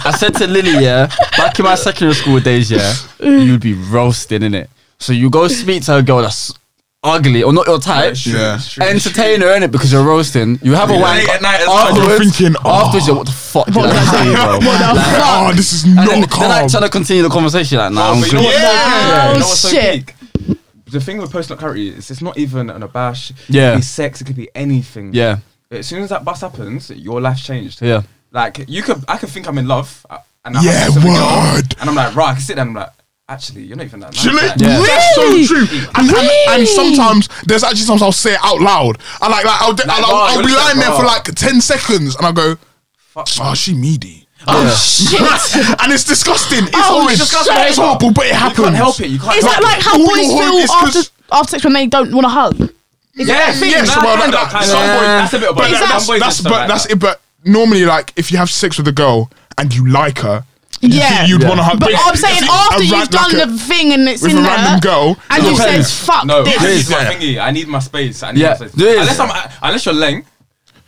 Speaker 2: son.
Speaker 4: I said to Lily, yeah, back in my secondary school days, yeah, you'd be roasted in it. So you go speak to a girl that's ugly or not your type.
Speaker 2: Yeah.
Speaker 4: Entertain her in it because you're roasting. You have a
Speaker 1: Yeah.
Speaker 4: wank
Speaker 1: Late at night as well.
Speaker 4: afterwards.
Speaker 2: You're thinking, oh.
Speaker 4: afterwards, you're, what the fuck? Did
Speaker 3: did I
Speaker 4: I
Speaker 2: (laughs)
Speaker 4: do, bro?
Speaker 2: Oh, this is
Speaker 4: And then,
Speaker 2: not
Speaker 4: then I
Speaker 2: calm.
Speaker 4: trying to continue the conversation like, nah, I'm
Speaker 1: Oh, but you know
Speaker 4: good.
Speaker 1: what's so
Speaker 3: Yeah.
Speaker 1: peak? You know what's so
Speaker 3: Oh, shit.
Speaker 1: peak? The thing with post nut clarity is it's not even an abash. It
Speaker 4: Yeah.
Speaker 1: could be sex. It could be anything.
Speaker 4: Yeah.
Speaker 1: As soon as that bust happens, your life changed.
Speaker 4: Yeah.
Speaker 1: Like you could, I could think I'm in love, uh, and I
Speaker 2: Yeah,
Speaker 1: have sex with a girl,
Speaker 2: word.
Speaker 1: and I'm like, right, I can sit there and I'm like, actually, you're not even that nice.
Speaker 2: Do you know-
Speaker 1: like,
Speaker 4: Yeah.
Speaker 2: That's so
Speaker 3: Really?
Speaker 2: true. And, and,
Speaker 3: Really?
Speaker 2: and sometimes there's actually sometimes I'll say it out loud. I like, like I'll, I'll,
Speaker 1: bro,
Speaker 2: I'll,
Speaker 1: you're
Speaker 2: be
Speaker 1: just
Speaker 2: lying
Speaker 1: like,
Speaker 2: there for
Speaker 1: bro.
Speaker 2: like ten seconds, and I'll go,
Speaker 1: Fuck,
Speaker 2: "Oh, she meaty." (laughs)
Speaker 4: Yeah.
Speaker 2: and it's disgusting. It's
Speaker 3: Oh,
Speaker 2: always
Speaker 1: disgusting.
Speaker 2: It's horrible, but it
Speaker 1: you
Speaker 2: happens.
Speaker 1: can't help it. You can't.
Speaker 3: Is
Speaker 1: help
Speaker 3: that
Speaker 1: it.
Speaker 3: like how
Speaker 2: All
Speaker 3: boys
Speaker 2: your
Speaker 3: feel
Speaker 2: hormones, 'cause-
Speaker 3: after after sex when they don't want to hug?
Speaker 1: Yes,
Speaker 2: yes,
Speaker 1: nah,
Speaker 2: well,
Speaker 1: kinda,
Speaker 2: that- that-
Speaker 1: kinda.
Speaker 2: some boys-
Speaker 1: that's a bit of
Speaker 2: But
Speaker 1: both.
Speaker 2: that- that's
Speaker 1: Some boys
Speaker 2: that's
Speaker 1: just are
Speaker 2: but
Speaker 1: like
Speaker 2: that's
Speaker 1: that.
Speaker 2: it. But normally, like if you have sex with a girl and you like her, you
Speaker 3: Yeah.
Speaker 2: think you'd
Speaker 4: Yeah.
Speaker 2: want to hug.
Speaker 3: But
Speaker 2: (laughs)
Speaker 3: I'm
Speaker 2: if
Speaker 3: saying
Speaker 2: you-
Speaker 3: after
Speaker 2: a
Speaker 3: you've
Speaker 2: ran-
Speaker 3: done
Speaker 2: like a-
Speaker 3: the thing and it's
Speaker 2: with
Speaker 3: in
Speaker 2: a
Speaker 3: there,
Speaker 2: random girl,
Speaker 3: and you
Speaker 1: No.
Speaker 3: says fuck
Speaker 1: No,
Speaker 3: this.
Speaker 1: I need my
Speaker 2: Yeah.
Speaker 1: thingy. I need my space. I need
Speaker 4: Yeah,
Speaker 1: my space.
Speaker 4: there is.
Speaker 1: Unless I'm unless you're Leng,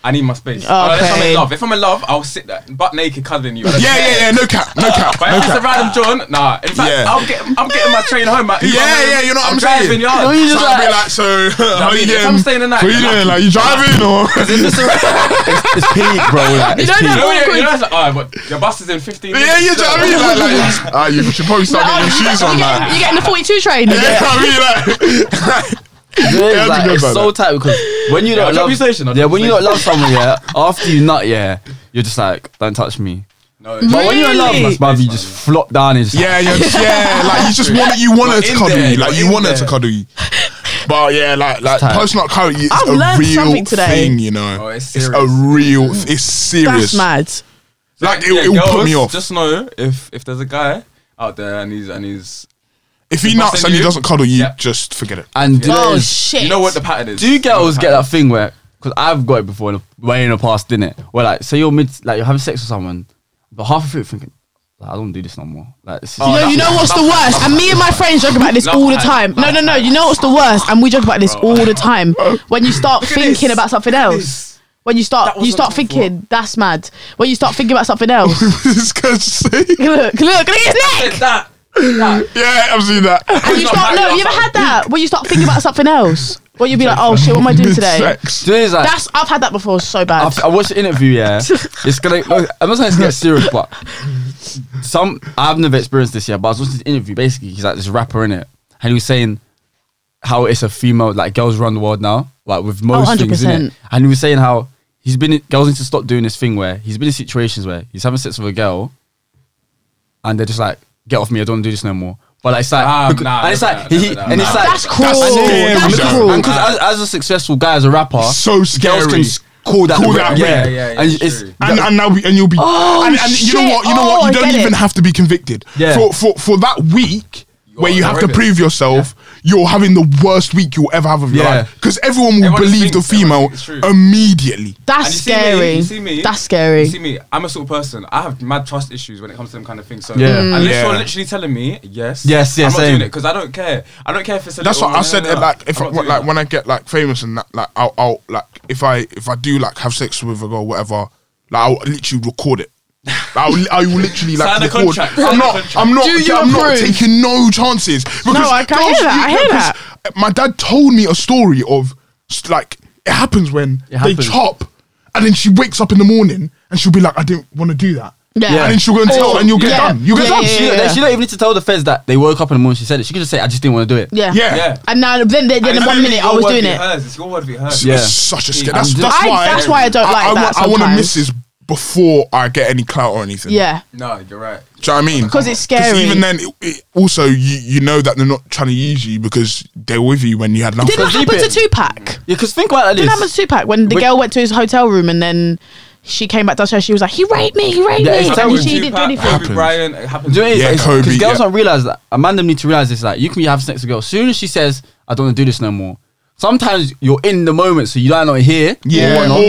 Speaker 1: I need my space.
Speaker 4: Oh,
Speaker 1: Unless I'm
Speaker 3: Okay.
Speaker 1: in love. If I'm in love, I'll sit there, butt naked cuddling you. I don't
Speaker 2: (laughs) (laughs) yeah,
Speaker 1: care.
Speaker 2: yeah, yeah. No cap, no cap,
Speaker 1: But
Speaker 2: no
Speaker 1: if it's a
Speaker 2: cap.
Speaker 1: random John, nah. In fact,
Speaker 2: Yeah.
Speaker 1: I'll get, I'm getting my train home. My Uber
Speaker 2: Yeah,
Speaker 1: home,
Speaker 2: yeah, you know what I'm
Speaker 1: driving
Speaker 2: saying.
Speaker 1: yards.
Speaker 4: No, you
Speaker 2: So
Speaker 4: just
Speaker 2: I'd be
Speaker 4: like-
Speaker 2: like, so (laughs) how
Speaker 1: I
Speaker 2: are
Speaker 1: mean,
Speaker 2: you
Speaker 1: if
Speaker 2: doing?
Speaker 1: I'm staying the night,
Speaker 2: What are you
Speaker 1: like-
Speaker 2: doing?
Speaker 1: (laughs)
Speaker 2: Like you driving or?
Speaker 4: it's, it's peak, bro. Like,
Speaker 3: You
Speaker 4: it's
Speaker 3: don't
Speaker 4: peak.
Speaker 3: know
Speaker 1: No,
Speaker 3: awkward.
Speaker 1: you know, it's like, oh, but your bus is in 15
Speaker 2: Yeah,
Speaker 1: minutes.
Speaker 2: yeah, do you know what I mean? Like, like, ah, you should probably start
Speaker 3: Oh,
Speaker 2: getting your shoes on,
Speaker 3: you're,
Speaker 2: like.
Speaker 3: getting, you're getting the 42 train.
Speaker 2: Yeah, I mean, like,
Speaker 4: It
Speaker 2: Yeah,
Speaker 4: is,
Speaker 2: I
Speaker 4: like,
Speaker 2: think
Speaker 4: it's
Speaker 2: about
Speaker 4: so tight because when
Speaker 1: Yeah,
Speaker 4: you don't
Speaker 1: I'll drop
Speaker 4: love,
Speaker 1: you station, I'll
Speaker 4: yeah,
Speaker 1: drop
Speaker 4: when
Speaker 1: you
Speaker 4: you don't love
Speaker 1: station.
Speaker 4: someone, yeah, after you nut, yeah, you're just like, don't touch me.
Speaker 1: No,
Speaker 4: But when you're in love,
Speaker 3: Really?
Speaker 4: that's why you just flop down and just
Speaker 2: yeah, you're, yeah, (laughs) like you just want you want her to
Speaker 1: in
Speaker 2: cuddle
Speaker 1: there,
Speaker 2: you, like
Speaker 1: you're
Speaker 2: you
Speaker 1: in
Speaker 2: want her to
Speaker 1: there.
Speaker 2: cuddle you. But yeah, like like
Speaker 4: tight.
Speaker 2: personal cuddle is
Speaker 3: I've
Speaker 2: a
Speaker 3: learned
Speaker 2: real
Speaker 3: something today. Mm.
Speaker 2: thing, you know.
Speaker 1: Oh, it's
Speaker 2: a
Speaker 1: serious.
Speaker 2: real. It's serious.
Speaker 3: That's mad.
Speaker 2: Like it, it will put me off
Speaker 1: Just know if if there's a guy out there and he's and he's,
Speaker 2: if he
Speaker 1: Busting
Speaker 2: nuts and he
Speaker 1: you?
Speaker 2: doesn't cuddle you.
Speaker 1: Yeah.
Speaker 2: Just forget it. (laughs)
Speaker 4: and
Speaker 3: Oh shit.
Speaker 1: you know what the pattern is.
Speaker 4: Do you girls
Speaker 1: know
Speaker 4: get
Speaker 1: the
Speaker 4: that thing where? Because I've got it before, in the, way in the past, didn't it? Where like, say you're mid, like you're having sex with someone, but half of you thinking, like, I don't do this no more. Like, this is,
Speaker 1: Oh,
Speaker 3: No, you know what's the worst? And me and my friends joke about this
Speaker 1: No,
Speaker 3: all the
Speaker 1: I-
Speaker 3: time. No,
Speaker 1: no,
Speaker 3: no, no.
Speaker 1: I-
Speaker 3: You know what's the worst? And we joke about this all
Speaker 1: (laughs)
Speaker 3: the time. When you start
Speaker 1: at
Speaker 3: thinking
Speaker 1: this.
Speaker 3: about something
Speaker 1: pattern?
Speaker 3: else. When you
Speaker 1: That
Speaker 3: start,
Speaker 1: was
Speaker 3: you
Speaker 1: what
Speaker 3: start
Speaker 1: I was
Speaker 3: thinking that's mad. When you start thinking about something
Speaker 1: (laughs)
Speaker 3: else, (laughs) look,
Speaker 2: This guy's saying-
Speaker 3: look, look at his
Speaker 1: It's that.
Speaker 3: neck.
Speaker 1: that.
Speaker 2: (laughs) yeah, I've seen that.
Speaker 3: And you
Speaker 1: It's not
Speaker 3: start,
Speaker 1: mad,
Speaker 3: no,
Speaker 1: it's
Speaker 3: you ever
Speaker 1: not
Speaker 3: had that? When you start thinking about something else, when you be like, oh shit, what am I
Speaker 1: (laughs)
Speaker 3: doing today?
Speaker 2: Sex.
Speaker 4: Do you know, it's like,
Speaker 3: That's I've had that before, so bad.
Speaker 4: I've, I watched the interview.
Speaker 3: (laughs)
Speaker 4: Yeah, it's gonna. no, I'm not saying it's gonna get serious, but some I've never experienced this yet. But I was watching this interview. Basically, he's like this rapper in it, and he was saying how it's a female like girls run the world now, like with most
Speaker 3: Oh,
Speaker 4: things in it.
Speaker 3: 100%.
Speaker 4: And he was saying how he's been girls need to stop doing this thing where he's been in situations where he's having sex with a girl, and they're just like, "Get off me! I don't wanna do this no more." But like, it's like,
Speaker 1: Ah,
Speaker 4: because-
Speaker 1: nah,
Speaker 4: and it's
Speaker 1: nah,
Speaker 4: like,
Speaker 1: nah,
Speaker 4: he,
Speaker 1: nah,
Speaker 4: and
Speaker 1: nah.
Speaker 4: it's like,
Speaker 3: That's cruel.
Speaker 2: scary,
Speaker 3: That's
Speaker 2: though.
Speaker 3: cruel.
Speaker 4: and 'cause as, as a successful guy as a rapper,
Speaker 2: So scary.
Speaker 4: girls can s- call that
Speaker 2: Call
Speaker 4: a
Speaker 2: that
Speaker 4: rap.
Speaker 2: a
Speaker 4: yeah.
Speaker 2: rap.
Speaker 1: Yeah, yeah, yeah,
Speaker 4: and
Speaker 1: it's
Speaker 4: it's
Speaker 1: true.
Speaker 2: and, and now we, and you'll be
Speaker 3: Oh,
Speaker 2: and, and you know
Speaker 3: shit.
Speaker 2: what you know what
Speaker 3: Oh,
Speaker 2: you
Speaker 3: I
Speaker 2: don't
Speaker 3: get
Speaker 2: even
Speaker 3: it.
Speaker 2: have to be convicted
Speaker 4: Yeah.
Speaker 2: for for for that week where
Speaker 1: You're
Speaker 2: you have to
Speaker 1: horrendous.
Speaker 2: prove yourself you're having the worst week you'll ever have of your
Speaker 4: Yeah.
Speaker 2: life because everyone will
Speaker 1: Everyone
Speaker 2: believe
Speaker 1: thinks-
Speaker 2: the female
Speaker 1: everyone thinks it's true.
Speaker 2: immediately
Speaker 3: That's
Speaker 1: And you see me,
Speaker 3: scary.
Speaker 1: you see me,
Speaker 3: That's scary.
Speaker 1: You see me, I'm a sort of person. I have mad trust issues when it comes to them kind of things. So
Speaker 4: Yeah. Mm.
Speaker 1: unless
Speaker 2: Yeah.
Speaker 1: you're literally telling me yes,
Speaker 4: Yes, yes,
Speaker 1: I'm not doing
Speaker 4: same.
Speaker 1: it because I don't care. I don't care if it's. A
Speaker 2: that's
Speaker 1: little,
Speaker 2: what I said.
Speaker 1: no, no, no.
Speaker 2: Like if
Speaker 1: I'm
Speaker 2: I,
Speaker 1: not doing
Speaker 2: like
Speaker 1: it.
Speaker 2: when I get like famous and that, like I'll, I'll like if I if I do like have sex with a girl, whatever, like I'll literally record it. Like, I'll, li- I will literally like
Speaker 1: Sign the
Speaker 2: record.
Speaker 1: contract, sign
Speaker 2: I'm
Speaker 1: the
Speaker 2: not.
Speaker 1: contract.
Speaker 2: I'm not.
Speaker 3: Do you
Speaker 2: I'm not
Speaker 3: approve?
Speaker 2: taking no chances. Because
Speaker 3: I can- I
Speaker 2: girls-
Speaker 3: hear that, I
Speaker 2: you-
Speaker 3: hear
Speaker 2: because
Speaker 3: that.
Speaker 2: My dad told me a story of s- like it happens when
Speaker 4: It happens.
Speaker 2: they chop, and then she wakes up in the morning and she'll be like, I didn't want to do that.
Speaker 3: Yeah.
Speaker 4: Yeah.
Speaker 2: and then she'll go and tell, and you'll get
Speaker 3: Oh, yeah.
Speaker 2: done. You get
Speaker 3: Yeah,
Speaker 2: done.
Speaker 3: yeah,
Speaker 4: She,
Speaker 3: yeah.
Speaker 4: she don't even need to tell the feds that they woke up in the morning. She said it. She could just say, "I just didn't want to do it."
Speaker 3: Yeah.
Speaker 2: Yeah.
Speaker 1: Yeah.
Speaker 3: And now then, then, then
Speaker 1: And
Speaker 3: in
Speaker 1: it's
Speaker 3: one
Speaker 1: literally
Speaker 3: minute I
Speaker 1: your
Speaker 3: was
Speaker 1: word
Speaker 3: doing
Speaker 1: for
Speaker 3: it.
Speaker 1: Hers. It's your word for hers.
Speaker 4: Yeah.
Speaker 2: It's such a scare.
Speaker 4: I'm
Speaker 2: That's,
Speaker 4: just-
Speaker 2: that's
Speaker 3: I-
Speaker 2: why.
Speaker 3: that's why I don't like
Speaker 2: I,
Speaker 3: that
Speaker 2: I want to
Speaker 3: sometimes.
Speaker 2: miss this before I get any clout or anything.
Speaker 3: Yeah.
Speaker 1: No, you're right.
Speaker 2: Do you know what I mean?
Speaker 3: 'Cause it's scary.
Speaker 2: even then, it, it, also you, you know that they're not trying to use you because they're with you when you had nothing.
Speaker 3: Didn't that
Speaker 4: Deep
Speaker 3: happen to
Speaker 4: in.
Speaker 3: Tupac?
Speaker 4: Yeah, because think about
Speaker 3: Didn't that happen
Speaker 4: this.
Speaker 3: to Tupac when the
Speaker 4: Wait.
Speaker 3: girl went to his hotel room and then she came back downstairs? She was like, "He raped me. He raped
Speaker 4: Yeah,
Speaker 3: me."
Speaker 4: it's
Speaker 3: And
Speaker 4: terrible.
Speaker 3: she didn't do anything.
Speaker 1: Kobe Bryant. It happened.
Speaker 4: Do you know what
Speaker 2: Yeah,
Speaker 4: it is?
Speaker 2: Kobe,
Speaker 4: Because girls
Speaker 2: yeah.
Speaker 4: don't realize that. A man them need to realize this. Like you can be having sex with a girl. As soon as she says, "I don't want to do this no more," sometimes you're in the moment, so you might not hear.
Speaker 2: Yeah, or,
Speaker 4: And
Speaker 2: or,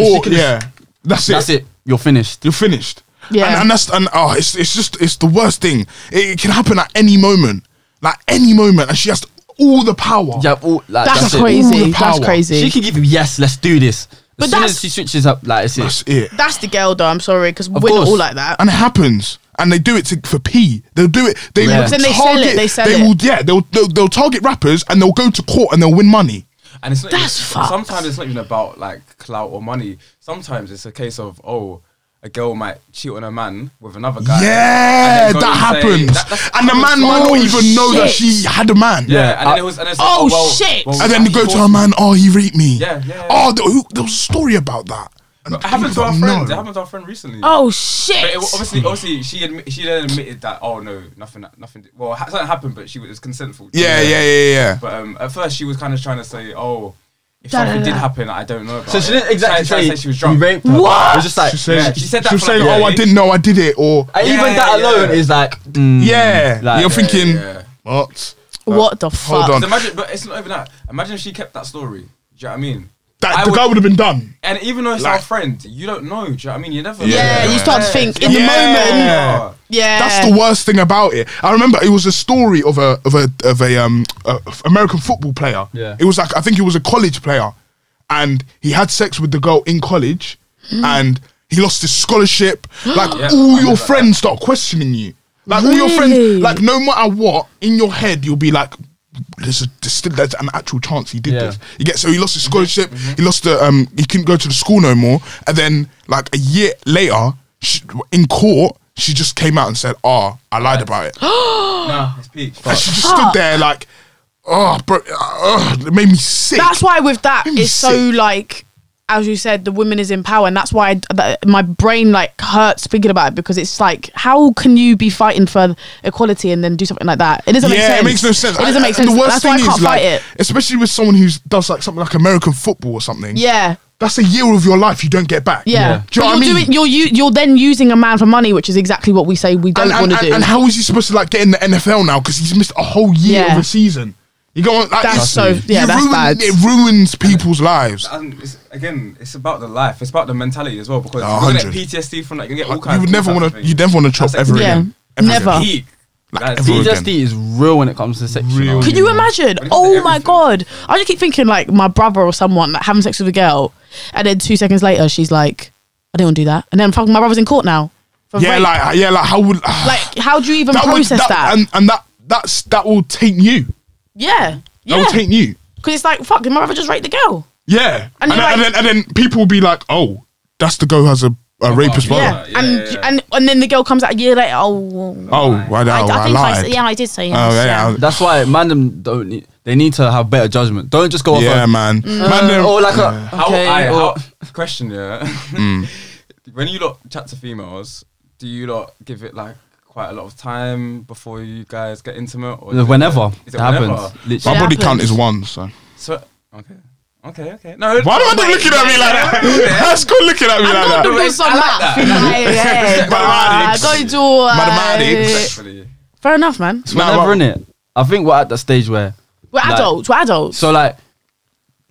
Speaker 4: she
Speaker 2: or,
Speaker 4: could just-
Speaker 2: yeah. That's it.
Speaker 4: That's it. You're finished.
Speaker 2: You're finished.
Speaker 3: Yeah.
Speaker 2: and, and that's and oh, it's it's just it's the worst thing. It, it can happen at any moment, like any moment, and she has all the power.
Speaker 4: You have all, like,
Speaker 3: That's,
Speaker 4: that's it.
Speaker 2: All
Speaker 3: crazy.
Speaker 2: the
Speaker 3: That's
Speaker 2: power.
Speaker 3: crazy.
Speaker 4: She can give you yes, let's do this. As
Speaker 3: But
Speaker 4: soon
Speaker 3: that's-
Speaker 4: as she switches up, like it's
Speaker 2: That's
Speaker 4: it.
Speaker 2: it.
Speaker 3: That's the girl, though. I'm sorry, because we're not
Speaker 4: course.
Speaker 3: all like that.
Speaker 2: and it happens. And they do it to, for P. They'll do it. They
Speaker 4: Yeah.
Speaker 2: will
Speaker 4: Then
Speaker 3: they sell
Speaker 2: target.
Speaker 3: it, they sell
Speaker 2: they
Speaker 3: it.
Speaker 2: will. Yeah. They'll, they'll they'll target rappers and they'll go to court and they'll win money.
Speaker 1: And it's not
Speaker 3: That's
Speaker 1: even,
Speaker 3: fucked.
Speaker 1: sometimes it's not even about like clout or money. Sometimes it's a case of oh, a girl might cheat on a man with another guy.
Speaker 2: Yeah,
Speaker 1: and then go
Speaker 2: that
Speaker 1: and say-
Speaker 2: happens.
Speaker 1: that- that's-
Speaker 2: and the man might
Speaker 3: Oh,
Speaker 2: not even know that
Speaker 3: shit.
Speaker 2: she had a man.
Speaker 1: Yeah, and then it was and it's like,
Speaker 3: Oh,
Speaker 1: oh, well,
Speaker 3: shit.
Speaker 1: well,
Speaker 2: And then they
Speaker 1: he
Speaker 2: go to
Speaker 1: forced
Speaker 2: her
Speaker 1: me.
Speaker 2: man. Oh, he raped me.
Speaker 1: Yeah, yeah, yeah.
Speaker 2: Oh, there, who, there was a story about that. And
Speaker 1: It happened to
Speaker 2: people
Speaker 1: our
Speaker 2: don't
Speaker 1: friend.
Speaker 2: know.
Speaker 1: It happened to our friend recently.
Speaker 3: Oh
Speaker 1: But it,
Speaker 3: shit!
Speaker 1: obviously, obviously, she admi- she then admitted that oh no, nothing, nothing. Well, ha- something happened, but she was, it was consentful.
Speaker 2: Yeah, yeah, yeah, yeah. yeah.
Speaker 1: But um, at first, she was kind of trying to say, oh, if
Speaker 3: Da, da,
Speaker 1: something did
Speaker 3: da.
Speaker 1: happen, I don't know about.
Speaker 4: So she didn't
Speaker 1: it.
Speaker 4: exactly
Speaker 1: Trying- trying
Speaker 4: say,
Speaker 1: to say she was drunk.
Speaker 4: You raped her.
Speaker 3: What?
Speaker 4: It was just like,
Speaker 2: She said,
Speaker 1: Yeah, she said that
Speaker 2: she was
Speaker 1: for
Speaker 2: saying,
Speaker 1: like-
Speaker 2: "Oh,
Speaker 1: yeah,
Speaker 2: I
Speaker 1: yeah.
Speaker 2: didn't know, I did it," or
Speaker 4: and
Speaker 1: Yeah,
Speaker 4: even that
Speaker 1: yeah.
Speaker 4: alone is like, mm,
Speaker 2: yeah.
Speaker 4: like-
Speaker 2: You're
Speaker 4: Yeah,
Speaker 2: thinking,
Speaker 1: yeah, yeah.
Speaker 2: what?
Speaker 3: What the
Speaker 2: Hold
Speaker 3: fuck?
Speaker 2: on.
Speaker 1: So imagine, but it's not even that. Imagine if she kept that story. Do you know what I mean?
Speaker 2: That
Speaker 1: I
Speaker 2: the
Speaker 1: would-
Speaker 2: guy would have been done.
Speaker 1: And even though it's
Speaker 2: Like-
Speaker 1: our friend, you don't know. Do you know what I mean? You never.
Speaker 3: Yeah,
Speaker 1: know.
Speaker 3: you start to think in the
Speaker 2: Yeah.
Speaker 3: moment.
Speaker 1: Yeah.
Speaker 3: Yeah,
Speaker 2: That's the worst thing about it. I remember it was a story of a of a of a um a f- American football player.
Speaker 4: Yeah.
Speaker 2: It was like I think he was a college player, and he had sex with the girl in college, and he lost his scholarship.
Speaker 3: (gasps)
Speaker 2: Like
Speaker 1: Yeah, I
Speaker 2: all
Speaker 1: know
Speaker 2: your
Speaker 1: that.
Speaker 2: friends start questioning you. Like all your
Speaker 3: Really?
Speaker 2: friends. Like no matter what, in your head you'll be like. There's, a, there's still there's an actual chance he did
Speaker 4: Yeah.
Speaker 2: this. He gets so he lost his
Speaker 3: Mm-hmm.
Speaker 2: scholarship. He lost the um. He couldn't go to the school no more. And then like a year later, she, in court, she just came out and said, "Ah, I lied about
Speaker 3: (gasps)
Speaker 2: it."
Speaker 1: Nah, it's peak.
Speaker 2: and she just stood there like, "Oh, bro, uh, it made me sick."
Speaker 3: That's why with that
Speaker 2: Made me
Speaker 3: it's so
Speaker 2: sick.
Speaker 3: like, as you said, the woman is in power, and that's why I, that, my brain like hurts thinking about it because it's like, how can you be fighting for equality and then do something like that? It doesn't make
Speaker 2: yeah,
Speaker 3: sense.
Speaker 2: it makes no sense.
Speaker 3: It
Speaker 2: I-
Speaker 3: doesn't make
Speaker 2: and
Speaker 3: sense. that's why I can't
Speaker 2: like,
Speaker 3: fight it.
Speaker 2: especially with someone who does like something like American football or something.
Speaker 3: Yeah.
Speaker 2: that's a year of your life you don't get back.
Speaker 3: Yeah,
Speaker 2: do you know
Speaker 3: But
Speaker 2: what I mean?
Speaker 3: you're doing- you're u- you're then using a man for money, which is exactly what we say we don't
Speaker 2: and, and,
Speaker 3: want to
Speaker 2: and-
Speaker 3: do.
Speaker 2: and how is he supposed to like get in the NFL now? Because he's missed a whole year
Speaker 3: Yeah.
Speaker 2: of a season. You go on. Like,
Speaker 3: That's
Speaker 2: it's-
Speaker 3: so- yeah,
Speaker 2: you
Speaker 3: that's
Speaker 2: ruin-
Speaker 3: bad.
Speaker 2: It ruins people's lives.
Speaker 1: And it's, again, it's about the life. It's about the mentality as well because
Speaker 2: Oh,
Speaker 1: you're gonna get
Speaker 2: 100.
Speaker 1: PTSD from that. You get all kinds.
Speaker 2: You would
Speaker 1: all
Speaker 2: never
Speaker 1: kinds
Speaker 2: want
Speaker 1: of
Speaker 2: to.
Speaker 1: things.
Speaker 2: You never want to chop
Speaker 1: That's
Speaker 2: ever
Speaker 1: it.
Speaker 3: Yeah.
Speaker 2: again. Ever
Speaker 3: Never.
Speaker 2: again.
Speaker 1: Peak.
Speaker 2: Like,
Speaker 1: That's
Speaker 2: everyone-
Speaker 1: peak.
Speaker 4: PTSD is real when it comes to sexual.
Speaker 2: Real.
Speaker 3: Could you imagine?
Speaker 1: What if
Speaker 3: Oh
Speaker 1: it's
Speaker 3: my
Speaker 1: everything?
Speaker 3: god! I just keep thinking like my brother or someone like, having sex with a girl, and then two seconds later she's like, "I didn't want to do that," and then fucking my brother's in court now. for
Speaker 2: Yeah,
Speaker 3: rape.
Speaker 2: like yeah, like how would (sighs)
Speaker 3: Like, how do you even
Speaker 2: would-
Speaker 3: process that?
Speaker 2: And and that that's that will taint you.
Speaker 3: yeah,
Speaker 2: That
Speaker 3: yeah,
Speaker 2: will taint you.
Speaker 3: because it's like fuck. Did my brother just rape the girl?
Speaker 2: Yeah,
Speaker 3: And
Speaker 2: and,
Speaker 3: you're
Speaker 2: then,
Speaker 3: like-
Speaker 2: and then and then people will be like, oh, that's the girl who has a, a rapist
Speaker 1: yeah.
Speaker 2: brother.
Speaker 3: yeah.
Speaker 1: yeah,
Speaker 3: and
Speaker 1: yeah.
Speaker 3: and and then the girl comes out a year later. Oh,
Speaker 2: Oh, why
Speaker 3: I,
Speaker 2: that?
Speaker 3: I
Speaker 2: I,
Speaker 3: think I,
Speaker 2: lied.
Speaker 3: yeah, I did say yes.
Speaker 2: Oh
Speaker 3: yeah.
Speaker 2: yeah, I-
Speaker 4: That's why man them don't need. They need to have better judgment. Don't just go off.
Speaker 2: yeah,
Speaker 4: a,
Speaker 2: man.
Speaker 3: Mm.
Speaker 2: man
Speaker 4: uh,
Speaker 2: they're-
Speaker 4: or like a
Speaker 1: How,
Speaker 4: okay.
Speaker 1: I,
Speaker 4: or-
Speaker 1: how, (laughs) question, yeah. (laughs)
Speaker 2: Mm.
Speaker 1: when you lot chat to females, do you lot give it like quite a lot of time before you guys get intimate? Or is it-
Speaker 4: whenever
Speaker 1: Is
Speaker 4: it
Speaker 1: it whenever?
Speaker 4: happens, literally.
Speaker 2: my body
Speaker 3: happens.
Speaker 2: count is one. So
Speaker 1: So okay, okay, okay. No,
Speaker 2: why am I looking at me
Speaker 1: (laughs)
Speaker 2: like that? That's good looking at me like
Speaker 3: I'm not doing
Speaker 2: that.
Speaker 3: some
Speaker 1: I like
Speaker 3: math.
Speaker 1: that.
Speaker 3: (laughs) Like, yeah,
Speaker 2: Mathematics.
Speaker 3: bruh, Going to uh,
Speaker 2: Mathematics.
Speaker 1: Respectfully.
Speaker 3: Fair enough, man.
Speaker 4: It's whenever in it. I think we're at the stage where
Speaker 3: We're
Speaker 4: Like-
Speaker 3: adults. We're adults.
Speaker 4: So like,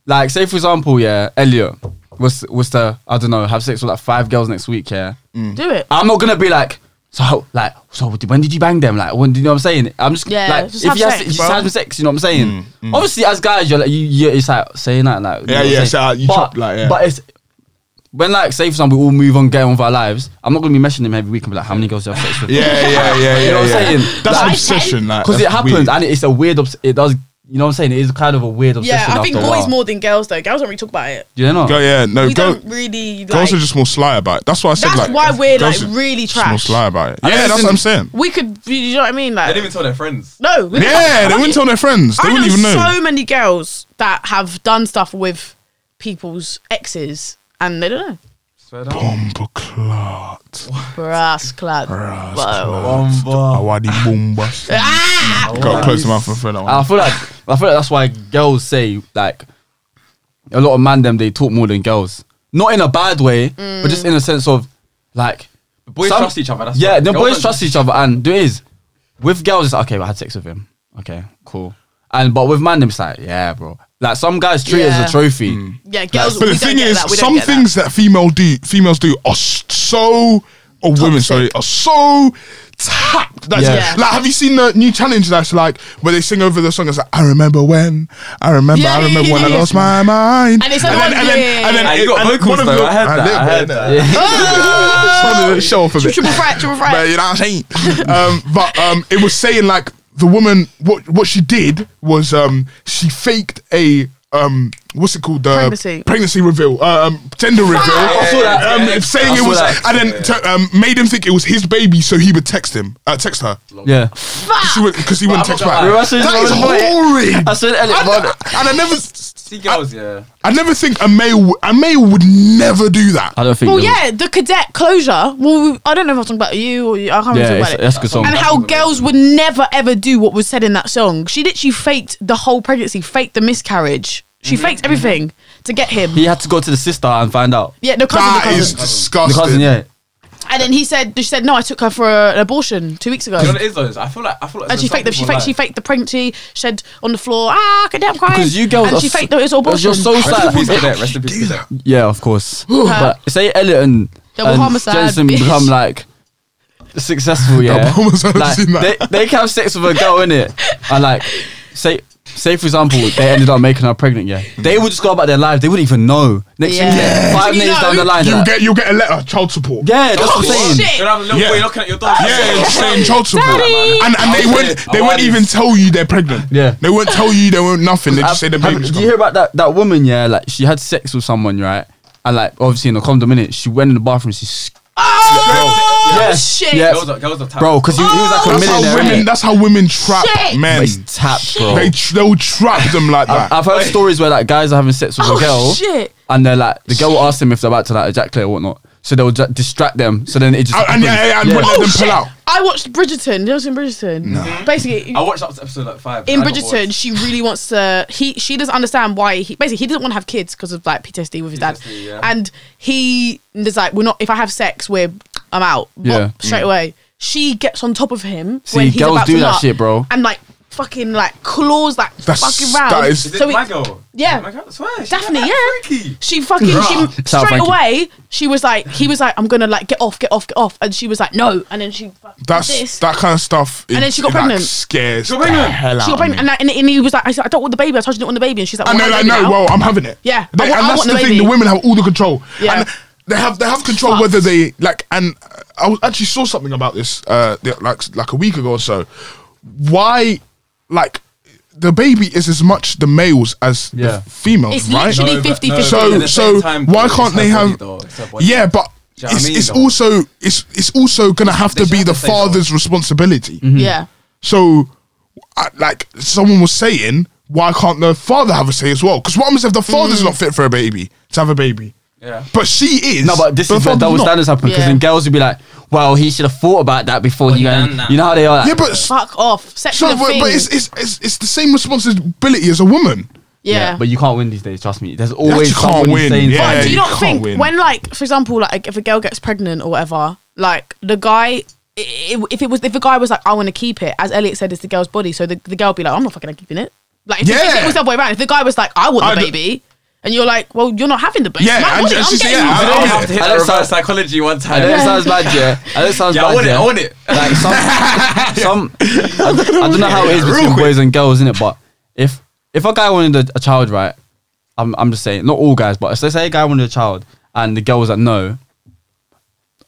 Speaker 4: like say for example, yeah, Elliot was was to I don't know have sex with like five girls next week, yeah.
Speaker 3: Do it.
Speaker 4: I'm not gonna be like so how- like so when did you bang them? Like when do you know what I'm saying? I'm just
Speaker 3: Yeah,
Speaker 4: like
Speaker 3: just
Speaker 4: if
Speaker 3: have
Speaker 4: you
Speaker 3: sex,
Speaker 4: have just
Speaker 3: bro.
Speaker 4: having sex, you know what I'm saying? Obviously, as guys, you're like you, you it's like saying that like you
Speaker 2: Mm, Yeah,
Speaker 4: know what I'm
Speaker 2: yeah,
Speaker 4: saying?
Speaker 2: so, like, you
Speaker 4: but,
Speaker 2: chop, like, yeah.
Speaker 4: but it's. When like say for example we all move on, get on with our lives, I'm not gonna be messaging him every week and be like, how many girls do you have sex with?
Speaker 2: Yeah, yeah, yeah, yeah.
Speaker 4: You know what I'm
Speaker 2: yeah.
Speaker 4: saying?
Speaker 2: That's
Speaker 4: Like,
Speaker 2: obsession, like
Speaker 4: because it
Speaker 2: that's
Speaker 4: happens
Speaker 2: weird.
Speaker 4: and it's a weird obs- it does You know what I'm saying? It is kind of a weird obsession.
Speaker 3: Yeah, I think
Speaker 4: after a
Speaker 3: boys
Speaker 4: while.
Speaker 3: more than girls though. Girls don't really talk about it.
Speaker 4: Do you know?
Speaker 2: Go, yeah, no,
Speaker 3: we
Speaker 2: go.
Speaker 3: don't really. Like,
Speaker 2: Girls are just more sly about it. That's why I said
Speaker 3: That's
Speaker 2: like.
Speaker 3: why we're,
Speaker 2: girls
Speaker 3: like,
Speaker 2: are
Speaker 3: really
Speaker 2: just More
Speaker 3: trash.
Speaker 2: sly about it.
Speaker 1: I
Speaker 2: Yeah,
Speaker 1: don't
Speaker 2: that's what
Speaker 1: think-
Speaker 2: I'm saying.
Speaker 3: we could. You know what I mean?
Speaker 1: They
Speaker 3: Like
Speaker 1: didn't even tell their friends.
Speaker 3: no. we-
Speaker 2: Yeah, they
Speaker 3: I-
Speaker 2: wouldn't tell their friends. They
Speaker 3: I know
Speaker 2: wouldn't even know.
Speaker 3: so many girls that have done stuff with people's exes and they don't know.
Speaker 1: Swear down.
Speaker 2: Bomba clot.
Speaker 3: Brass clad.
Speaker 2: Brass
Speaker 3: Whoa.
Speaker 1: Bomba.
Speaker 2: Awadi bomba.
Speaker 3: Ah!
Speaker 2: Got close to mouth for a friend. that
Speaker 4: And I
Speaker 2: one.
Speaker 4: feel like I feel like that's why girls say like a lot of man them they talk more than girls. Not in a bad way, but just in a sense of like
Speaker 1: Boys trust each other, that's
Speaker 4: yeah,
Speaker 1: why.
Speaker 4: the
Speaker 1: Girls
Speaker 4: boys
Speaker 1: don't
Speaker 4: trust each other, and there is with girls it's like, okay, well, I had sex with him. Okay, cool. And but with man them it's like yeah, bro. Like some guys treat it
Speaker 3: Yeah.
Speaker 4: as a trophy.
Speaker 1: Hmm.
Speaker 3: Yeah, girls.
Speaker 2: But
Speaker 3: we
Speaker 2: the
Speaker 3: don't
Speaker 2: thing
Speaker 3: get
Speaker 2: is,
Speaker 3: that, we don't
Speaker 2: some
Speaker 3: get that.
Speaker 2: things that female do, females do are s- so, or women, sorry, are so tapped. That's
Speaker 4: Yeah.
Speaker 2: it.
Speaker 4: Yeah.
Speaker 2: Like, have you seen the new challenge that's like, where they sing over the song, it's like, I remember when, I remember, I
Speaker 3: Yeah,
Speaker 2: remember
Speaker 3: yeah,
Speaker 2: when I
Speaker 3: yeah,
Speaker 2: lost my mind.
Speaker 3: And it's
Speaker 2: and
Speaker 3: like,
Speaker 2: then, and then, and then,
Speaker 1: yeah, yeah, yeah. Ah, you got
Speaker 2: and then
Speaker 1: vocals
Speaker 2: one of
Speaker 1: though,
Speaker 2: the-
Speaker 1: I heard
Speaker 2: I
Speaker 1: that,
Speaker 2: did,
Speaker 1: I
Speaker 2: but
Speaker 1: heard
Speaker 2: then,
Speaker 1: that.
Speaker 2: (laughs) uh, trying
Speaker 3: (laughs)
Speaker 2: to show off a bit.
Speaker 3: Triple threat, triple
Speaker 2: (laughs) But
Speaker 3: threat.
Speaker 2: you know what I'm saying? (laughs) um, but um, it was saying like the woman, what what she did was um, she faked a um, what's it called? The
Speaker 3: Pregnancy.
Speaker 2: reveal, uh, um, gender reveal.
Speaker 1: Ah, I saw that.
Speaker 2: Um,
Speaker 1: Yeah.
Speaker 2: saying
Speaker 1: I
Speaker 2: it
Speaker 1: saw
Speaker 2: was,
Speaker 1: that.
Speaker 2: and then t- um, made him think it was his baby, so he would text him, uh, text her,
Speaker 4: Yeah,
Speaker 2: because he wouldn't text
Speaker 1: not
Speaker 2: back.
Speaker 1: gonna
Speaker 4: lie. Russell's
Speaker 2: That is
Speaker 4: not gonna lie.
Speaker 2: horrid.
Speaker 4: I said Elliot,
Speaker 2: And,
Speaker 4: man,
Speaker 2: and I never,
Speaker 1: See girls, yeah.
Speaker 2: I never think a male, w- a male would never do that.
Speaker 4: I don't think.
Speaker 3: Well,
Speaker 4: there was-
Speaker 3: yeah, the cadet closure. Well, we- I don't know if I'm talking about you or you, I can't
Speaker 4: yeah,
Speaker 3: remember
Speaker 4: it's-
Speaker 3: talk about
Speaker 4: that's
Speaker 3: it.
Speaker 4: a good song.
Speaker 3: And how girls would never ever do what was said in that song. She literally faked the whole pregnancy, faked the miscarriage. She faked everything to get him.
Speaker 4: He had to go to the sister and find out.
Speaker 3: Yeah, no cousin, the
Speaker 2: That
Speaker 3: cousin.
Speaker 2: is
Speaker 4: The
Speaker 2: disgusting.
Speaker 4: cousin, yeah.
Speaker 3: And then he said, she said, no, I took her for a, an abortion two weeks ago.
Speaker 1: You know what it is though? is I feel like I feel like.
Speaker 3: And she faked, the, she, faked, she faked the pregnancy, shed on the floor, ah, cadet, I'm crying.
Speaker 4: Because you girls
Speaker 3: and
Speaker 4: are
Speaker 3: she
Speaker 4: so-
Speaker 3: faked the, it was an
Speaker 4: because
Speaker 3: abortion.
Speaker 4: you're so sad.
Speaker 1: Rest in peace, Cadet. Rest in peace, Cadet.
Speaker 4: Yeah,
Speaker 3: (gasps)
Speaker 4: of course. but say Elliot and,
Speaker 3: Double
Speaker 4: and
Speaker 3: homicide,
Speaker 4: Jensen
Speaker 3: bitch. (laughs)
Speaker 4: become like successful, yeah.
Speaker 2: Double homicide, I've
Speaker 4: like,
Speaker 2: seen that.
Speaker 4: They, they can have sex with a girl
Speaker 2: (laughs)
Speaker 4: in it, and like say. Say for example, they ended up making her pregnant. Yeah, they would just go about their lives. They wouldn't even know. Next
Speaker 3: Yeah.
Speaker 4: thing,
Speaker 3: Yeah.
Speaker 4: five
Speaker 3: You
Speaker 4: minutes
Speaker 3: know,
Speaker 4: down the line, they're
Speaker 2: You'll
Speaker 4: like,
Speaker 2: get, you'll get a letter, child support.
Speaker 4: yeah, that's what I'm
Speaker 3: Oh,
Speaker 4: saying.
Speaker 3: shit.
Speaker 1: You're gonna have a little
Speaker 2: Yeah.
Speaker 1: boy looking at your dog.
Speaker 2: Yeah, saying child support.
Speaker 3: Daddy.
Speaker 2: And, and they
Speaker 1: Oh,
Speaker 2: won't
Speaker 1: shit.
Speaker 2: they
Speaker 1: Oh,
Speaker 2: won't
Speaker 1: that
Speaker 2: even
Speaker 1: is-
Speaker 2: tell you they're pregnant.
Speaker 4: Yeah.
Speaker 2: They won't tell you, they won't nothing. They just say the
Speaker 4: Have- have-
Speaker 2: baby's
Speaker 4: do
Speaker 2: gone.
Speaker 4: you hear about that that woman? Yeah, like she had sex with someone, right? And like obviously in a condom, minute she went in the bathroom. She, s-
Speaker 3: Oh,
Speaker 4: Yeah.
Speaker 3: shit.
Speaker 4: Yeah.
Speaker 1: Girls are girls are tapped.
Speaker 4: bro, because he, he was
Speaker 3: Oh,
Speaker 4: like a
Speaker 2: That's how
Speaker 4: millionaire.
Speaker 2: women
Speaker 4: innit?
Speaker 2: that's how women trap
Speaker 3: Shit.
Speaker 4: But
Speaker 2: men.
Speaker 4: he's tapped, bro.
Speaker 2: They tr- they'll trap them like that.
Speaker 4: I've heard stories where like guys are having sex with
Speaker 3: Oh,
Speaker 4: a girl,
Speaker 3: shit.
Speaker 4: and they're like the girl will ask them if they're about to like ejaculate or whatnot, so they'll ju- distract them. So then it just
Speaker 2: Oh, And- and- yeah, and
Speaker 4: Yeah.
Speaker 2: wouldn't let
Speaker 3: Oh,
Speaker 2: them
Speaker 3: shit.
Speaker 2: pull out.
Speaker 3: I watched Bridgerton. You ever seen Bridgerton? No. Basically,
Speaker 1: I watched up to episode like five.
Speaker 3: in
Speaker 1: I got
Speaker 3: Bridgerton,
Speaker 1: bored.
Speaker 3: she really wants to. He she doesn't understand why he basically he doesn't want to have kids because of like PTSD with his dad,
Speaker 1: PTSD, yeah.
Speaker 3: and he is like, we're not. If I have sex, we're I'm out But
Speaker 4: Yeah.
Speaker 3: straight away. She gets on top of him
Speaker 4: See,
Speaker 3: when he's
Speaker 4: girls
Speaker 3: about
Speaker 4: do
Speaker 3: to
Speaker 4: that
Speaker 3: nut
Speaker 4: shit, bro.
Speaker 3: and like fucking like claws like
Speaker 2: That's-
Speaker 3: fucking round.
Speaker 2: that is-
Speaker 1: Is it
Speaker 3: so
Speaker 1: my
Speaker 3: it-
Speaker 1: girl?
Speaker 3: Yeah.
Speaker 1: My girl? I swear, she's
Speaker 3: Daphne,
Speaker 1: like
Speaker 3: yeah.
Speaker 1: Freaky.
Speaker 3: She fucking she
Speaker 4: Shout out
Speaker 3: straight
Speaker 4: Frankie.
Speaker 3: away. She was like, he was like, I'm gonna like get off, get off, get off, and she was like, no, and then she fucking
Speaker 2: That's
Speaker 3: this.
Speaker 2: that kind of stuff.
Speaker 3: And then she got pregnant.
Speaker 2: scares
Speaker 1: She got
Speaker 2: the
Speaker 1: pregnant.
Speaker 2: hell
Speaker 3: she
Speaker 2: out
Speaker 3: got
Speaker 2: of
Speaker 3: pregnant,
Speaker 2: me.
Speaker 3: and, and, and he was like, I, said, I don't want the baby. I told you I didn't want the baby, and she's like,
Speaker 2: And
Speaker 3: well,
Speaker 2: they're
Speaker 3: I
Speaker 2: like,
Speaker 3: want the baby
Speaker 2: no,
Speaker 3: now.
Speaker 2: well, I'm having it.
Speaker 3: Yeah,
Speaker 2: They-
Speaker 3: I
Speaker 2: and
Speaker 3: want- I
Speaker 2: that's
Speaker 3: want
Speaker 2: the
Speaker 3: the
Speaker 2: thing.
Speaker 3: baby.
Speaker 2: The women have all the control.
Speaker 3: Yeah.
Speaker 2: And they have they have control
Speaker 3: Fucked.
Speaker 2: whether they like. And I was, actually saw something about this uh the- like like a week ago or so. Why, like, the baby is as much the males as
Speaker 4: Yeah.
Speaker 2: the females,
Speaker 3: It's
Speaker 2: right?
Speaker 3: literally-
Speaker 1: No, but-
Speaker 3: 50,
Speaker 1: no,
Speaker 3: 50.
Speaker 1: but at
Speaker 2: so
Speaker 1: the
Speaker 2: so
Speaker 1: same time,
Speaker 2: why
Speaker 1: it's
Speaker 2: can't
Speaker 1: her
Speaker 2: they
Speaker 1: body
Speaker 2: have?
Speaker 1: though, it's her body.
Speaker 2: Yeah, but.
Speaker 1: Do you know what I
Speaker 2: it's,
Speaker 1: mean,
Speaker 2: it's
Speaker 1: though?
Speaker 2: also it's it's also gonna have
Speaker 1: They
Speaker 2: to be
Speaker 1: should
Speaker 2: the
Speaker 1: have to say so.
Speaker 2: father's responsibility.
Speaker 3: Yeah.
Speaker 2: So, I, like someone was saying, why can't the father have a say as well? Because what happens if the father's
Speaker 3: Mm.
Speaker 2: not fit for a baby to have a baby?
Speaker 1: Yeah.
Speaker 2: But she is.
Speaker 4: No, but this
Speaker 2: the
Speaker 4: is where
Speaker 2: father's
Speaker 4: double
Speaker 2: not.
Speaker 4: standards happen because
Speaker 3: Yeah.
Speaker 4: then girls would be like, "Well, he should have thought about that before he
Speaker 1: he
Speaker 4: went."
Speaker 1: done that.
Speaker 4: You know how they are. Like,
Speaker 2: Yeah, but s-
Speaker 3: Fuck off. Sex
Speaker 2: so,
Speaker 3: is a
Speaker 2: but,
Speaker 3: thing.
Speaker 2: but it's, it's it's it's the same responsibility as a woman.
Speaker 3: yeah.
Speaker 4: but you can't win these days. Trust me. There's
Speaker 2: you
Speaker 4: always
Speaker 2: can't
Speaker 4: someone
Speaker 2: win.
Speaker 4: saying
Speaker 2: Yeah,
Speaker 4: something.
Speaker 3: do you
Speaker 2: you
Speaker 3: not
Speaker 2: can't
Speaker 3: think
Speaker 2: win.
Speaker 3: when, like, for example, like if a girl gets pregnant or whatever, like the guy. i- i- If it was, if a guy was like, I want to keep it, as Elliot said, it's the girl's body, so the, the girl would be like, I'm not fucking keeping it. Like, if,
Speaker 2: Yeah.
Speaker 3: if it was the other way around, if the guy was like, I want the
Speaker 2: I d-
Speaker 3: baby, and you're like, well, you're not having the baby.
Speaker 2: Yeah,
Speaker 3: My
Speaker 2: and-
Speaker 3: body,
Speaker 2: and
Speaker 3: I'm
Speaker 2: she's-
Speaker 3: getting
Speaker 2: yeah,
Speaker 3: it.
Speaker 1: I
Speaker 4: I
Speaker 1: didn't
Speaker 4: don't-
Speaker 1: have to hit
Speaker 4: I
Speaker 1: the
Speaker 4: don't
Speaker 1: reverse
Speaker 4: sound-
Speaker 1: psychology one
Speaker 4: I
Speaker 1: time.
Speaker 4: know it sounds bad, yeah. I know it sounds
Speaker 1: Yeah, I
Speaker 4: bad,
Speaker 1: want it.
Speaker 4: yeah.
Speaker 1: I want it. (laughs)
Speaker 4: Like some, some. I, I don't know how it is
Speaker 2: Real
Speaker 4: between
Speaker 2: quick.
Speaker 4: boys and girls, innit? But if if a guy wanted a, a child, right? I'm I'm just saying, not all guys, but if they say a guy wanted a child and the girl was like, no.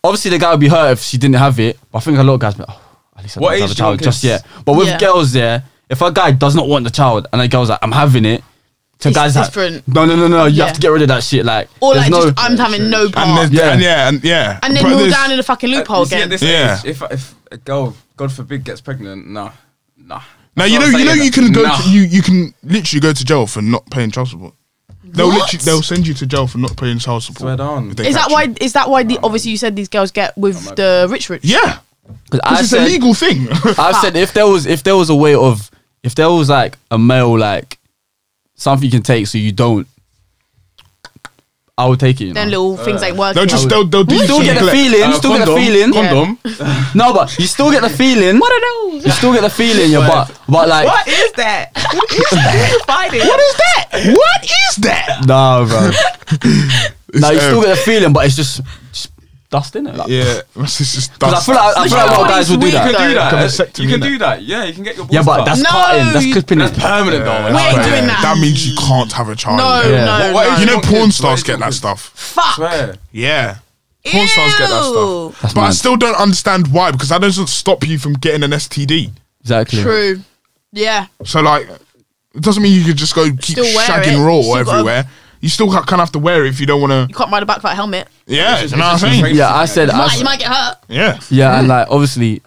Speaker 4: Obviously, the guy would be hurt if she didn't have it. But I think a lot of guys, be like, oh, at least I
Speaker 1: What
Speaker 4: didn't have
Speaker 1: age
Speaker 4: a
Speaker 1: do you
Speaker 4: child
Speaker 1: want
Speaker 4: just
Speaker 1: kids?
Speaker 4: yet. But with
Speaker 3: Yeah.
Speaker 4: girls, there, If a guy does not want the child and a girl's like, I'm having it, to
Speaker 3: It's
Speaker 4: guys like,
Speaker 3: different.
Speaker 4: no, no, no, no, you
Speaker 3: Yeah.
Speaker 4: have to get rid of that shit. Like,
Speaker 3: Or
Speaker 4: there's
Speaker 3: like,
Speaker 4: no,
Speaker 3: just, I'm having no
Speaker 2: And there's-
Speaker 3: part. And,
Speaker 4: Yeah.
Speaker 2: and yeah, and yeah.
Speaker 3: Oh. then
Speaker 2: But
Speaker 3: you're
Speaker 2: there's- Uh,
Speaker 3: down in the fucking loophole
Speaker 1: You see, at
Speaker 3: again.
Speaker 1: this
Speaker 2: Yeah.
Speaker 1: age, if if a girl, God forbid, gets pregnant, nah, nah.
Speaker 2: Now
Speaker 1: That's
Speaker 2: you know,
Speaker 1: what I'm
Speaker 2: you know,
Speaker 1: saying,
Speaker 2: you can go.
Speaker 1: nah.
Speaker 2: To, you you can literally go to jail for not paying child support. They'll
Speaker 3: What?
Speaker 2: literally they'll send you to jail for not paying child support.
Speaker 1: Swear down.
Speaker 2: if they
Speaker 3: Is that
Speaker 2: catch
Speaker 3: why?
Speaker 2: you.
Speaker 3: Is that why? The, obviously, you said these girls get
Speaker 4: Oh
Speaker 3: with the rich rich.
Speaker 2: Yeah,
Speaker 4: 'Cause I
Speaker 2: because it's a
Speaker 4: said-
Speaker 2: legal thing. (laughs)
Speaker 4: I've said if there was if there was a way of if there was like a male like something you can take so you don't, I would take it. You know?
Speaker 3: Then little things
Speaker 4: Uh,
Speaker 3: ain't working.
Speaker 2: they'll just they'll they'll do
Speaker 4: you still
Speaker 2: some
Speaker 4: get the
Speaker 2: neglect.
Speaker 4: feeling.
Speaker 1: Uh,
Speaker 4: still
Speaker 1: condom,
Speaker 4: get the feeling.
Speaker 1: Condom.
Speaker 4: No, but you still get the feeling.
Speaker 3: what are those?
Speaker 4: You still get the feeling. Yeah, but but like
Speaker 5: is that? What is that? Find it.
Speaker 2: What is that? What is that?
Speaker 4: nah, bro. nah, you
Speaker 2: It's,
Speaker 4: still
Speaker 2: um,
Speaker 4: get the feeling, but it's just, just dust in it. Like,
Speaker 2: yeah. (laughs) It's just
Speaker 4: Because I feel like I feel like a lot of
Speaker 3: Nobody's
Speaker 4: guys will do
Speaker 3: weak,
Speaker 1: You
Speaker 4: that.
Speaker 3: though.
Speaker 1: can do
Speaker 2: Like a
Speaker 1: that.
Speaker 2: vasectomy,
Speaker 1: You can
Speaker 2: innit?
Speaker 1: do that. Yeah, you can get your balls
Speaker 4: Yeah, but
Speaker 1: cut.
Speaker 4: that's
Speaker 3: No,
Speaker 4: cutting. That's
Speaker 3: you-
Speaker 4: clipping
Speaker 1: that's
Speaker 4: it.
Speaker 1: permanent though.
Speaker 3: Wait,
Speaker 1: That's
Speaker 3: doing
Speaker 1: permanent.
Speaker 3: that.
Speaker 2: That means you can't have a child.
Speaker 3: No,
Speaker 4: Yeah.
Speaker 3: no,
Speaker 1: What- what
Speaker 3: no.
Speaker 1: is
Speaker 2: You
Speaker 1: your
Speaker 2: know,
Speaker 1: Don't
Speaker 2: porn
Speaker 1: kiss,
Speaker 2: stars
Speaker 1: don't
Speaker 2: get that
Speaker 1: kiss.
Speaker 2: stuff.
Speaker 3: Fuck.
Speaker 1: Swear.
Speaker 2: Yeah. Porn stars get that
Speaker 3: Ew.
Speaker 2: stuff.
Speaker 4: That's
Speaker 2: But I
Speaker 4: mad.
Speaker 2: still don't understand why because that doesn't stop you from getting an STD.
Speaker 4: Exactly.
Speaker 3: True. Yeah.
Speaker 2: So like, it doesn't mean you could just go keep
Speaker 3: Still wear
Speaker 2: shagging
Speaker 3: it.
Speaker 2: raw
Speaker 3: Still gotta-
Speaker 2: everywhere. you still ha- kind of have to wear it if you don't want to.
Speaker 3: You can't ride a bike without a helmet.
Speaker 2: Yeah,
Speaker 1: It's
Speaker 2: you know what I'm
Speaker 1: just- it's
Speaker 2: saying.
Speaker 1: just
Speaker 4: Yeah, I said. I
Speaker 3: Might-
Speaker 4: said
Speaker 3: you might get hurt.
Speaker 2: Yeah,
Speaker 4: Yeah, and like obviously,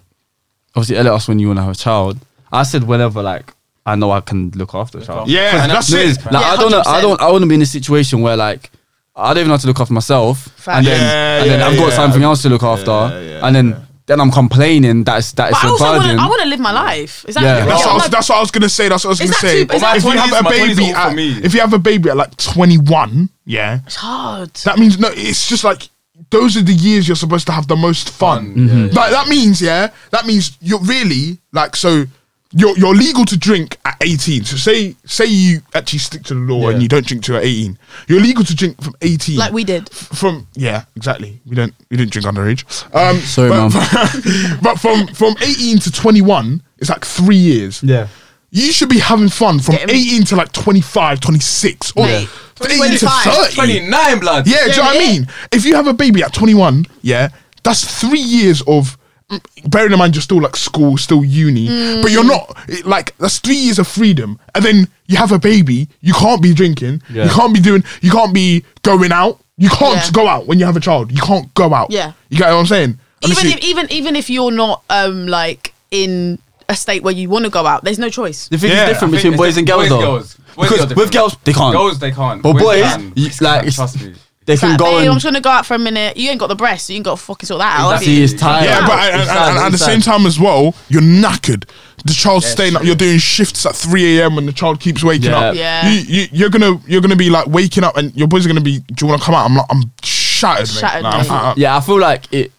Speaker 4: obviously, Elliot asked when you want to have a child. I said whenever, like I know I can look after a child.
Speaker 2: Yeah,
Speaker 4: And
Speaker 2: that's
Speaker 4: the thing
Speaker 2: it.
Speaker 4: is, Like
Speaker 3: Yeah,
Speaker 4: I don't, know, I
Speaker 3: 100%.
Speaker 4: don't, I want to be in a situation where like I don't even know how to look after myself,
Speaker 3: Fact.
Speaker 4: and then
Speaker 2: Yeah,
Speaker 4: and then
Speaker 2: yeah,
Speaker 4: I've got
Speaker 2: yeah.
Speaker 4: something else to look after, and then then I'm complaining that's that's
Speaker 3: But I
Speaker 4: a
Speaker 3: also want
Speaker 4: burden.
Speaker 3: to. I want to live my life. Is that?
Speaker 4: Yeah.
Speaker 3: Yeah,
Speaker 2: that's,
Speaker 3: I'm
Speaker 2: what I was,
Speaker 3: like-
Speaker 2: that's what I was gonna say. That's what I was
Speaker 3: Is
Speaker 2: gonna
Speaker 3: that
Speaker 2: say.
Speaker 3: too- is that
Speaker 2: if you
Speaker 1: too-
Speaker 2: have a
Speaker 1: my 20s
Speaker 2: baby
Speaker 1: all for
Speaker 2: at,
Speaker 1: me.
Speaker 2: if you have a baby at like 21, yeah,
Speaker 3: it's hard.
Speaker 2: that means no. It's just like those are the years you're supposed to have the most fun. Mm-hmm.
Speaker 1: Fun, yeah,
Speaker 4: Mm.
Speaker 1: Mhm.
Speaker 2: Like that means yeah, that means you're really like so. You're, you're legal to drink at 18. So say say you actually stick to the law and
Speaker 1: Yeah.
Speaker 2: you don't drink till you're 18. You're legal to drink from 18.
Speaker 3: like we did.
Speaker 2: from yeah exactly we don't we didn't drink underage um
Speaker 4: (laughs) Sorry,
Speaker 2: but,
Speaker 4: mum.
Speaker 2: (laughs) but from from 18 to 21 it's like three years
Speaker 4: yeah,
Speaker 2: you should be having fun from
Speaker 3: Getting-
Speaker 2: 18 to like 25 26 or
Speaker 3: Mate,
Speaker 2: 18 to
Speaker 3: 25.
Speaker 2: 30
Speaker 1: 29 blood.
Speaker 2: yeah, do you know what I
Speaker 3: Yeah.
Speaker 2: mean? If you have a baby at 21, yeah, that's three years of. mm, Bearing in mind you're still like school, still uni, but you're not it- like that's three years of freedom. And then you have a baby, you can't be drinking,
Speaker 4: Yeah.
Speaker 2: you can't be doing, you can't be going out, you can't
Speaker 3: Yeah.
Speaker 2: go out when you have a child. You can't go out.
Speaker 3: Yeah.
Speaker 2: you get what I'm saying? Unless
Speaker 3: Even
Speaker 2: you-
Speaker 3: if, even even if you're not um like in a state where you want to go out, there's no choice.
Speaker 4: the thing
Speaker 2: Yeah,
Speaker 4: is different
Speaker 1: I think
Speaker 4: between
Speaker 1: it's
Speaker 4: boys and girls
Speaker 1: different.
Speaker 4: though.
Speaker 1: Boys and girls. Boys and
Speaker 4: because
Speaker 1: girls
Speaker 4: with
Speaker 1: different.
Speaker 4: girls they
Speaker 1: Girls, they can't.
Speaker 4: can't. but
Speaker 1: Boys
Speaker 4: boys,
Speaker 1: can.
Speaker 4: you- like it's-
Speaker 1: trust me.
Speaker 4: they
Speaker 3: It's
Speaker 4: can
Speaker 3: like,
Speaker 4: go
Speaker 3: babe,
Speaker 4: and
Speaker 3: I'm just gonna go out for a minute. You ain't got the breast, so you ain't got to fucking sort that out. have
Speaker 4: see
Speaker 3: you?
Speaker 4: his time.
Speaker 2: yeah, but and, and- and at the same time as well, you're knackered. The child's staying up. You're doing shifts at 3 a.m. when the child keeps waking
Speaker 4: Yeah.
Speaker 2: up.
Speaker 3: Yeah.
Speaker 2: You, you, you're gonna you're gonna be like waking up, and your boys are gonna be. Do you want to come out? I'm like I'm shattered. mate.
Speaker 3: Shattered,
Speaker 2: Like, I'm
Speaker 3: mate.
Speaker 2: fat up.
Speaker 4: Yeah, I feel like it.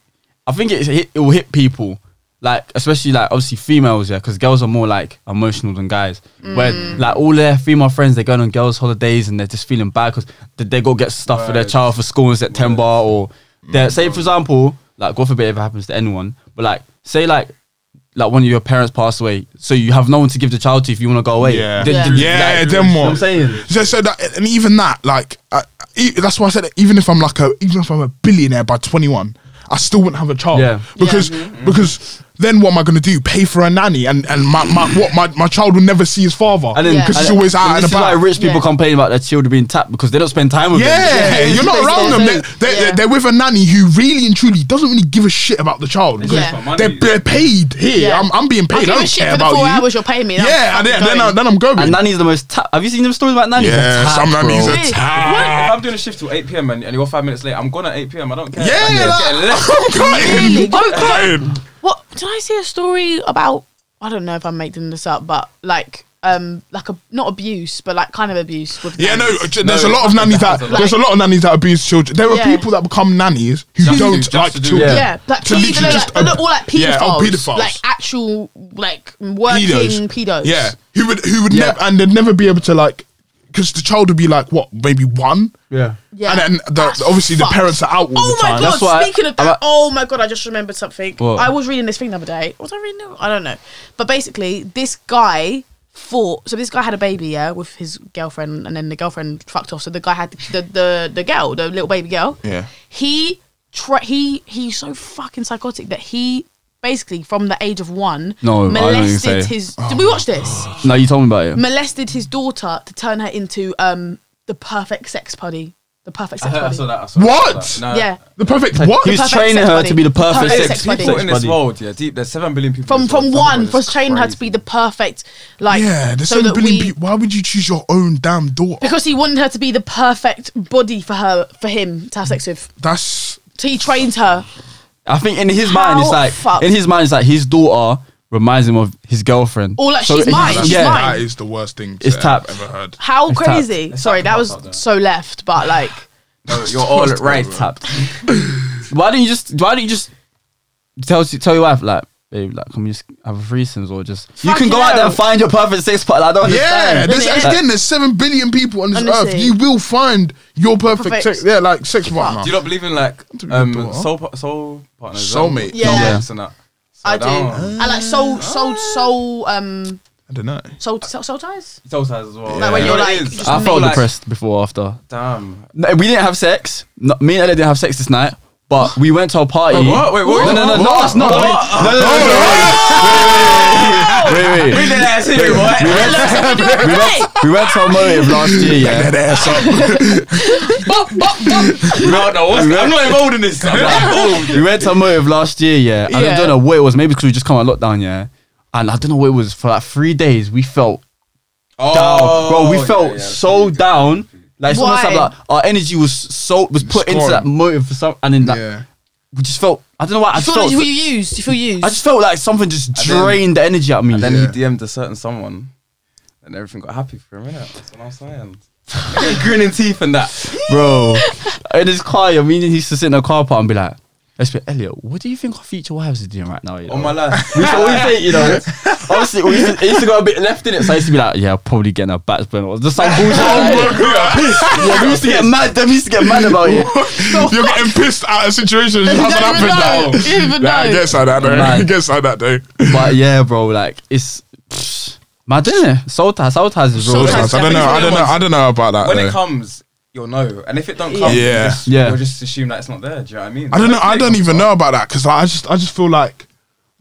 Speaker 4: I think it's hit, it will hit people, like especially like obviously females, yeah, because girls are more like emotional than guys.
Speaker 3: Mm.
Speaker 4: When like all their female friends, they're going on girls' holidays and they're just feeling bad because they, they go get stuff for their
Speaker 1: Right.
Speaker 4: child for school in September or they're
Speaker 3: Mm.
Speaker 4: say for example, like God forbid if it happens to anyone, but like say like. Like one of your parents passed away, so you have no one to give the child to if you want to go away.
Speaker 2: Yeah.
Speaker 4: Then-
Speaker 3: Yeah.
Speaker 4: then-
Speaker 2: Yeah,
Speaker 4: like,
Speaker 2: then
Speaker 4: you know
Speaker 2: what?
Speaker 4: I'm saying,
Speaker 2: So, so that and even that, like, I, e that's why I said that even if I'm like a, even if I'm a billionaire by 21, I still wouldn't have a child
Speaker 4: Yeah.
Speaker 2: because
Speaker 3: Mm-hmm.
Speaker 2: because then what am I going to do? Pay for a nanny and and my, my what my, my child will never see his father
Speaker 4: and then
Speaker 3: Yeah.
Speaker 2: because he's always out and
Speaker 4: this is why
Speaker 2: about.
Speaker 4: rich people
Speaker 3: Yeah.
Speaker 4: complain about their children being tapped because they don't spend time with them. (laughs)
Speaker 2: Yeah,
Speaker 3: Yeah,
Speaker 2: you're not
Speaker 3: it's
Speaker 2: around them. They're,
Speaker 3: basically the same.
Speaker 2: they're,
Speaker 3: Yeah.
Speaker 2: they're with a nanny who really and truly doesn't really give a shit about the child. because
Speaker 3: Yeah.
Speaker 1: Money.
Speaker 2: They're, they're paid here.
Speaker 3: Yeah.
Speaker 2: I'm, I'm being
Speaker 3: I
Speaker 2: paid. I,
Speaker 3: give a
Speaker 2: don't
Speaker 3: shit
Speaker 2: care
Speaker 3: for the
Speaker 2: about
Speaker 3: four
Speaker 2: you.
Speaker 3: hours you're paying me. That's
Speaker 2: yeah, and
Speaker 3: fucking
Speaker 2: then, then, I,
Speaker 3: going.
Speaker 2: then I'm going.
Speaker 4: And Nanny's the most tapped. Have you seen them stories about Nanny?
Speaker 2: yeah, some nannies are
Speaker 3: Really?
Speaker 1: If
Speaker 2: tapped.
Speaker 1: I'm doing a shift till 8 p.m. and, and you're five minutes late, I'm gone at 8 p.m. I don't care.
Speaker 2: Yeah,
Speaker 1: I'm
Speaker 2: like-
Speaker 1: getting left.
Speaker 2: (laughs) I'm cutting. I'm
Speaker 3: Really?
Speaker 4: (laughs)
Speaker 3: Don't
Speaker 2: cutting.
Speaker 3: What did I see a story about? I don't know if I'm making this up, but like um like a not abuse, but like kind of abuse with
Speaker 2: Yeah, no.
Speaker 3: nannies.
Speaker 2: j- There's
Speaker 1: No,
Speaker 2: a lot of
Speaker 1: it
Speaker 2: nannies that
Speaker 1: happens a lot.
Speaker 2: there's a lot of nannies that abuse children. There are
Speaker 3: Yeah.
Speaker 2: people that become nannies who
Speaker 1: Just to-
Speaker 2: don't
Speaker 1: just to
Speaker 2: like
Speaker 1: do-
Speaker 2: children.
Speaker 4: Yeah.
Speaker 3: Yeah, like,
Speaker 2: To
Speaker 3: pe-
Speaker 2: literally
Speaker 3: no,
Speaker 2: just
Speaker 3: like, no, all like pedophiles,
Speaker 2: Yeah, oh, pedophiles.
Speaker 3: like actual like working pedos.
Speaker 2: Yeah, who would who would
Speaker 4: Yeah.
Speaker 2: never and they'd never be able to like because the child would be like what maybe one.
Speaker 4: Yeah.
Speaker 3: Yeah.
Speaker 2: And then the,
Speaker 3: That's
Speaker 2: obviously
Speaker 3: fucked.
Speaker 2: the parents are out all
Speaker 3: Oh
Speaker 2: the
Speaker 3: my
Speaker 2: time.
Speaker 3: god!
Speaker 4: That's why I-
Speaker 3: Speaking of that,
Speaker 4: I'm a-
Speaker 3: oh my god! I just remembered something.
Speaker 4: What?
Speaker 3: I was reading this thing the other day. Was I reading it? I don't know. But basically, this guy fought. So this guy had a baby, yeah, with his girlfriend, and then the girlfriend fucked off. So the guy had the the the girl, the little baby girl.
Speaker 2: Yeah.
Speaker 3: He tra- he he's so fucking psychotic that he basically from the age of one
Speaker 4: No, I don't even
Speaker 3: molested
Speaker 4: say.
Speaker 2: Oh
Speaker 3: his. Did we watch this?
Speaker 4: No, you told me about it.
Speaker 3: molested his daughter to turn her into um the perfect sex buddy. The perfect
Speaker 1: I,
Speaker 3: sex
Speaker 1: heard, I
Speaker 3: buddy.
Speaker 1: saw that. I saw that,
Speaker 2: What?
Speaker 1: I saw that. No,
Speaker 3: Yeah.
Speaker 2: The perfect what?
Speaker 4: He was
Speaker 3: perfect
Speaker 4: training
Speaker 3: sex
Speaker 4: her
Speaker 3: buddy.
Speaker 4: to be the perfect
Speaker 3: Perfect
Speaker 4: sex
Speaker 3: sex buddy.
Speaker 1: People in this
Speaker 4: buddy.
Speaker 1: world, yeah, deep. There's seven billion people.
Speaker 3: From
Speaker 1: in this world.
Speaker 3: from
Speaker 1: Seven
Speaker 3: one
Speaker 1: billion
Speaker 3: was
Speaker 1: is
Speaker 3: training her to be
Speaker 1: crazy.
Speaker 3: the perfect like
Speaker 2: yeah, there's
Speaker 3: so
Speaker 2: seven
Speaker 3: that
Speaker 2: billion
Speaker 3: we-
Speaker 2: people. Why would you choose your own damn daughter?
Speaker 3: because he wanted her to be the perfect body for her for him to have sex with.
Speaker 2: That's
Speaker 3: So he trained her.
Speaker 4: I think in his
Speaker 3: How
Speaker 4: mind, it's like
Speaker 3: fucked?
Speaker 4: in his mind, it's like his daughter reminds him of his girlfriend.
Speaker 3: Or Oh, like, she's
Speaker 4: it-
Speaker 3: mine,
Speaker 2: that's,
Speaker 3: she's
Speaker 4: yeah,
Speaker 3: mine.
Speaker 2: that is the worst thing
Speaker 4: It's
Speaker 2: that
Speaker 4: tapped.
Speaker 2: I've ever heard.
Speaker 3: How
Speaker 4: It's
Speaker 3: crazy!
Speaker 1: tapped. It's
Speaker 3: Sorry,
Speaker 1: tapped
Speaker 3: that
Speaker 1: up
Speaker 3: was
Speaker 1: out there.
Speaker 3: so left, but like
Speaker 1: No, you're all
Speaker 2: Just
Speaker 1: right.
Speaker 2: over.
Speaker 4: tapped. (coughs) why don't you just? Why don't you just tell tell your wife like? Babe, like, can we just have a threesomes or just? you can
Speaker 3: Fucking
Speaker 4: go out there
Speaker 3: hell.
Speaker 4: and find your perfect sex partner. I don't
Speaker 2: Yeah,
Speaker 4: understand.
Speaker 2: there's,
Speaker 3: Isn't it?
Speaker 2: again, there's seven billion people on this earth.
Speaker 3: Honestly.
Speaker 2: You will find your perfect,
Speaker 3: Perfect.
Speaker 2: sex. Yeah, like sex partner.
Speaker 1: Do you not believe in like
Speaker 2: To be your
Speaker 1: um
Speaker 2: daughter.
Speaker 1: soul pa- soul partners?
Speaker 2: Soulmate.
Speaker 1: Yeah. Oh.
Speaker 3: Yeah.
Speaker 1: Soulmates and that. So
Speaker 3: I do. And like soul, soul, soul, um,
Speaker 2: I don't know.
Speaker 3: soul, soul, soul ties.
Speaker 1: Soul ties as well.
Speaker 2: Like when
Speaker 1: You
Speaker 3: you're
Speaker 1: know what
Speaker 3: like,
Speaker 1: it is?
Speaker 3: you just
Speaker 4: I felt
Speaker 1: Like,
Speaker 4: depressed before after. (laughs)
Speaker 1: Damn.
Speaker 4: No, we didn't have sex. No, me and Ella didn't have sex this night, but we went to a party.
Speaker 1: Wait, what? Wait, what?
Speaker 4: No, no, no, no,
Speaker 1: What?
Speaker 4: that's not.
Speaker 1: What?
Speaker 4: No, no, no, no,
Speaker 1: (laughs)
Speaker 4: no, wait, wait, wait, wait, wait, wait,
Speaker 1: ass here,
Speaker 4: wait, wait, wait, wait, wait, wait. (laughs) We
Speaker 1: boy.
Speaker 4: went,
Speaker 3: What are you doing today?
Speaker 4: we went to a motive last year, yeah.
Speaker 2: That ass up.
Speaker 3: Bop, bop, bop.
Speaker 1: No, no, what's I'm not involved in this. I'm not
Speaker 4: (laughs)
Speaker 1: involved.
Speaker 4: we went to a motive last year, yeah. And I
Speaker 3: Yeah.
Speaker 4: don't know what it was. Maybe because we just come out of lockdown, yeah. And I don't know what it was. For like three days, we felt down,
Speaker 1: Oh,
Speaker 4: bro. We
Speaker 1: yeah,
Speaker 4: felt
Speaker 1: yeah.
Speaker 4: so down. Like, it's almost
Speaker 3: Why?
Speaker 4: like, like our energy was so was put into
Speaker 2: gone.
Speaker 4: that motive for some, and then like,
Speaker 2: Yeah.
Speaker 4: we just felt. I don't know why. I
Speaker 3: You
Speaker 4: just
Speaker 3: feel like
Speaker 4: felt.
Speaker 3: you were used. You feel used.
Speaker 4: I just felt like something just
Speaker 1: then-
Speaker 4: drained the energy out of me.
Speaker 1: Then
Speaker 2: Yeah.
Speaker 1: he DM'd a certain someone, and everything got happy for a minute. That's what I'm
Speaker 2: (laughs)
Speaker 1: saying. Look at Grinning teeth and that.
Speaker 4: bro. In his car, I mean, he used to sit in a car park and be like, let's be Elliot, what do you think our future wives are doing right now? You know?
Speaker 1: On my
Speaker 4: (laughs)
Speaker 1: life.
Speaker 4: we used to always say,
Speaker 1: (laughs)
Speaker 4: you know, obviously, we used to, it used to go a bit left in it, so I used to be like, yeah, probably getting a back burner
Speaker 1: (laughs)
Speaker 4: or just like bullshit.
Speaker 1: Oh
Speaker 4: like that. (laughs) yeah, we used to get mad, then we used to get mad about
Speaker 1: (laughs)
Speaker 2: (laughs)
Speaker 4: it.
Speaker 2: You're getting pissed at a situation that hasn't
Speaker 3: don't even
Speaker 2: happened.
Speaker 3: know. You don't even
Speaker 2: Nah, it
Speaker 3: know.
Speaker 2: gets like that though.
Speaker 4: Man.
Speaker 2: It gets like that though.
Speaker 4: But yeah, bro, like, it's pfft, mad, isn't it? Soul ties, soul ties is real.
Speaker 3: Soul ties.
Speaker 2: I don't know. I don't know. I don't know about that.
Speaker 1: When
Speaker 2: though.
Speaker 1: it comes, you'll know. And if it don't come,
Speaker 2: Yeah.
Speaker 1: You'll, just,
Speaker 4: Yeah.
Speaker 1: you'll just assume that it's not there. Do you know what I mean?
Speaker 2: I don't know.
Speaker 1: Like,
Speaker 2: I don't even know about that because I just, I just feel like,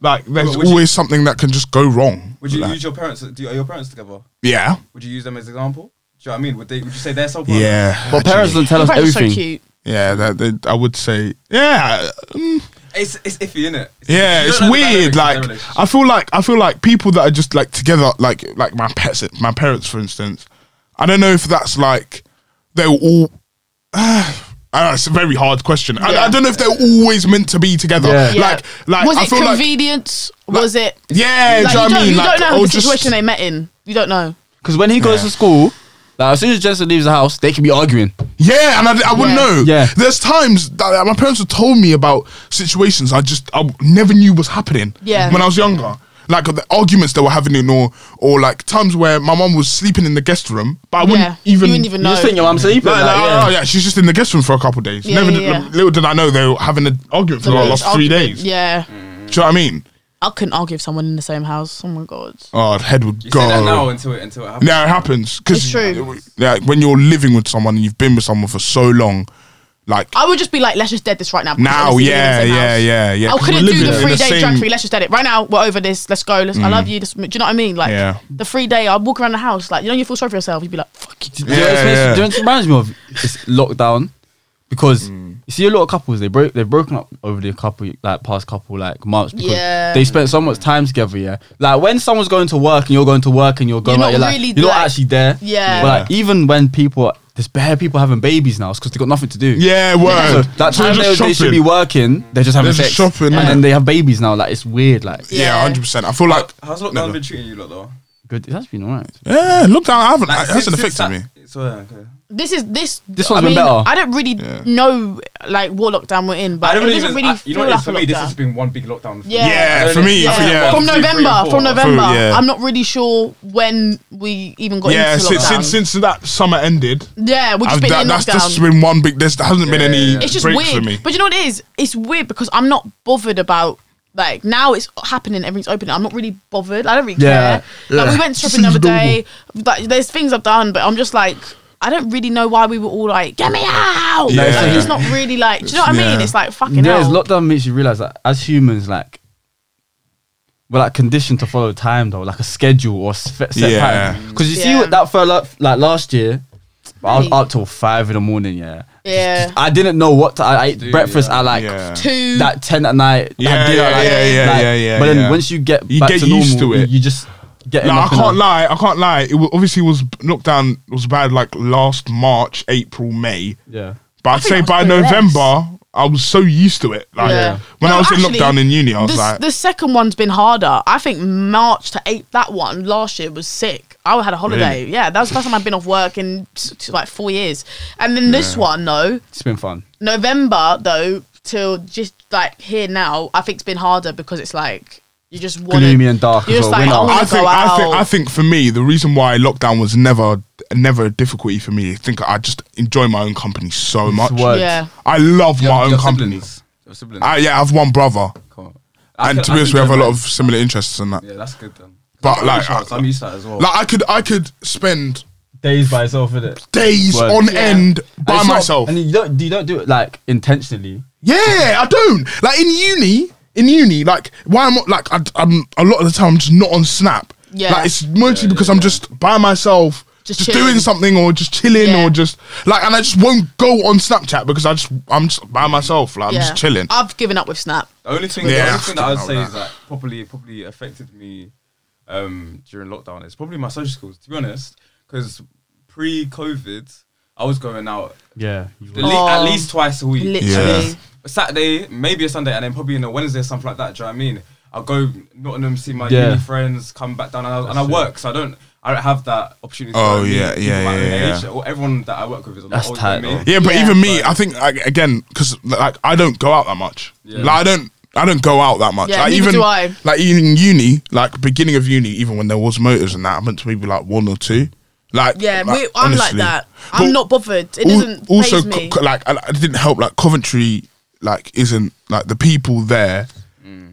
Speaker 2: like there's
Speaker 1: Would- would you-
Speaker 2: always something that can just go wrong.
Speaker 1: Would you
Speaker 2: Like,
Speaker 1: use your parents? Do, are your parents together?
Speaker 2: yeah,
Speaker 1: Would you use them as example? Do you know what I mean? Would they? Would you say they're soul partner?
Speaker 2: yeah.
Speaker 4: But parents don't tell
Speaker 3: Your
Speaker 4: us
Speaker 3: parents are
Speaker 4: everything.
Speaker 3: So cute.
Speaker 2: Yeah, that, that- I would say, yeah, mm,
Speaker 1: It's it's iffy, isn't it?
Speaker 2: yeah. It's weird. Like, I feel like, I feel like people that are just like together, like, like my pets, my parents, for instance. I don't know if that's like they were all. (sighs) Uh, it's a very hard question. I, I
Speaker 3: Yeah.
Speaker 2: don't know if they're always meant to be together.
Speaker 4: Yeah.
Speaker 2: (laughs)
Speaker 3: Yeah.
Speaker 2: Like, like
Speaker 3: was
Speaker 2: I
Speaker 3: it
Speaker 2: feel like,
Speaker 3: convenience? was it?
Speaker 2: yeah.
Speaker 3: Like,
Speaker 2: do you know what I
Speaker 3: you don't,
Speaker 2: mean?
Speaker 3: you
Speaker 2: like,
Speaker 3: don't know
Speaker 2: or
Speaker 3: the
Speaker 2: just-
Speaker 3: situation they met in. You don't know.
Speaker 4: Because when he goes
Speaker 2: Yeah.
Speaker 4: to school, like, as soon as Jensen leaves the house, they can be arguing.
Speaker 2: Yeah, and I, I wouldn't
Speaker 3: Yeah.
Speaker 2: know.
Speaker 4: Yeah.
Speaker 2: there's times that uh, my parents have told me about situations I just I never knew was happening.
Speaker 3: Yeah.
Speaker 2: when I was younger, like uh, the arguments they were having, in or or like times where my mum was sleeping in the guest room, but I wouldn't
Speaker 3: yeah,
Speaker 2: even.
Speaker 3: you wouldn't even
Speaker 4: You
Speaker 3: know.
Speaker 4: just think your mum's sleeping.
Speaker 2: like,
Speaker 4: Like,
Speaker 2: like,
Speaker 4: yeah.
Speaker 2: oh yeah, she's just in the guest room for a couple of days.
Speaker 3: Yeah,
Speaker 2: Never,
Speaker 3: yeah,
Speaker 2: did-
Speaker 3: yeah.
Speaker 2: little did I know they were having an argument for the
Speaker 3: Like,
Speaker 2: last three
Speaker 3: argument.
Speaker 2: days.
Speaker 3: Yeah,
Speaker 2: Do you know what I mean?
Speaker 3: I couldn't argue with someone in the same house. Oh my god.
Speaker 2: Oh, the head would
Speaker 1: You
Speaker 2: go.
Speaker 1: say that now until it until it happens.
Speaker 2: No, it happens because
Speaker 3: It's true.
Speaker 2: Like when you're living with someone and you've been with someone for so long, like
Speaker 3: I would just be like, let's just dead this right now. because
Speaker 2: Now,
Speaker 3: honestly, we're in the
Speaker 2: yeah,
Speaker 3: same
Speaker 2: yeah,
Speaker 3: house.
Speaker 2: yeah, yeah.
Speaker 3: I
Speaker 2: 'Cause we're
Speaker 3: couldn't do
Speaker 2: living
Speaker 3: the
Speaker 2: in
Speaker 3: three day
Speaker 2: same- Mm.
Speaker 3: drug free. Let's just dead it right now. We're over this. Let's go. Let's, I love you. This, do you know what I mean? Like
Speaker 2: Yeah.
Speaker 3: the three day, I'd walk around the house like you know you feel sorry for yourself. You'd be like, fuck you.
Speaker 4: Do you know what
Speaker 2: Yeah,
Speaker 4: it makes-
Speaker 2: yeah.
Speaker 4: do you know what it reminds me of? It's lockdown because you see a lot of couples they broke they've broken up over the couple like past couple like months because
Speaker 3: Yeah.
Speaker 4: they spent so much time together. Yeah, like when someone's going to work and you're going to work and you're going
Speaker 3: You're not
Speaker 4: out, you're like,
Speaker 3: really,
Speaker 4: you're not
Speaker 3: like-
Speaker 4: actually there.
Speaker 3: Yeah.
Speaker 4: but like, even when people are- there's bare people having babies now because they got nothing to do.
Speaker 2: Yeah,
Speaker 4: So
Speaker 2: word.
Speaker 4: that
Speaker 2: So
Speaker 4: time
Speaker 2: you're
Speaker 4: they,
Speaker 2: just
Speaker 4: they should be
Speaker 2: shopping.
Speaker 4: working, they're just having
Speaker 2: They're
Speaker 4: sex,
Speaker 2: just shopping,
Speaker 4: and
Speaker 2: innit?
Speaker 4: then they have babies now. Like it's weird. Like
Speaker 2: Yeah,
Speaker 3: Yeah.
Speaker 2: hundred percent. I feel like
Speaker 1: How's lockdown
Speaker 2: Never.
Speaker 1: been treating you lot though?
Speaker 4: good, that's been alright.
Speaker 2: yeah, look down. I haven't.
Speaker 1: Like,
Speaker 2: it hasn't
Speaker 1: since- since
Speaker 2: affected me.
Speaker 1: that- It's all right, okay.
Speaker 3: This is this.
Speaker 4: This
Speaker 3: I
Speaker 4: one's been
Speaker 3: mean,
Speaker 4: better.
Speaker 3: I don't really
Speaker 2: Yeah.
Speaker 3: know like what lockdown we're in, but
Speaker 1: I don't
Speaker 3: it
Speaker 1: really,
Speaker 3: doesn't
Speaker 1: even-
Speaker 3: really
Speaker 1: I- you know
Speaker 3: feel
Speaker 1: what it
Speaker 3: like
Speaker 1: is?
Speaker 3: a
Speaker 1: for me. This
Speaker 3: lockdown.
Speaker 1: has been one big lockdown. For
Speaker 3: Yeah.
Speaker 1: Me.
Speaker 2: Yeah,
Speaker 1: I
Speaker 2: for
Speaker 1: don't
Speaker 2: me,
Speaker 1: know.
Speaker 2: for-
Speaker 3: Yeah.
Speaker 2: yeah.
Speaker 3: From
Speaker 1: One, two, three,
Speaker 3: November,
Speaker 1: four.
Speaker 3: from November,
Speaker 2: yeah.
Speaker 3: I'm not really sure when we even got
Speaker 2: Yeah,
Speaker 3: into
Speaker 2: since,
Speaker 3: lockdown.
Speaker 2: since since that summer ended,
Speaker 3: yeah, we've just
Speaker 2: I've-
Speaker 3: been
Speaker 2: that,
Speaker 3: in
Speaker 2: that's
Speaker 3: lockdown.
Speaker 2: just been one big. There's, there hasn't been
Speaker 1: Yeah,
Speaker 2: any
Speaker 1: yeah, yeah.
Speaker 3: it's just
Speaker 2: breaks
Speaker 3: weird.
Speaker 2: for me.
Speaker 3: But you know what it is? It's weird because I'm not bothered about like now it's happening, everything's open. I'm not really bothered. I don't really
Speaker 4: Yeah,
Speaker 3: care. Like we went
Speaker 2: Just
Speaker 3: shopping the other
Speaker 2: seems
Speaker 3: day. Like, there's things I've done, but I'm just like I don't really know why we were all like, get me out.
Speaker 2: Yeah.
Speaker 3: Like, it's not really like, do you know what I
Speaker 2: Yeah.
Speaker 3: mean? It's like fucking
Speaker 4: Yeah, it's
Speaker 3: hell.
Speaker 4: lockdown makes you realize that as humans, like we're like conditioned to follow time though, like a schedule or s- set
Speaker 2: Yeah.
Speaker 4: pattern. Because you see
Speaker 3: Yeah.
Speaker 4: what that fella like last year, I was
Speaker 3: Really?
Speaker 4: up till five in the morning. Yeah,
Speaker 3: Yeah.
Speaker 4: I didn't know what to, I, I ate
Speaker 1: Dude,
Speaker 4: breakfast
Speaker 1: yeah.
Speaker 4: at like
Speaker 2: Yeah.
Speaker 3: Two.
Speaker 4: that ten at night.
Speaker 2: Yeah,
Speaker 4: had dinner at,
Speaker 2: yeah,
Speaker 4: like,
Speaker 2: yeah, yeah,
Speaker 4: like-
Speaker 2: yeah, yeah,
Speaker 4: But then
Speaker 2: yeah.
Speaker 4: once you get
Speaker 2: You
Speaker 4: back
Speaker 2: get
Speaker 4: to
Speaker 2: used
Speaker 4: normal,
Speaker 2: to it.
Speaker 4: you, you just get.
Speaker 2: No, I
Speaker 4: enough and
Speaker 2: can't
Speaker 4: enough.
Speaker 2: lie. I can't lie. It wa- obviously was lockdown was bad like last March, April, May.
Speaker 4: Yeah.
Speaker 2: But I'd
Speaker 3: think
Speaker 2: say
Speaker 3: I was
Speaker 2: by
Speaker 3: doing less.
Speaker 2: November, I was so used to it. Like
Speaker 3: Yeah.
Speaker 2: when
Speaker 3: No,
Speaker 2: I was
Speaker 3: actually,
Speaker 2: in lockdown in uni, I was
Speaker 3: the,
Speaker 2: like,
Speaker 3: the second one's been harder. I think March to eight, that one last year was sick. I had a holiday.
Speaker 2: Really?
Speaker 3: Yeah, that was the first time I've been off work in t- t- like four years. And then this one, though,
Speaker 4: It's been fun.
Speaker 3: November though till just like here now, I think it's been harder because it's like you just want
Speaker 4: Gloomy and dark
Speaker 3: You're
Speaker 4: as
Speaker 3: just
Speaker 4: well.
Speaker 3: like,
Speaker 4: We're
Speaker 3: I
Speaker 4: not-
Speaker 3: want
Speaker 2: I
Speaker 3: to
Speaker 2: think,
Speaker 3: go
Speaker 2: I
Speaker 3: out.
Speaker 2: think, I think for me, the reason why lockdown was never, never a difficulty for me. I think I just enjoy my own company so much.
Speaker 4: word.
Speaker 3: yeah.
Speaker 2: I love
Speaker 1: You
Speaker 2: my
Speaker 1: have- you
Speaker 2: own
Speaker 1: have
Speaker 2: company.
Speaker 1: siblings. You have siblings.
Speaker 2: I, yeah, I have one brother,
Speaker 1: Cool. I
Speaker 2: and
Speaker 1: can-
Speaker 2: to
Speaker 1: I
Speaker 2: be honest,
Speaker 1: think
Speaker 2: we have a
Speaker 1: they're
Speaker 2: lot of
Speaker 1: (laughs) nice.
Speaker 2: similar interests and that.
Speaker 1: Yeah, that's good then.
Speaker 2: But,
Speaker 1: I'm
Speaker 2: like,
Speaker 1: used to that,
Speaker 2: I-
Speaker 1: I'm used to that as well.
Speaker 2: Like I could, I could spend
Speaker 4: Days by itself, isn't it?
Speaker 2: days
Speaker 4: Word.
Speaker 2: on
Speaker 4: Yeah.
Speaker 2: end by
Speaker 4: it's not-
Speaker 2: myself.
Speaker 4: and you don't you don't do it like intentionally.
Speaker 2: Yeah, I don't. Like in uni, in uni, like why am I like I, am a lot of the time I'm just not on Snap.
Speaker 3: Yeah.
Speaker 2: Like it's mostly because I'm just by myself,
Speaker 3: Just
Speaker 2: just,
Speaker 3: chilling.
Speaker 2: doing something or just chilling
Speaker 3: Yeah.
Speaker 2: or just like, and I just won't go on Snapchat because I just I'm just by myself. Like I'm
Speaker 3: Mm. yeah. Uh,
Speaker 2: just chilling.
Speaker 3: I've given up with Snap.
Speaker 1: The only thing,
Speaker 2: Yeah,
Speaker 1: the only thing that I'd
Speaker 2: I
Speaker 1: say
Speaker 2: know
Speaker 1: is that probably probably affected me um, during lockdown is probably my social skills. To be honest, because pre-COVID, I was going out
Speaker 4: Yeah.
Speaker 1: at, le-
Speaker 3: Oh.
Speaker 1: at least twice a week.
Speaker 3: Literally.
Speaker 2: Yeah.
Speaker 1: A Saturday, maybe a Sunday, and then probably in a Wednesday or something like that. Do you know what I mean? I'll go Nottingham, see my
Speaker 4: Yeah.
Speaker 1: uni friends, come back down, and I, and I
Speaker 4: That's it.
Speaker 1: work, so I don't. I don't have that opportunity.
Speaker 2: Oh,
Speaker 1: to meet
Speaker 2: yeah,
Speaker 1: people
Speaker 2: yeah,
Speaker 1: my
Speaker 2: yeah,
Speaker 1: own
Speaker 2: yeah.
Speaker 1: age. Well, Everyone that I work with is a lot
Speaker 4: That's
Speaker 1: older than
Speaker 4: tight,
Speaker 1: me.
Speaker 2: Yeah, but
Speaker 3: Yeah.
Speaker 2: even me, I think like, again because like I don't go out that much.
Speaker 1: Yeah.
Speaker 2: Like I don't. I don't go out that much.
Speaker 3: Yeah,
Speaker 2: like
Speaker 3: neither
Speaker 2: even
Speaker 3: do I.
Speaker 2: like even in uni, like beginning of uni, even when there was motors and that, I went to maybe like one or two. Like
Speaker 3: Yeah,
Speaker 2: like,
Speaker 3: we, I'm like
Speaker 2: honestly.
Speaker 3: that.
Speaker 2: But-
Speaker 3: I'm not bothered. It
Speaker 2: Al-
Speaker 3: doesn't
Speaker 2: also
Speaker 3: faze me.
Speaker 2: co- co- like I, I didn't help like Coventry like isn't like the people there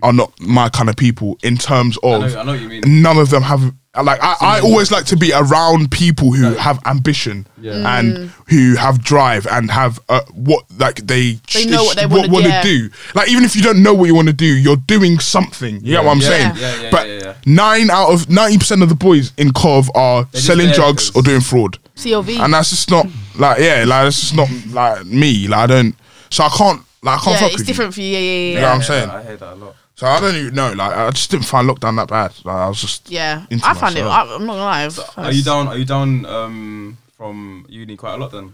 Speaker 2: are not my kind of people in terms of
Speaker 1: Mm. I know, I know what you mean.
Speaker 2: none of them have like I, I always like to be around people who have ambition
Speaker 3: Mm.
Speaker 4: Yeah.
Speaker 2: and who have drive and have uh, what like they
Speaker 3: They know what they wanna-
Speaker 2: wanna
Speaker 3: yeah.
Speaker 2: do like even if you don't know what you want to do you're doing something you get what I'm
Speaker 1: Yeah.
Speaker 2: saying
Speaker 1: Yeah, yeah,
Speaker 2: but
Speaker 1: yeah, yeah.
Speaker 2: nine out of 90% of the boys in Cov are
Speaker 1: just
Speaker 2: selling
Speaker 1: there
Speaker 2: drugs
Speaker 1: because-
Speaker 2: or doing fraud
Speaker 3: CLV.
Speaker 2: and that's just not like yeah, like that's just not like me. Like I don't, so I can't like I can't
Speaker 3: yeah,
Speaker 2: fuck
Speaker 3: it's
Speaker 2: with
Speaker 3: different for you. Yeah, yeah,
Speaker 2: You
Speaker 3: yeah.
Speaker 2: know what I'm
Speaker 1: Yeah,
Speaker 2: saying?
Speaker 1: I hear that a lot.
Speaker 2: you. So I don't even know. Like I just didn't find lockdown that bad. Like I was just
Speaker 3: Yeah,
Speaker 2: Into
Speaker 3: I find it. I,
Speaker 2: myself.
Speaker 3: I'm not gonna lie. I've-
Speaker 1: Are you down? Are you down um, from uni quite a lot then?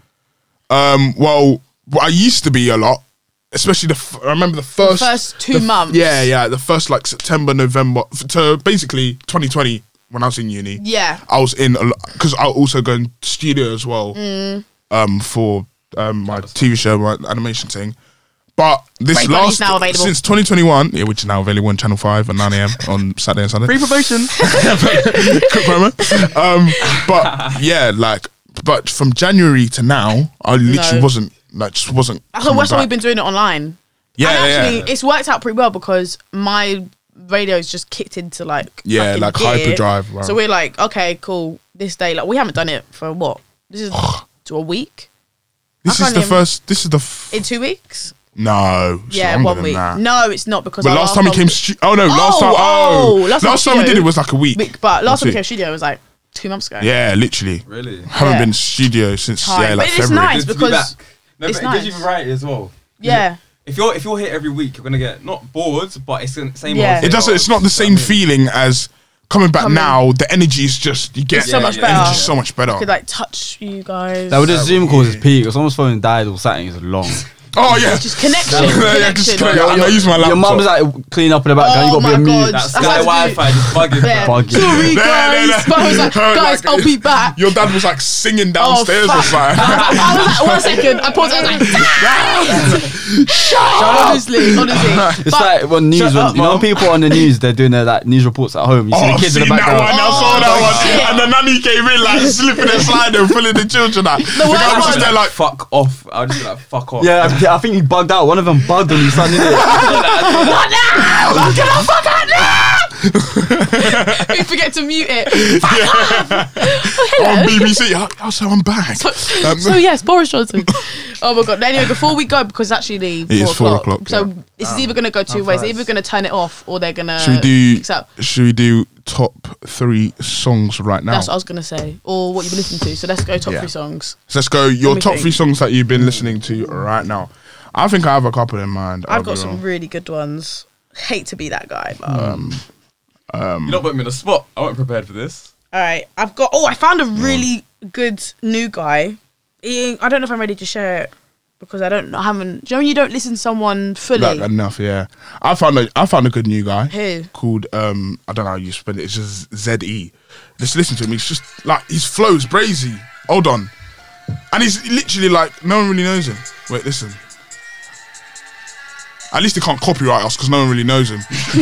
Speaker 2: um well well, I used to be a lot, especially the f- I remember the first
Speaker 3: first two
Speaker 2: the f-
Speaker 3: months.
Speaker 2: Yeah, yeah, the first like September November f- to basically 2020 when I was in uni.
Speaker 3: Yeah.
Speaker 2: I was in a lot because I also go in studio as well
Speaker 3: Mm.
Speaker 2: um, for um, my TV show, my animation thing. But this
Speaker 3: Free
Speaker 2: last
Speaker 3: Bunny's now available.
Speaker 2: since 2021, yeah, which is now available on Channel Five and 9 a.m. on Saturday and Sunday. Free promotion, quick (laughs) promo. Um, but yeah, like, but from January to now, I literally
Speaker 3: No.
Speaker 2: wasn't like just wasn't.
Speaker 3: That's the
Speaker 2: coming
Speaker 3: worst time
Speaker 2: back.
Speaker 3: we've been doing it online.
Speaker 2: Yeah,
Speaker 3: and
Speaker 2: yeah,
Speaker 3: actually,
Speaker 2: yeah.
Speaker 3: it's worked out pretty well because my radio's just kicked into like
Speaker 2: Yeah,
Speaker 3: fucking
Speaker 2: like
Speaker 3: gear.
Speaker 2: hyperdrive, wow.
Speaker 3: So we're like, okay, cool. This day, like, we haven't done it for what?
Speaker 2: (sighs)
Speaker 3: This is to a week
Speaker 2: This
Speaker 3: I
Speaker 2: is
Speaker 3: can't
Speaker 2: the
Speaker 3: even-
Speaker 2: first. This is the f-
Speaker 3: in two weeks.
Speaker 2: no. it's
Speaker 3: yeah,
Speaker 2: longer
Speaker 3: one
Speaker 2: than
Speaker 3: week.
Speaker 2: that.
Speaker 3: No, it's not because
Speaker 2: But
Speaker 3: our
Speaker 2: last time he
Speaker 3: one
Speaker 2: came,
Speaker 3: was
Speaker 2: stu- oh no,
Speaker 3: Oh,
Speaker 2: last time, oh,
Speaker 3: oh, last
Speaker 2: last,
Speaker 3: time
Speaker 2: time we
Speaker 3: studio.
Speaker 2: did it was like a week.
Speaker 3: week, but last
Speaker 2: That's
Speaker 3: time we
Speaker 2: it.
Speaker 3: came studio was like two months ago.
Speaker 2: Yeah, literally.
Speaker 1: Really?
Speaker 2: Haven't
Speaker 3: Yeah.
Speaker 2: been studio since
Speaker 3: Time.
Speaker 2: yeah, like
Speaker 3: But it's
Speaker 2: February.
Speaker 3: nice.
Speaker 1: Good to be
Speaker 3: because
Speaker 1: back. no,
Speaker 3: it's
Speaker 1: but it gives
Speaker 3: nice.
Speaker 1: you variety as well. 'Cause
Speaker 3: Yeah.
Speaker 1: If you're if you're here every week, you're gonna get not bored, but it's the same.
Speaker 3: Yeah.
Speaker 1: old,
Speaker 2: It
Speaker 1: same
Speaker 2: doesn't.
Speaker 1: old.
Speaker 2: It's not the same
Speaker 1: Do you know
Speaker 2: feeling as coming back
Speaker 3: Coming-
Speaker 2: now. The energy is just you get
Speaker 3: It's so much
Speaker 2: the
Speaker 3: better.
Speaker 2: energy's so much better.
Speaker 3: Could like touch you guys.
Speaker 4: That with the Zoom calls is peak. If someone's phone died or something, it's long.
Speaker 2: oh yeah. (laughs)
Speaker 3: just connection.
Speaker 2: yeah, yeah,
Speaker 3: connection.
Speaker 2: just connect. I'm gonna use my
Speaker 4: Your
Speaker 2: laptop.
Speaker 4: mum's like cleaning up in the background.
Speaker 3: Oh
Speaker 4: you
Speaker 3: my
Speaker 4: got to be a
Speaker 3: god,
Speaker 4: mute.
Speaker 1: That's
Speaker 3: I
Speaker 1: why
Speaker 3: had to do-
Speaker 1: Wi-Fi is bugging.
Speaker 3: Yeah.
Speaker 1: bro.
Speaker 4: Buggy.
Speaker 3: Sorry,
Speaker 2: No, no,
Speaker 3: guys.
Speaker 2: no.
Speaker 3: But I was like, guys,
Speaker 2: Like-
Speaker 3: I'll be back.
Speaker 2: Your dad was like singing downstairs
Speaker 3: Oh, fuck.
Speaker 2: or something.
Speaker 3: (laughs) I was like, one second. I paused. I was
Speaker 2: (laughs)
Speaker 3: like, honestly, (laughs) honestly.
Speaker 4: It's
Speaker 3: But-
Speaker 4: like when news,
Speaker 1: Shut
Speaker 4: when,
Speaker 1: up,
Speaker 4: you know, when
Speaker 1: Mum.
Speaker 4: people on the news, they're doing their like news reports at home. You see
Speaker 2: Oh,
Speaker 4: the
Speaker 2: I've
Speaker 4: kids in
Speaker 2: seen
Speaker 4: the
Speaker 2: that one.
Speaker 4: background.
Speaker 2: I saw that one,
Speaker 3: Oh, shit.
Speaker 2: and the nanny came in
Speaker 3: (laughs)
Speaker 2: like slipping and sliding, pulling the children out. The
Speaker 3: worst
Speaker 2: guy was
Speaker 3: one-
Speaker 2: just there like,
Speaker 1: fuck off. I'll just be like fuck off.
Speaker 4: Yeah, I- I think he bugged out. One of them bugged on his son, didn't
Speaker 1: I
Speaker 4: it?
Speaker 1: do that, I do that.
Speaker 3: (laughs) Who forget to mute
Speaker 2: (laughs)
Speaker 3: it.
Speaker 2: Um, on BBC. I, I was so I'm back. Um,
Speaker 3: so yes, Boris Johnson. Oh my god. Anyway, before we go, because it's actually four
Speaker 2: is four o'clock,
Speaker 3: So this is either going to go two ways. They're either going to turn it off or they're going to.
Speaker 2: should we do?
Speaker 3: up.
Speaker 2: Should we do top three songs right now?
Speaker 3: That's what
Speaker 2: So
Speaker 3: I was going to say, or what you've been listening to. So let's go top
Speaker 2: Yeah.
Speaker 3: three songs.
Speaker 2: let's go. Your
Speaker 3: me
Speaker 2: top
Speaker 3: think.
Speaker 2: three songs that you've been listening to right now. I think I have a couple in mind. I'll
Speaker 3: I've
Speaker 2: be
Speaker 3: got some
Speaker 2: real.
Speaker 3: really good ones. Hate to be that guy, but
Speaker 2: Mm.
Speaker 3: um,
Speaker 1: You're not putting me on the spot. I wasn't prepared for this.
Speaker 3: all right. I've got. Oh, I found a really good new guy. He- I don't know if I'm ready to share it because I don't. I haven't. Do you know when you don't listen to someone fully?
Speaker 2: Like, enough. Yeah, I found a I found a good new guy.
Speaker 3: Who?
Speaker 2: called um I don't know how you spell it. It's just Z E. Just listen to him. He's just like his flow's brazy. Hold on, and he's literally like no one really knows him. Wait, listen. At least they can't copyright us because no one really knows him.
Speaker 3: Fuck
Speaker 2: (laughs)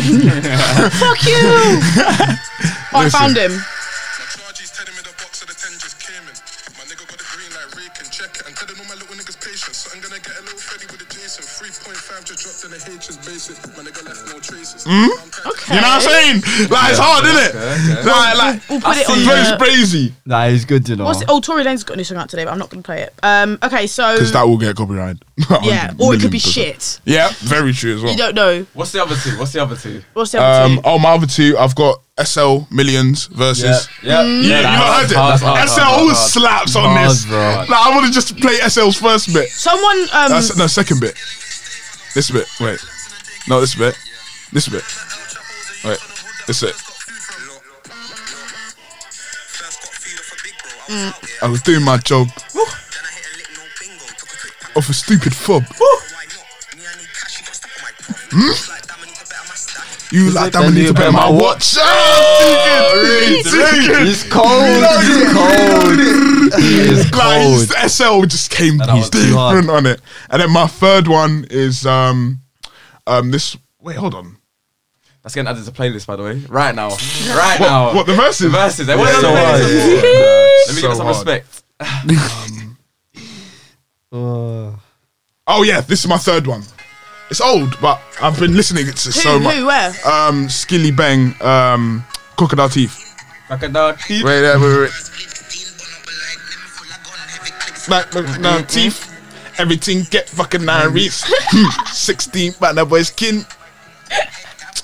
Speaker 3: you! oh, I
Speaker 2: Listen.
Speaker 3: found him.
Speaker 6: My charges telling me the box of the 10 just came in. My nigga got the green light, rake and check it. And telling all my little niggas patience. So I'm gonna get a little Freddy with a Jason. 3.5 just dropped in the H is basic. My nigga left no traces.
Speaker 1: Hmm?
Speaker 3: Okay.
Speaker 2: You know what I'm saying? Like it's hard, isn't it? Like, like
Speaker 3: We'll put it on
Speaker 2: flow's
Speaker 3: the.
Speaker 2: brazy.
Speaker 4: Nah, he's good, you know.
Speaker 3: What's it? Oh, Tory Lane's got a new song out today, but I'm not going to play it. Um. Okay, so
Speaker 2: Because that will get (laughs) copyrighted.
Speaker 3: yeah,
Speaker 2: 100
Speaker 3: or it
Speaker 2: million
Speaker 3: could be
Speaker 2: percent.
Speaker 3: shit.
Speaker 2: Yeah, very true as well.
Speaker 3: You don't know.
Speaker 1: What's the other two? What's the other two?
Speaker 3: What's the other
Speaker 2: Um,
Speaker 3: two?
Speaker 2: oh, my other two, I've got SL Millions versus
Speaker 1: Yeah,
Speaker 3: Mm.
Speaker 2: Yeah, you not heard it. SL always slaps on
Speaker 4: Hard,
Speaker 2: this.
Speaker 4: bro.
Speaker 2: Like, I want to just play SL's first bit.
Speaker 3: Someone. Um.
Speaker 2: That's, no, second bit. This bit. Wait. No, this bit. This bit. Wait. This bit.
Speaker 3: Mm.
Speaker 2: I was doing my job. Off a stupid fob.
Speaker 1: Hmm?
Speaker 2: You like that?
Speaker 4: then
Speaker 2: need
Speaker 4: you
Speaker 2: to bet
Speaker 4: bet
Speaker 2: my
Speaker 4: my
Speaker 2: watch. Oh, take it, take it.
Speaker 4: He's cold. He's cold. He is
Speaker 2: Like
Speaker 4: cold.
Speaker 2: his SL just came
Speaker 4: that was too hard.
Speaker 2: different on it. And then my third one is um um this wait, hold on.
Speaker 1: That's getting added to playlist, by the way. Right
Speaker 3: (laughs)
Speaker 1: now, right now.
Speaker 2: What the verses?
Speaker 1: The verses. They weren't on the playlist before. Let me
Speaker 2: (laughs)
Speaker 4: so hard.
Speaker 2: So
Speaker 1: get some
Speaker 2: hard.
Speaker 1: respect.
Speaker 4: Uh,
Speaker 2: Um, Oh yeah, this is my third one. It's old, but I've been listening to it
Speaker 3: who?
Speaker 2: so much.
Speaker 3: who? Where?
Speaker 2: Um Skilly Bang, um Crocodile Teeth.
Speaker 1: Crocodile teeth.
Speaker 2: Wait, wait, wait, wait. Like, look, now teeth. Everything get fucking nine reefs. (laughs) Hmm, Sixteen, but that boy's kin.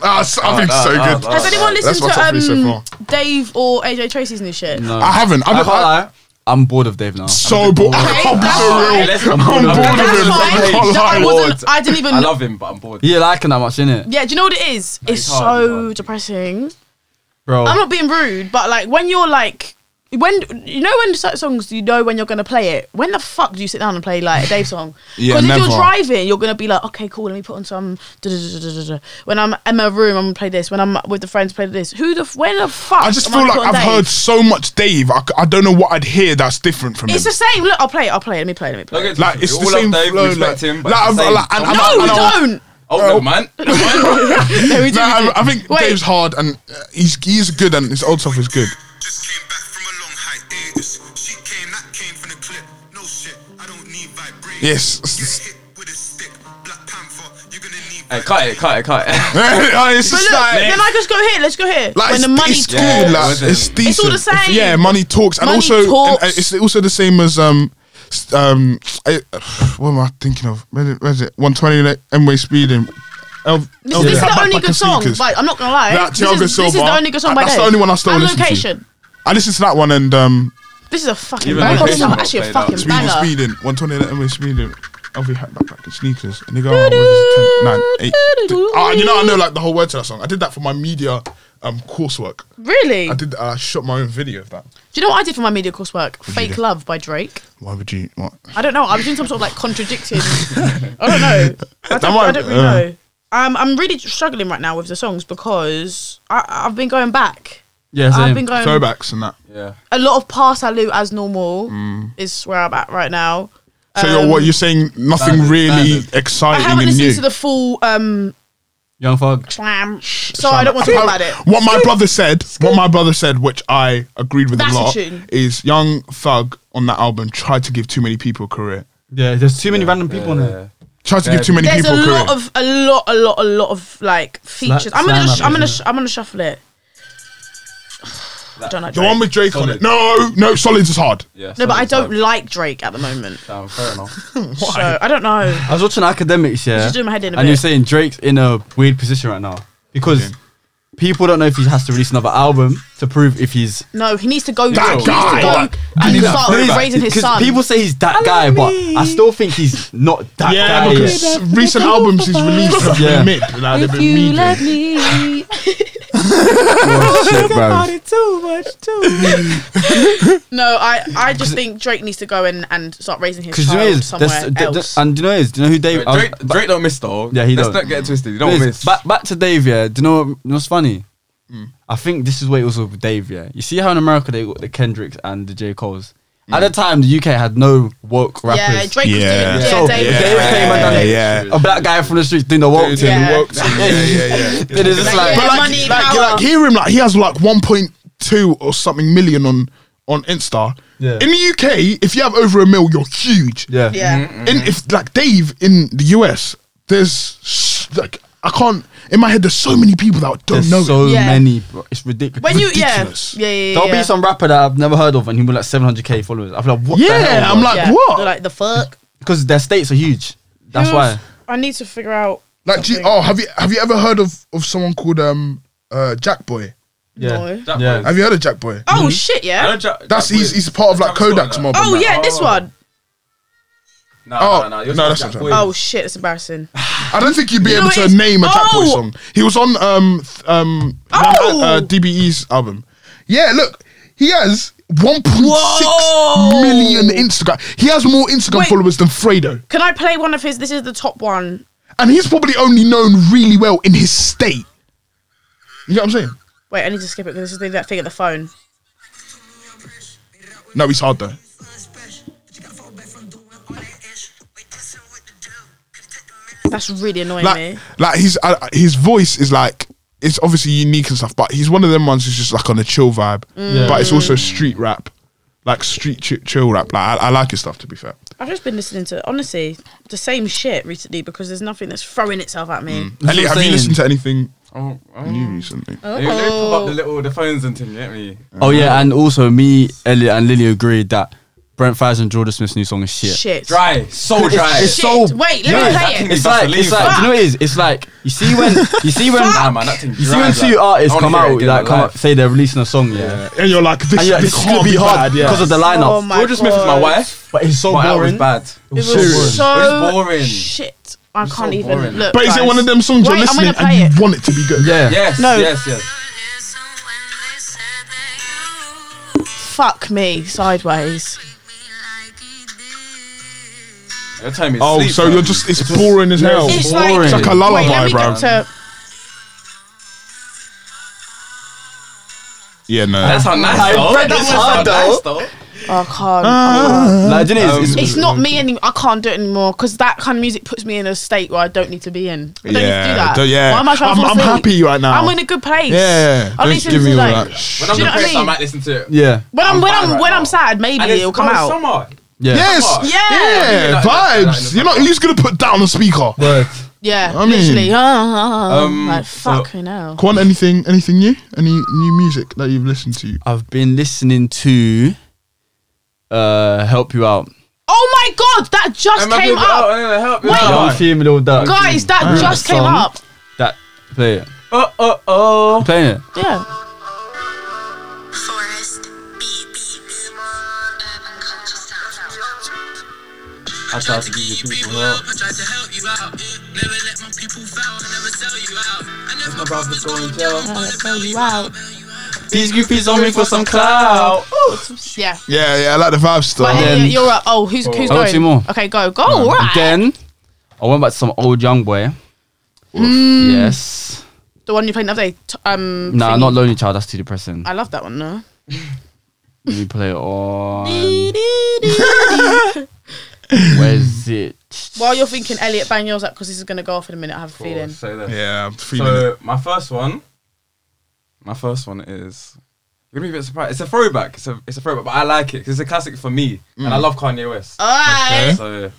Speaker 2: Ah, so- I think it's so
Speaker 1: ah,
Speaker 2: good.
Speaker 1: ah,
Speaker 3: Has anyone
Speaker 2: uh, That's
Speaker 3: listened
Speaker 2: my top three so
Speaker 3: to um,
Speaker 2: far.
Speaker 3: Dave or AJ Tracy's new shit?
Speaker 4: no.
Speaker 2: I
Speaker 4: I,
Speaker 2: haven't. I've,
Speaker 4: can't lie. I'm bored of Dave now.
Speaker 2: so bored.
Speaker 3: Okay,
Speaker 2: I'm
Speaker 3: that's
Speaker 2: so
Speaker 3: fine.
Speaker 2: real.
Speaker 1: Let's-
Speaker 2: I'm bored of
Speaker 1: That's
Speaker 2: him.
Speaker 3: fine.
Speaker 2: I can't
Speaker 3: That- I
Speaker 2: lie.
Speaker 3: wasn't- I didn't even-
Speaker 1: I love him, but I'm bored.
Speaker 4: Yeah, like him that much, innit?
Speaker 3: Yeah, do you know what it is? it's
Speaker 1: it's hard,
Speaker 3: so
Speaker 1: it's hard.
Speaker 3: depressing.
Speaker 4: Bro.
Speaker 3: I'm not being rude, but like when you're like, when you know when certain songs you know when you're gonna play it. When the fuck do you sit down and play like a Dave song?
Speaker 2: (laughs) Yeah,
Speaker 3: Because if
Speaker 2: never.
Speaker 3: you're driving, you're gonna be like, okay, cool, let me put on some. da-da-da-da-da-da. When I'm in my room, I'm gonna play this. When I'm with the friends, play this. Who the f- when the fuck?
Speaker 2: I just
Speaker 3: am I
Speaker 2: feel
Speaker 3: gonna
Speaker 2: like
Speaker 3: put on
Speaker 2: I've
Speaker 3: Dave?
Speaker 2: heard so much Dave. I, c- I don't know what I'd hear that's different from
Speaker 3: It's
Speaker 2: him.
Speaker 3: the same. Look, I'll play it. I'll play it. Let me play it. Let me play.
Speaker 1: Don't
Speaker 3: it.
Speaker 1: get
Speaker 2: Like,
Speaker 1: twisted.
Speaker 2: it's
Speaker 1: We
Speaker 2: the
Speaker 1: all love
Speaker 2: same
Speaker 1: Dave,
Speaker 2: flow,
Speaker 1: respect
Speaker 2: like-
Speaker 1: him, but
Speaker 2: like,
Speaker 1: it's the
Speaker 2: I've-
Speaker 1: same.
Speaker 2: like, and
Speaker 1: Don't-
Speaker 2: I'm-
Speaker 3: No,
Speaker 2: I
Speaker 3: we
Speaker 2: don't-
Speaker 3: don't.
Speaker 1: Oh no,
Speaker 2: (laughs)
Speaker 1: man.
Speaker 3: No, we do,
Speaker 2: Nah,
Speaker 3: we do.
Speaker 2: I, I think
Speaker 3: Wait.
Speaker 2: Dave's hard and uh, he's he is good and his old stuff is good. (laughs)
Speaker 6: Just came back from a long hiatus. She came, that came from the clip. No shit, I don't need vibrators.
Speaker 2: Yes.
Speaker 6: Get hit with a stick. Black Panther, you're gonna need
Speaker 1: Hey, cut it, cut it, cut
Speaker 2: (laughs)
Speaker 1: it.
Speaker 2: Oh, it's
Speaker 3: But
Speaker 2: just
Speaker 3: look,
Speaker 2: like,
Speaker 3: then I just go here. Let's go here.
Speaker 2: like
Speaker 3: when
Speaker 2: it's,
Speaker 3: the money
Speaker 2: it's
Speaker 3: talks,
Speaker 1: Yeah,
Speaker 2: good, like,
Speaker 1: it wasn't-
Speaker 2: it's decent.
Speaker 3: It's all the same.
Speaker 2: yeah, money talks, and
Speaker 3: Money
Speaker 2: also
Speaker 3: talks.
Speaker 2: and, uh, it's also the same as um, s- um, I, what am I thinking of? Where is it- where is it? One twenty M-way speeding. El,
Speaker 3: This, this is the only good song. Like, I'm not gonna lie.
Speaker 2: That
Speaker 3: this,
Speaker 2: Thiago
Speaker 3: is, this is the
Speaker 2: Silva.
Speaker 3: only good song
Speaker 2: Uh,
Speaker 3: by
Speaker 2: that's
Speaker 3: Dave.
Speaker 2: the only one I still
Speaker 3: And
Speaker 2: listen to.
Speaker 3: location.
Speaker 2: I listened to that one and um,
Speaker 3: This is a fucking
Speaker 1: Even
Speaker 3: banger.
Speaker 1: Location
Speaker 3: This is
Speaker 1: got
Speaker 3: actually a
Speaker 1: played
Speaker 3: fucking
Speaker 1: out.
Speaker 2: Speeding,
Speaker 3: banger.
Speaker 2: speeding. 120 that MA speeding. Every hat backpack and sneakers. And they go, oh, where was it? 10, 9, 8. Ah, you know, I know like the whole word to that song. I did that for my media um, coursework.
Speaker 3: Really?
Speaker 2: I
Speaker 3: Do
Speaker 2: did. I shot my own video of that.
Speaker 3: you know what I did for my media coursework? Fake
Speaker 2: do?
Speaker 3: Love by Drake.
Speaker 2: Why would you? What?
Speaker 3: I don't know. I was doing some sort of like contradicting.
Speaker 2: (laughs)
Speaker 3: I don't know. I don't,
Speaker 2: might-
Speaker 3: I don't really
Speaker 2: uh.
Speaker 3: know. Um, I'm really struggling right now with the songs because I, I've been going back.
Speaker 4: yeah, same.
Speaker 3: I've been going
Speaker 2: Throwbacks and that.
Speaker 1: Yeah.
Speaker 3: a lot of past Salute as normal
Speaker 2: Mm.
Speaker 3: is where I'm at right now.
Speaker 2: So you're, what you're saying? Nothing
Speaker 1: standard,
Speaker 2: really
Speaker 1: standard.
Speaker 3: I
Speaker 2: exciting
Speaker 3: haven't
Speaker 2: and
Speaker 3: listened
Speaker 2: new.
Speaker 3: to the full um
Speaker 4: Young Thug.
Speaker 3: slam, so I don't want to
Speaker 2: How-
Speaker 3: talk about it.
Speaker 2: What my brother said, what my brother said, which I agreed with
Speaker 3: That's
Speaker 2: a
Speaker 3: a
Speaker 2: lot,
Speaker 3: tune.
Speaker 2: is Young Thug on that album tried to give too many people a career.
Speaker 4: Yeah, there's too many random people
Speaker 1: yeah,
Speaker 4: on
Speaker 1: yeah,
Speaker 4: there.
Speaker 1: yeah.
Speaker 2: Do tries to give too many
Speaker 3: There's a
Speaker 2: people
Speaker 3: lot
Speaker 2: credit.
Speaker 3: of a lot, a lot, a lot of like features. I'm gonna,
Speaker 4: slam
Speaker 3: sh- I'm gonna,
Speaker 4: application.
Speaker 3: sh- I'm gonna shuffle it. I don't like
Speaker 2: The
Speaker 3: Drake.
Speaker 2: one with Drake on
Speaker 1: Solid.
Speaker 2: it. No, no, Solids is hard.
Speaker 1: Yeah,
Speaker 3: no, but I don't
Speaker 1: Like,
Speaker 3: like Drake at the moment.
Speaker 2: (laughs)
Speaker 1: fair enough.
Speaker 3: So I don't know.
Speaker 4: I was watching academics, yeah.
Speaker 3: Just do my head in a
Speaker 4: and you're
Speaker 3: bit.
Speaker 4: saying Drake's in a weird position right now because people don't know if he has to release another album to prove if he's
Speaker 3: No, he needs to go.
Speaker 2: That
Speaker 3: he needs to
Speaker 2: guy,
Speaker 3: go
Speaker 2: like,
Speaker 3: and
Speaker 1: need
Speaker 3: start
Speaker 1: that playback.
Speaker 3: raising his
Speaker 4: because
Speaker 3: son.
Speaker 4: people say he's that guy, but I still think he's not that
Speaker 2: Yeah,
Speaker 4: guy.
Speaker 2: because
Speaker 4: yet.
Speaker 2: recent albums he's released have
Speaker 4: Yeah.
Speaker 2: been mid. Like, they've been mediocre.
Speaker 3: me.
Speaker 2: Oh,
Speaker 3: too much, too. no, I, I just think Drake needs to go in and start raising his
Speaker 4: Because you know
Speaker 3: child
Speaker 4: it is,
Speaker 3: somewhere
Speaker 4: there's- th- th-
Speaker 3: else.
Speaker 4: and do you know it is, do you know who Dave?
Speaker 2: um,
Speaker 4: uh, I was-
Speaker 1: Drake, Drake don't miss though.
Speaker 4: Yeah, he
Speaker 1: Let's
Speaker 4: don't.
Speaker 1: not get it twisted. He
Speaker 4: Liz,
Speaker 1: don't miss. Hmm.
Speaker 4: Back, back to Dave, yeah. Do you know what, you know what's funny? I think this is where it was with Dave, yeah. You see how in America they got the Kendricks and the J. Cole's? At
Speaker 1: Hmm.
Speaker 4: the time, the UK had no woke rappers.
Speaker 3: yeah, Drake was doing.
Speaker 2: Yeah.
Speaker 3: Yeah,
Speaker 4: So,
Speaker 3: Dave,
Speaker 4: Dave came and done it.
Speaker 2: yeah.
Speaker 4: A black guy from the streets doing the woke
Speaker 1: Dude,
Speaker 4: thing.
Speaker 3: Yeah.
Speaker 1: woke team. Yeah, yeah, yeah.
Speaker 4: It is just
Speaker 3: Like, yeah.
Speaker 4: like,
Speaker 2: But like,
Speaker 3: Money,
Speaker 2: like,
Speaker 3: power.
Speaker 2: you, like, hear him like he has like 1.2 or something million on on Insta.
Speaker 4: Yeah.
Speaker 2: In the UK, if you have over a mil, you're huge.
Speaker 4: yeah.
Speaker 3: Yeah.
Speaker 2: In if like Dave in the US, there's sh- like I can't in my head. There's so many people that don't
Speaker 4: There's
Speaker 2: know.
Speaker 4: so
Speaker 3: Yeah.
Speaker 4: many, bro. It's ridiculous.
Speaker 3: When you yeah.
Speaker 2: Ridiculous.
Speaker 3: yeah, yeah, yeah,
Speaker 4: There'll
Speaker 3: yeah.
Speaker 4: be some rapper that I've never heard of and he'll be like 700k followers. I feel like, what
Speaker 2: Yeah,
Speaker 4: the hell?
Speaker 2: I'm like,
Speaker 3: yeah.
Speaker 2: what?
Speaker 3: They're like the fuck.
Speaker 4: Because their states are huge. That's
Speaker 3: Who's-
Speaker 4: why.
Speaker 3: I need to figure out.
Speaker 2: like, do you, oh, have you have you ever heard of of someone called um uh Jack Boy?
Speaker 4: Yeah.
Speaker 3: No.
Speaker 1: That
Speaker 4: Yeah.
Speaker 1: was-
Speaker 2: Have you heard of Jack Boy?
Speaker 3: Oh shit,
Speaker 1: I
Speaker 3: yeah.
Speaker 1: don't ju-
Speaker 2: That's
Speaker 1: that
Speaker 2: he's
Speaker 1: weird.
Speaker 2: he's part of like
Speaker 1: Travis Scott,
Speaker 2: Kodak's
Speaker 1: no.
Speaker 2: mob. and
Speaker 3: Oh
Speaker 2: that.
Speaker 3: yeah, this
Speaker 1: Oh.
Speaker 3: one.
Speaker 2: Oh,
Speaker 1: No, no, no. You're
Speaker 2: no,
Speaker 1: talking
Speaker 2: that's
Speaker 1: about
Speaker 2: not
Speaker 1: Jack
Speaker 3: Oh
Speaker 1: Boy.
Speaker 3: shit, it's embarrassing.
Speaker 2: I don't think you'd be
Speaker 3: You know
Speaker 2: able
Speaker 3: what
Speaker 2: to
Speaker 3: it is?
Speaker 2: name a Jack Boy
Speaker 3: Oh!
Speaker 2: song. He was on um th- um
Speaker 3: Oh!
Speaker 2: uh, DBE's album. Yeah, look, he has 1.6
Speaker 3: Whoa!
Speaker 2: million Instagram. He has more Instagram
Speaker 3: Wait.
Speaker 2: followers than Fredo,
Speaker 3: Can I play one of his? This is the top one.
Speaker 2: and he's probably only known really well in his state. You know what I'm saying?
Speaker 3: Wait, I need to skip it because this is the, that thing at the phone.
Speaker 2: No, he's hard though.
Speaker 3: That's really annoying
Speaker 2: Like,
Speaker 3: me.
Speaker 2: like his uh, his voice is like it's obviously unique and stuff, but he's one of them ones who's just like on a chill vibe,
Speaker 3: Mm.
Speaker 2: but it's also street rap, like street ch- chill rap. Like I, I like his stuff to be fair.
Speaker 3: I've just been listening to honestly the same shit recently because there's nothing that's throwing itself at me.
Speaker 2: Elliot,
Speaker 4: what
Speaker 2: have
Speaker 4: I'm
Speaker 2: you
Speaker 4: saying.
Speaker 2: listened to anything
Speaker 1: Oh, oh.
Speaker 2: new recently?
Speaker 1: They, they pop up the little the phones and thing, get me.
Speaker 4: Oh, yeah. And also, me, Elliot, and Lily agreed that Brent Fires and Jordan Smith's new song is shit.
Speaker 3: Shit.
Speaker 1: Dry, so dry.
Speaker 4: It's
Speaker 3: Shit.
Speaker 4: so
Speaker 3: Wait, let
Speaker 4: Yeah.
Speaker 3: me play it.
Speaker 4: It's like it's like do you know what it is? It's like you see when you see when
Speaker 1: Nah, man, that thing
Speaker 4: you see when
Speaker 1: dries,
Speaker 4: two
Speaker 1: like,
Speaker 4: artists
Speaker 1: I wanna
Speaker 4: come
Speaker 1: hear it
Speaker 4: out
Speaker 1: again
Speaker 4: like
Speaker 1: in
Speaker 4: come
Speaker 1: my
Speaker 4: out, say they're releasing a song, yeah.
Speaker 2: And you're like, this,
Speaker 4: And yeah,
Speaker 2: this,
Speaker 4: it's gonna
Speaker 2: can't
Speaker 4: be hard
Speaker 2: yeah.
Speaker 4: because of the
Speaker 3: Oh
Speaker 4: lineup.
Speaker 3: my
Speaker 1: Georgia Smith is my
Speaker 3: God.
Speaker 1: wife.
Speaker 4: But it's so
Speaker 1: but that was
Speaker 4: boring.
Speaker 1: bad.
Speaker 3: It was
Speaker 4: Serious.
Speaker 3: so
Speaker 1: It's boring.
Speaker 3: Shit. I
Speaker 1: was
Speaker 3: can't
Speaker 1: so
Speaker 3: even
Speaker 1: boring.
Speaker 3: look.
Speaker 2: But is it
Speaker 3: guys.
Speaker 2: one of them songs
Speaker 3: Wait,
Speaker 2: you're
Speaker 3: I'm
Speaker 2: listening
Speaker 3: gonna play
Speaker 2: and
Speaker 3: it.
Speaker 2: you want it to be good?
Speaker 4: Yeah.
Speaker 1: Yes,
Speaker 3: No.
Speaker 1: yes, yes.
Speaker 3: Fuck me sideways.
Speaker 1: You're telling me.
Speaker 2: Oh,
Speaker 1: sleep,
Speaker 2: so
Speaker 1: bro.
Speaker 2: you're just, it's boring as hell.
Speaker 3: It's
Speaker 4: boring.
Speaker 3: like,
Speaker 4: It's
Speaker 2: like a
Speaker 3: Wait,
Speaker 2: lullaby,
Speaker 3: let me
Speaker 2: bro.
Speaker 3: get to-
Speaker 2: Yeah, no.
Speaker 1: That's how nice
Speaker 4: I
Speaker 1: though.
Speaker 4: read that
Speaker 1: That's
Speaker 4: one.
Speaker 1: how nice though.
Speaker 3: Oh, I can't.
Speaker 2: Ah.
Speaker 4: Like, do you know, it's,
Speaker 3: it's not me anymore. I can't do it anymore because that kind of music puts me in a state where I don't need to be in. I don't need to
Speaker 2: Yeah,
Speaker 3: do that.
Speaker 2: don't- yeah.
Speaker 3: Why am I
Speaker 2: I'm-
Speaker 3: trying to fall
Speaker 2: I'm
Speaker 3: asleep?
Speaker 2: happy right now.
Speaker 3: I'm in a good place.
Speaker 2: yeah.
Speaker 3: I'll
Speaker 2: Don't
Speaker 3: listen
Speaker 2: give me
Speaker 3: to
Speaker 2: all
Speaker 3: like.
Speaker 2: that.
Speaker 1: When
Speaker 2: shit.
Speaker 1: I'm
Speaker 3: Do you know what I
Speaker 1: depressed, I
Speaker 3: mean?
Speaker 1: might listen to it.
Speaker 4: yeah.
Speaker 3: When I'm,
Speaker 1: I'm
Speaker 3: when
Speaker 1: fine
Speaker 3: I'm
Speaker 1: right
Speaker 3: when
Speaker 1: now.
Speaker 3: I'm sad, maybe
Speaker 1: And it's
Speaker 3: it'll come
Speaker 1: gone
Speaker 3: out.
Speaker 1: Summer.
Speaker 4: Yeah.
Speaker 1: Come on.
Speaker 2: Yes.
Speaker 3: Yeah.
Speaker 2: Yeah.
Speaker 1: Yeah,
Speaker 2: Vibes. You're not, who's going to put down a speaker?
Speaker 4: Word.
Speaker 3: Yeah,
Speaker 2: I mean-
Speaker 3: literally. (laughs) Um,
Speaker 1: Um,
Speaker 3: like
Speaker 1: so-
Speaker 3: fucking hell.
Speaker 2: Quan, anything, anything new? Any new music that you've listened to?
Speaker 4: I've been listening to uh help you out.
Speaker 3: Oh my god, that just
Speaker 1: And my
Speaker 3: came
Speaker 1: people, oh,
Speaker 3: up,
Speaker 1: yeah, help me
Speaker 3: Wait.
Speaker 1: out.
Speaker 4: Young female that
Speaker 3: guys. That
Speaker 4: Mm.
Speaker 3: just came
Speaker 4: Song.
Speaker 3: up.
Speaker 4: that play it.
Speaker 1: Oh, oh, oh.
Speaker 4: Playing it.
Speaker 3: Yeah.
Speaker 7: Forest beat beats. Urban culture sound.
Speaker 1: I tried to give you people help.
Speaker 8: I tried to help you out. Never let my people fail. I never sell you out. I never
Speaker 1: My
Speaker 8: promised
Speaker 1: brother's going to jail.
Speaker 4: These groupies on me for some clout.
Speaker 3: Yeah.
Speaker 2: Yeah, yeah, I like the vibe stuff.
Speaker 3: But
Speaker 4: then-
Speaker 3: Elliot, you're up. Oh, who's who's
Speaker 4: I want
Speaker 3: going?
Speaker 4: two more.
Speaker 3: Okay, go go. all right.
Speaker 4: Then I went back to some old young boy. Mm. Yes.
Speaker 3: The one you played the other day. T- um.
Speaker 4: Nah,
Speaker 3: thingy.
Speaker 4: not Lonely Child. That's too depressing.
Speaker 3: I love that one. No.
Speaker 4: Let me play it on. Where's it?
Speaker 3: While you're thinking, Elliot, bang yours up because this is gonna go off in a minute. I have a
Speaker 1: Cool,
Speaker 3: feeling.
Speaker 1: Oh, say that.
Speaker 2: yeah, I'm feeling
Speaker 1: So
Speaker 2: it.
Speaker 1: my first one, my first one is you're gonna be a bit surprised. It's a throwback. It's a it's a throwback, but I like it 'cause it's a
Speaker 3: Oh.
Speaker 1: classic for me, and I love Kanye West.
Speaker 3: All right.
Speaker 1: So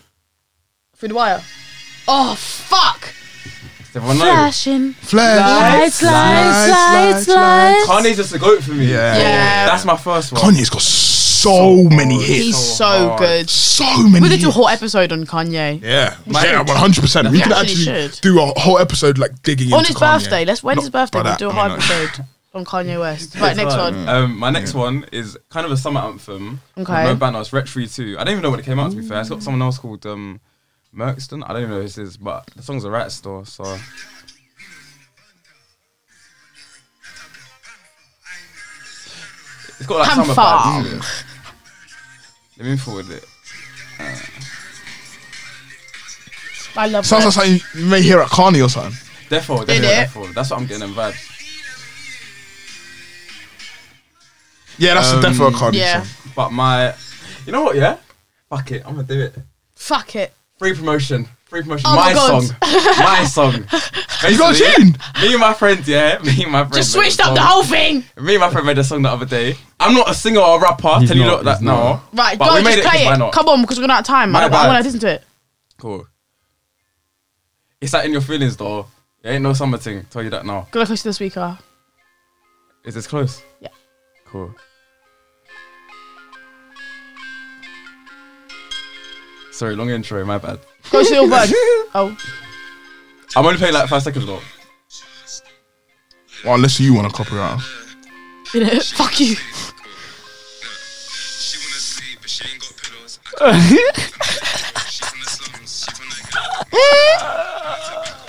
Speaker 3: Through the wire.
Speaker 9: Oh fuck!
Speaker 1: Does everyone know?
Speaker 9: Flashing
Speaker 2: Flash.
Speaker 9: lights, lights, lights,
Speaker 2: lights, lights.
Speaker 9: lights.
Speaker 1: Kanye's just a goat for me.
Speaker 2: Yeah.
Speaker 3: Yeah.
Speaker 1: That's my first one.
Speaker 2: Kanye's got so many hits.
Speaker 3: He's so
Speaker 1: hard.
Speaker 3: good.
Speaker 2: so many.
Speaker 3: We could do a
Speaker 2: hits.
Speaker 3: whole episode on Kanye.
Speaker 2: Yeah, yeah, one hundred percent. We
Speaker 3: We
Speaker 2: could
Speaker 3: actually
Speaker 2: actually
Speaker 3: should.
Speaker 2: do a whole episode like digging
Speaker 3: On
Speaker 2: into
Speaker 3: his
Speaker 2: Kanye.
Speaker 3: birthday. Let's when's
Speaker 2: Not-
Speaker 3: his birthday? We'll
Speaker 2: brother,
Speaker 3: do a
Speaker 2: I
Speaker 3: whole
Speaker 2: mean,
Speaker 3: episode on
Speaker 2: (laughs)
Speaker 3: Kanye West. Right, next one.
Speaker 1: Um, my next one is kind of a summer anthem. called
Speaker 3: Okay.
Speaker 1: No banner. It's Ret 32. I don't even know when it came out, to be fair. It's got someone else called um, Merkston. I don't even know who this is, but the song's a rat store, so. It's got like summer
Speaker 3: Hamfar.
Speaker 1: vibes to it. Let me forward it.
Speaker 3: I love
Speaker 2: Sounds like
Speaker 3: that.
Speaker 2: something you may hear at Kanye or something.
Speaker 1: Defo, defo,
Speaker 3: Innit?
Speaker 1: defo. That's what I'm getting them vibes.
Speaker 2: Yeah, that's
Speaker 1: Um,
Speaker 2: the death of a Kanye
Speaker 3: Yeah.
Speaker 2: song.
Speaker 1: But my. You know what, yeah? Fuck it. I'm gonna do it.
Speaker 3: Fuck it.
Speaker 1: Free promotion. Free promotion.
Speaker 3: Oh my
Speaker 1: my,
Speaker 3: God.
Speaker 1: song.
Speaker 3: (laughs)
Speaker 1: my song.
Speaker 2: You got
Speaker 1: Basically,
Speaker 2: a tune?
Speaker 1: Me and my friend, yeah. Me and my friend.
Speaker 3: Just
Speaker 1: made a
Speaker 3: switched up the
Speaker 1: song.
Speaker 3: whole thing.
Speaker 1: Me and my friend made a song the other day. I'm not a singer or a rapper.
Speaker 4: He's
Speaker 1: tell you
Speaker 4: not,
Speaker 1: not, that
Speaker 4: he's
Speaker 1: no.
Speaker 4: not.
Speaker 3: Right,
Speaker 1: But
Speaker 3: go
Speaker 1: we
Speaker 3: just
Speaker 1: made it,
Speaker 3: play
Speaker 1: 'cause why
Speaker 3: it.
Speaker 1: not?
Speaker 3: Come on, because we're not out of time.
Speaker 1: My
Speaker 3: I, don't- I
Speaker 1: bad.
Speaker 3: want to listen to it.
Speaker 1: Cool. It's that in your feelings though. It ain't no summer thing. Tell you that now.
Speaker 3: Go close to the speaker.
Speaker 1: Is this close?
Speaker 3: Yeah.
Speaker 1: Cool. Sorry, long intro. My bad. (laughs)
Speaker 3: Close to your bird. Oh, (laughs)
Speaker 1: I'm only playing like five seconds though.
Speaker 2: Well, unless you want to copyright. us.
Speaker 3: did it? Fuck you.
Speaker 6: She wanna sleep, but she ain't got pillows. She's from the slums, she's from Nigeria.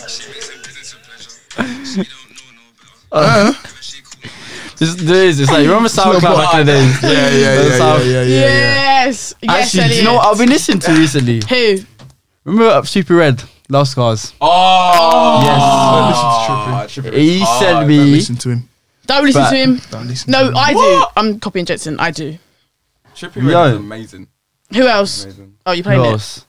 Speaker 6: She makes it business and pleasure. She don't know no better. But she cool.
Speaker 4: This, there is. It's like you remember SoundCloud back in the days.
Speaker 2: Yeah, yeah,
Speaker 4: The
Speaker 2: yeah, yeah,
Speaker 4: Sound-
Speaker 2: yeah, yeah, yeah.
Speaker 3: Yes. Yes,
Speaker 4: Actually, do you
Speaker 3: Elliot.
Speaker 4: know what I've been listening to recently?
Speaker 3: Who?
Speaker 4: Remember uh, Super Red, Last Cars.
Speaker 1: Oh.
Speaker 4: Yes.
Speaker 1: Tripping.
Speaker 4: He
Speaker 1: Oh,
Speaker 4: sent
Speaker 2: Don't
Speaker 4: me.
Speaker 2: listen to him.
Speaker 3: Don't listen
Speaker 4: But-
Speaker 3: to him.
Speaker 2: Don't listen. to
Speaker 3: No,
Speaker 2: him.
Speaker 3: I do. I'm copying Jetson. I do.
Speaker 1: Tripping Red
Speaker 4: Yo.
Speaker 1: is amazing.
Speaker 3: Who else?
Speaker 1: Amazing.
Speaker 3: Oh, you
Speaker 4: Who
Speaker 3: playing it?
Speaker 4: else?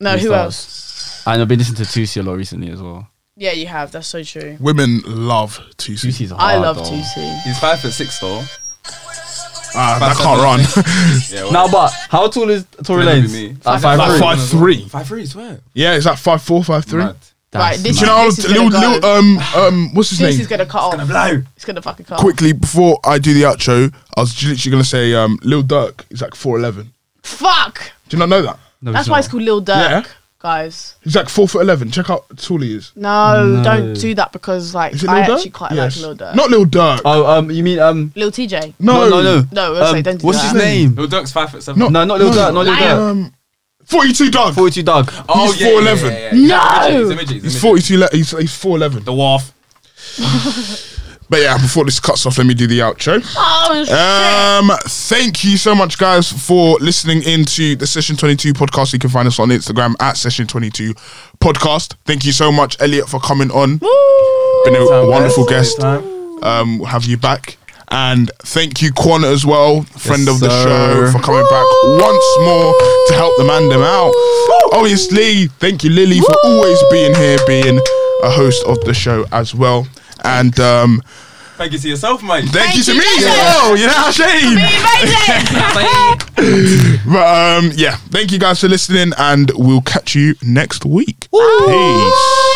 Speaker 3: No, who
Speaker 4: Freestyles.
Speaker 3: else?
Speaker 4: And I've been listening to Tusi a lot recently as well.
Speaker 3: Yeah, you have. That's so true.
Speaker 2: Women love TC.
Speaker 4: Tusi's hard.
Speaker 3: I love
Speaker 4: though.
Speaker 3: 2C.
Speaker 1: He's five foot six though.
Speaker 2: Ah, that can't run.
Speaker 1: Yeah. well,
Speaker 4: Now, but how tall is Tory
Speaker 1: That'd be
Speaker 4: Lanez?
Speaker 1: me.
Speaker 4: At
Speaker 2: Like
Speaker 4: five,
Speaker 2: five three.
Speaker 1: Five three, swear.
Speaker 2: (laughs) Yeah, is that five four five three?
Speaker 1: Mad.
Speaker 3: Right, this
Speaker 2: Do you know how
Speaker 3: This is
Speaker 2: little,
Speaker 3: gonna go.
Speaker 2: little um um what's his
Speaker 3: This
Speaker 2: name?
Speaker 3: is gonna cut off.
Speaker 1: Blow.
Speaker 3: It's gonna fucking cut. off.
Speaker 2: Quickly before I do the outro, I was literally gonna say um Lil Durk is like four eleven.
Speaker 3: Fuck.
Speaker 2: Do you not know that?
Speaker 4: No,
Speaker 3: That's why it's called Lil Durk,
Speaker 2: Yeah.
Speaker 3: guys.
Speaker 2: He's like four foot eleven. Check out how tall he is.
Speaker 3: No,
Speaker 4: No.
Speaker 3: don't do that because like
Speaker 2: Is it Lil
Speaker 3: I
Speaker 2: Durk?
Speaker 3: actually quite
Speaker 2: Yes.
Speaker 3: like Lil Durk.
Speaker 2: Not Lil Durk.
Speaker 4: Oh, um, you mean um?
Speaker 3: Lil TJ.
Speaker 2: no,
Speaker 4: no, no.
Speaker 3: No, I was saying, don't do
Speaker 4: what's
Speaker 3: that. (laughs)
Speaker 4: his name?
Speaker 1: Lil Durk's five foot seven.
Speaker 2: No.
Speaker 4: No, not Lil Durk, not Lil Durk.
Speaker 2: Um, forty-two Durk.
Speaker 4: Forty-two Doug.
Speaker 1: Oh,
Speaker 2: He's 4'11.
Speaker 3: No!
Speaker 1: He's a midget,
Speaker 2: he's
Speaker 1: a midget.
Speaker 2: forty-two. Le- he's he's four eleven.
Speaker 1: The wharf.
Speaker 2: But yeah, before this cuts off, let me do the outro.
Speaker 3: Oh, shit.
Speaker 2: Um, thank you so much, guys, for listening into the Session 22 podcast. You can find us on Instagram at Session 22 podcast. Thank you so much, Elliot, for coming on. Been a wonderful guest.
Speaker 1: Time.
Speaker 2: Um, we'll have you back. And thank you, Quan, as well, friend of the
Speaker 4: sir.
Speaker 2: show, for coming back once more to help the man them out. Obviously, thank you, Lily, for always being here, being a host of the show as well. And um,
Speaker 1: Thank you to yourself, mate.
Speaker 2: thank, you to
Speaker 3: you,
Speaker 2: me as
Speaker 3: Jason.
Speaker 2: well. You know what I'm saying? But um, yeah, thank you guys for listening, and we'll catch you next week. Peace.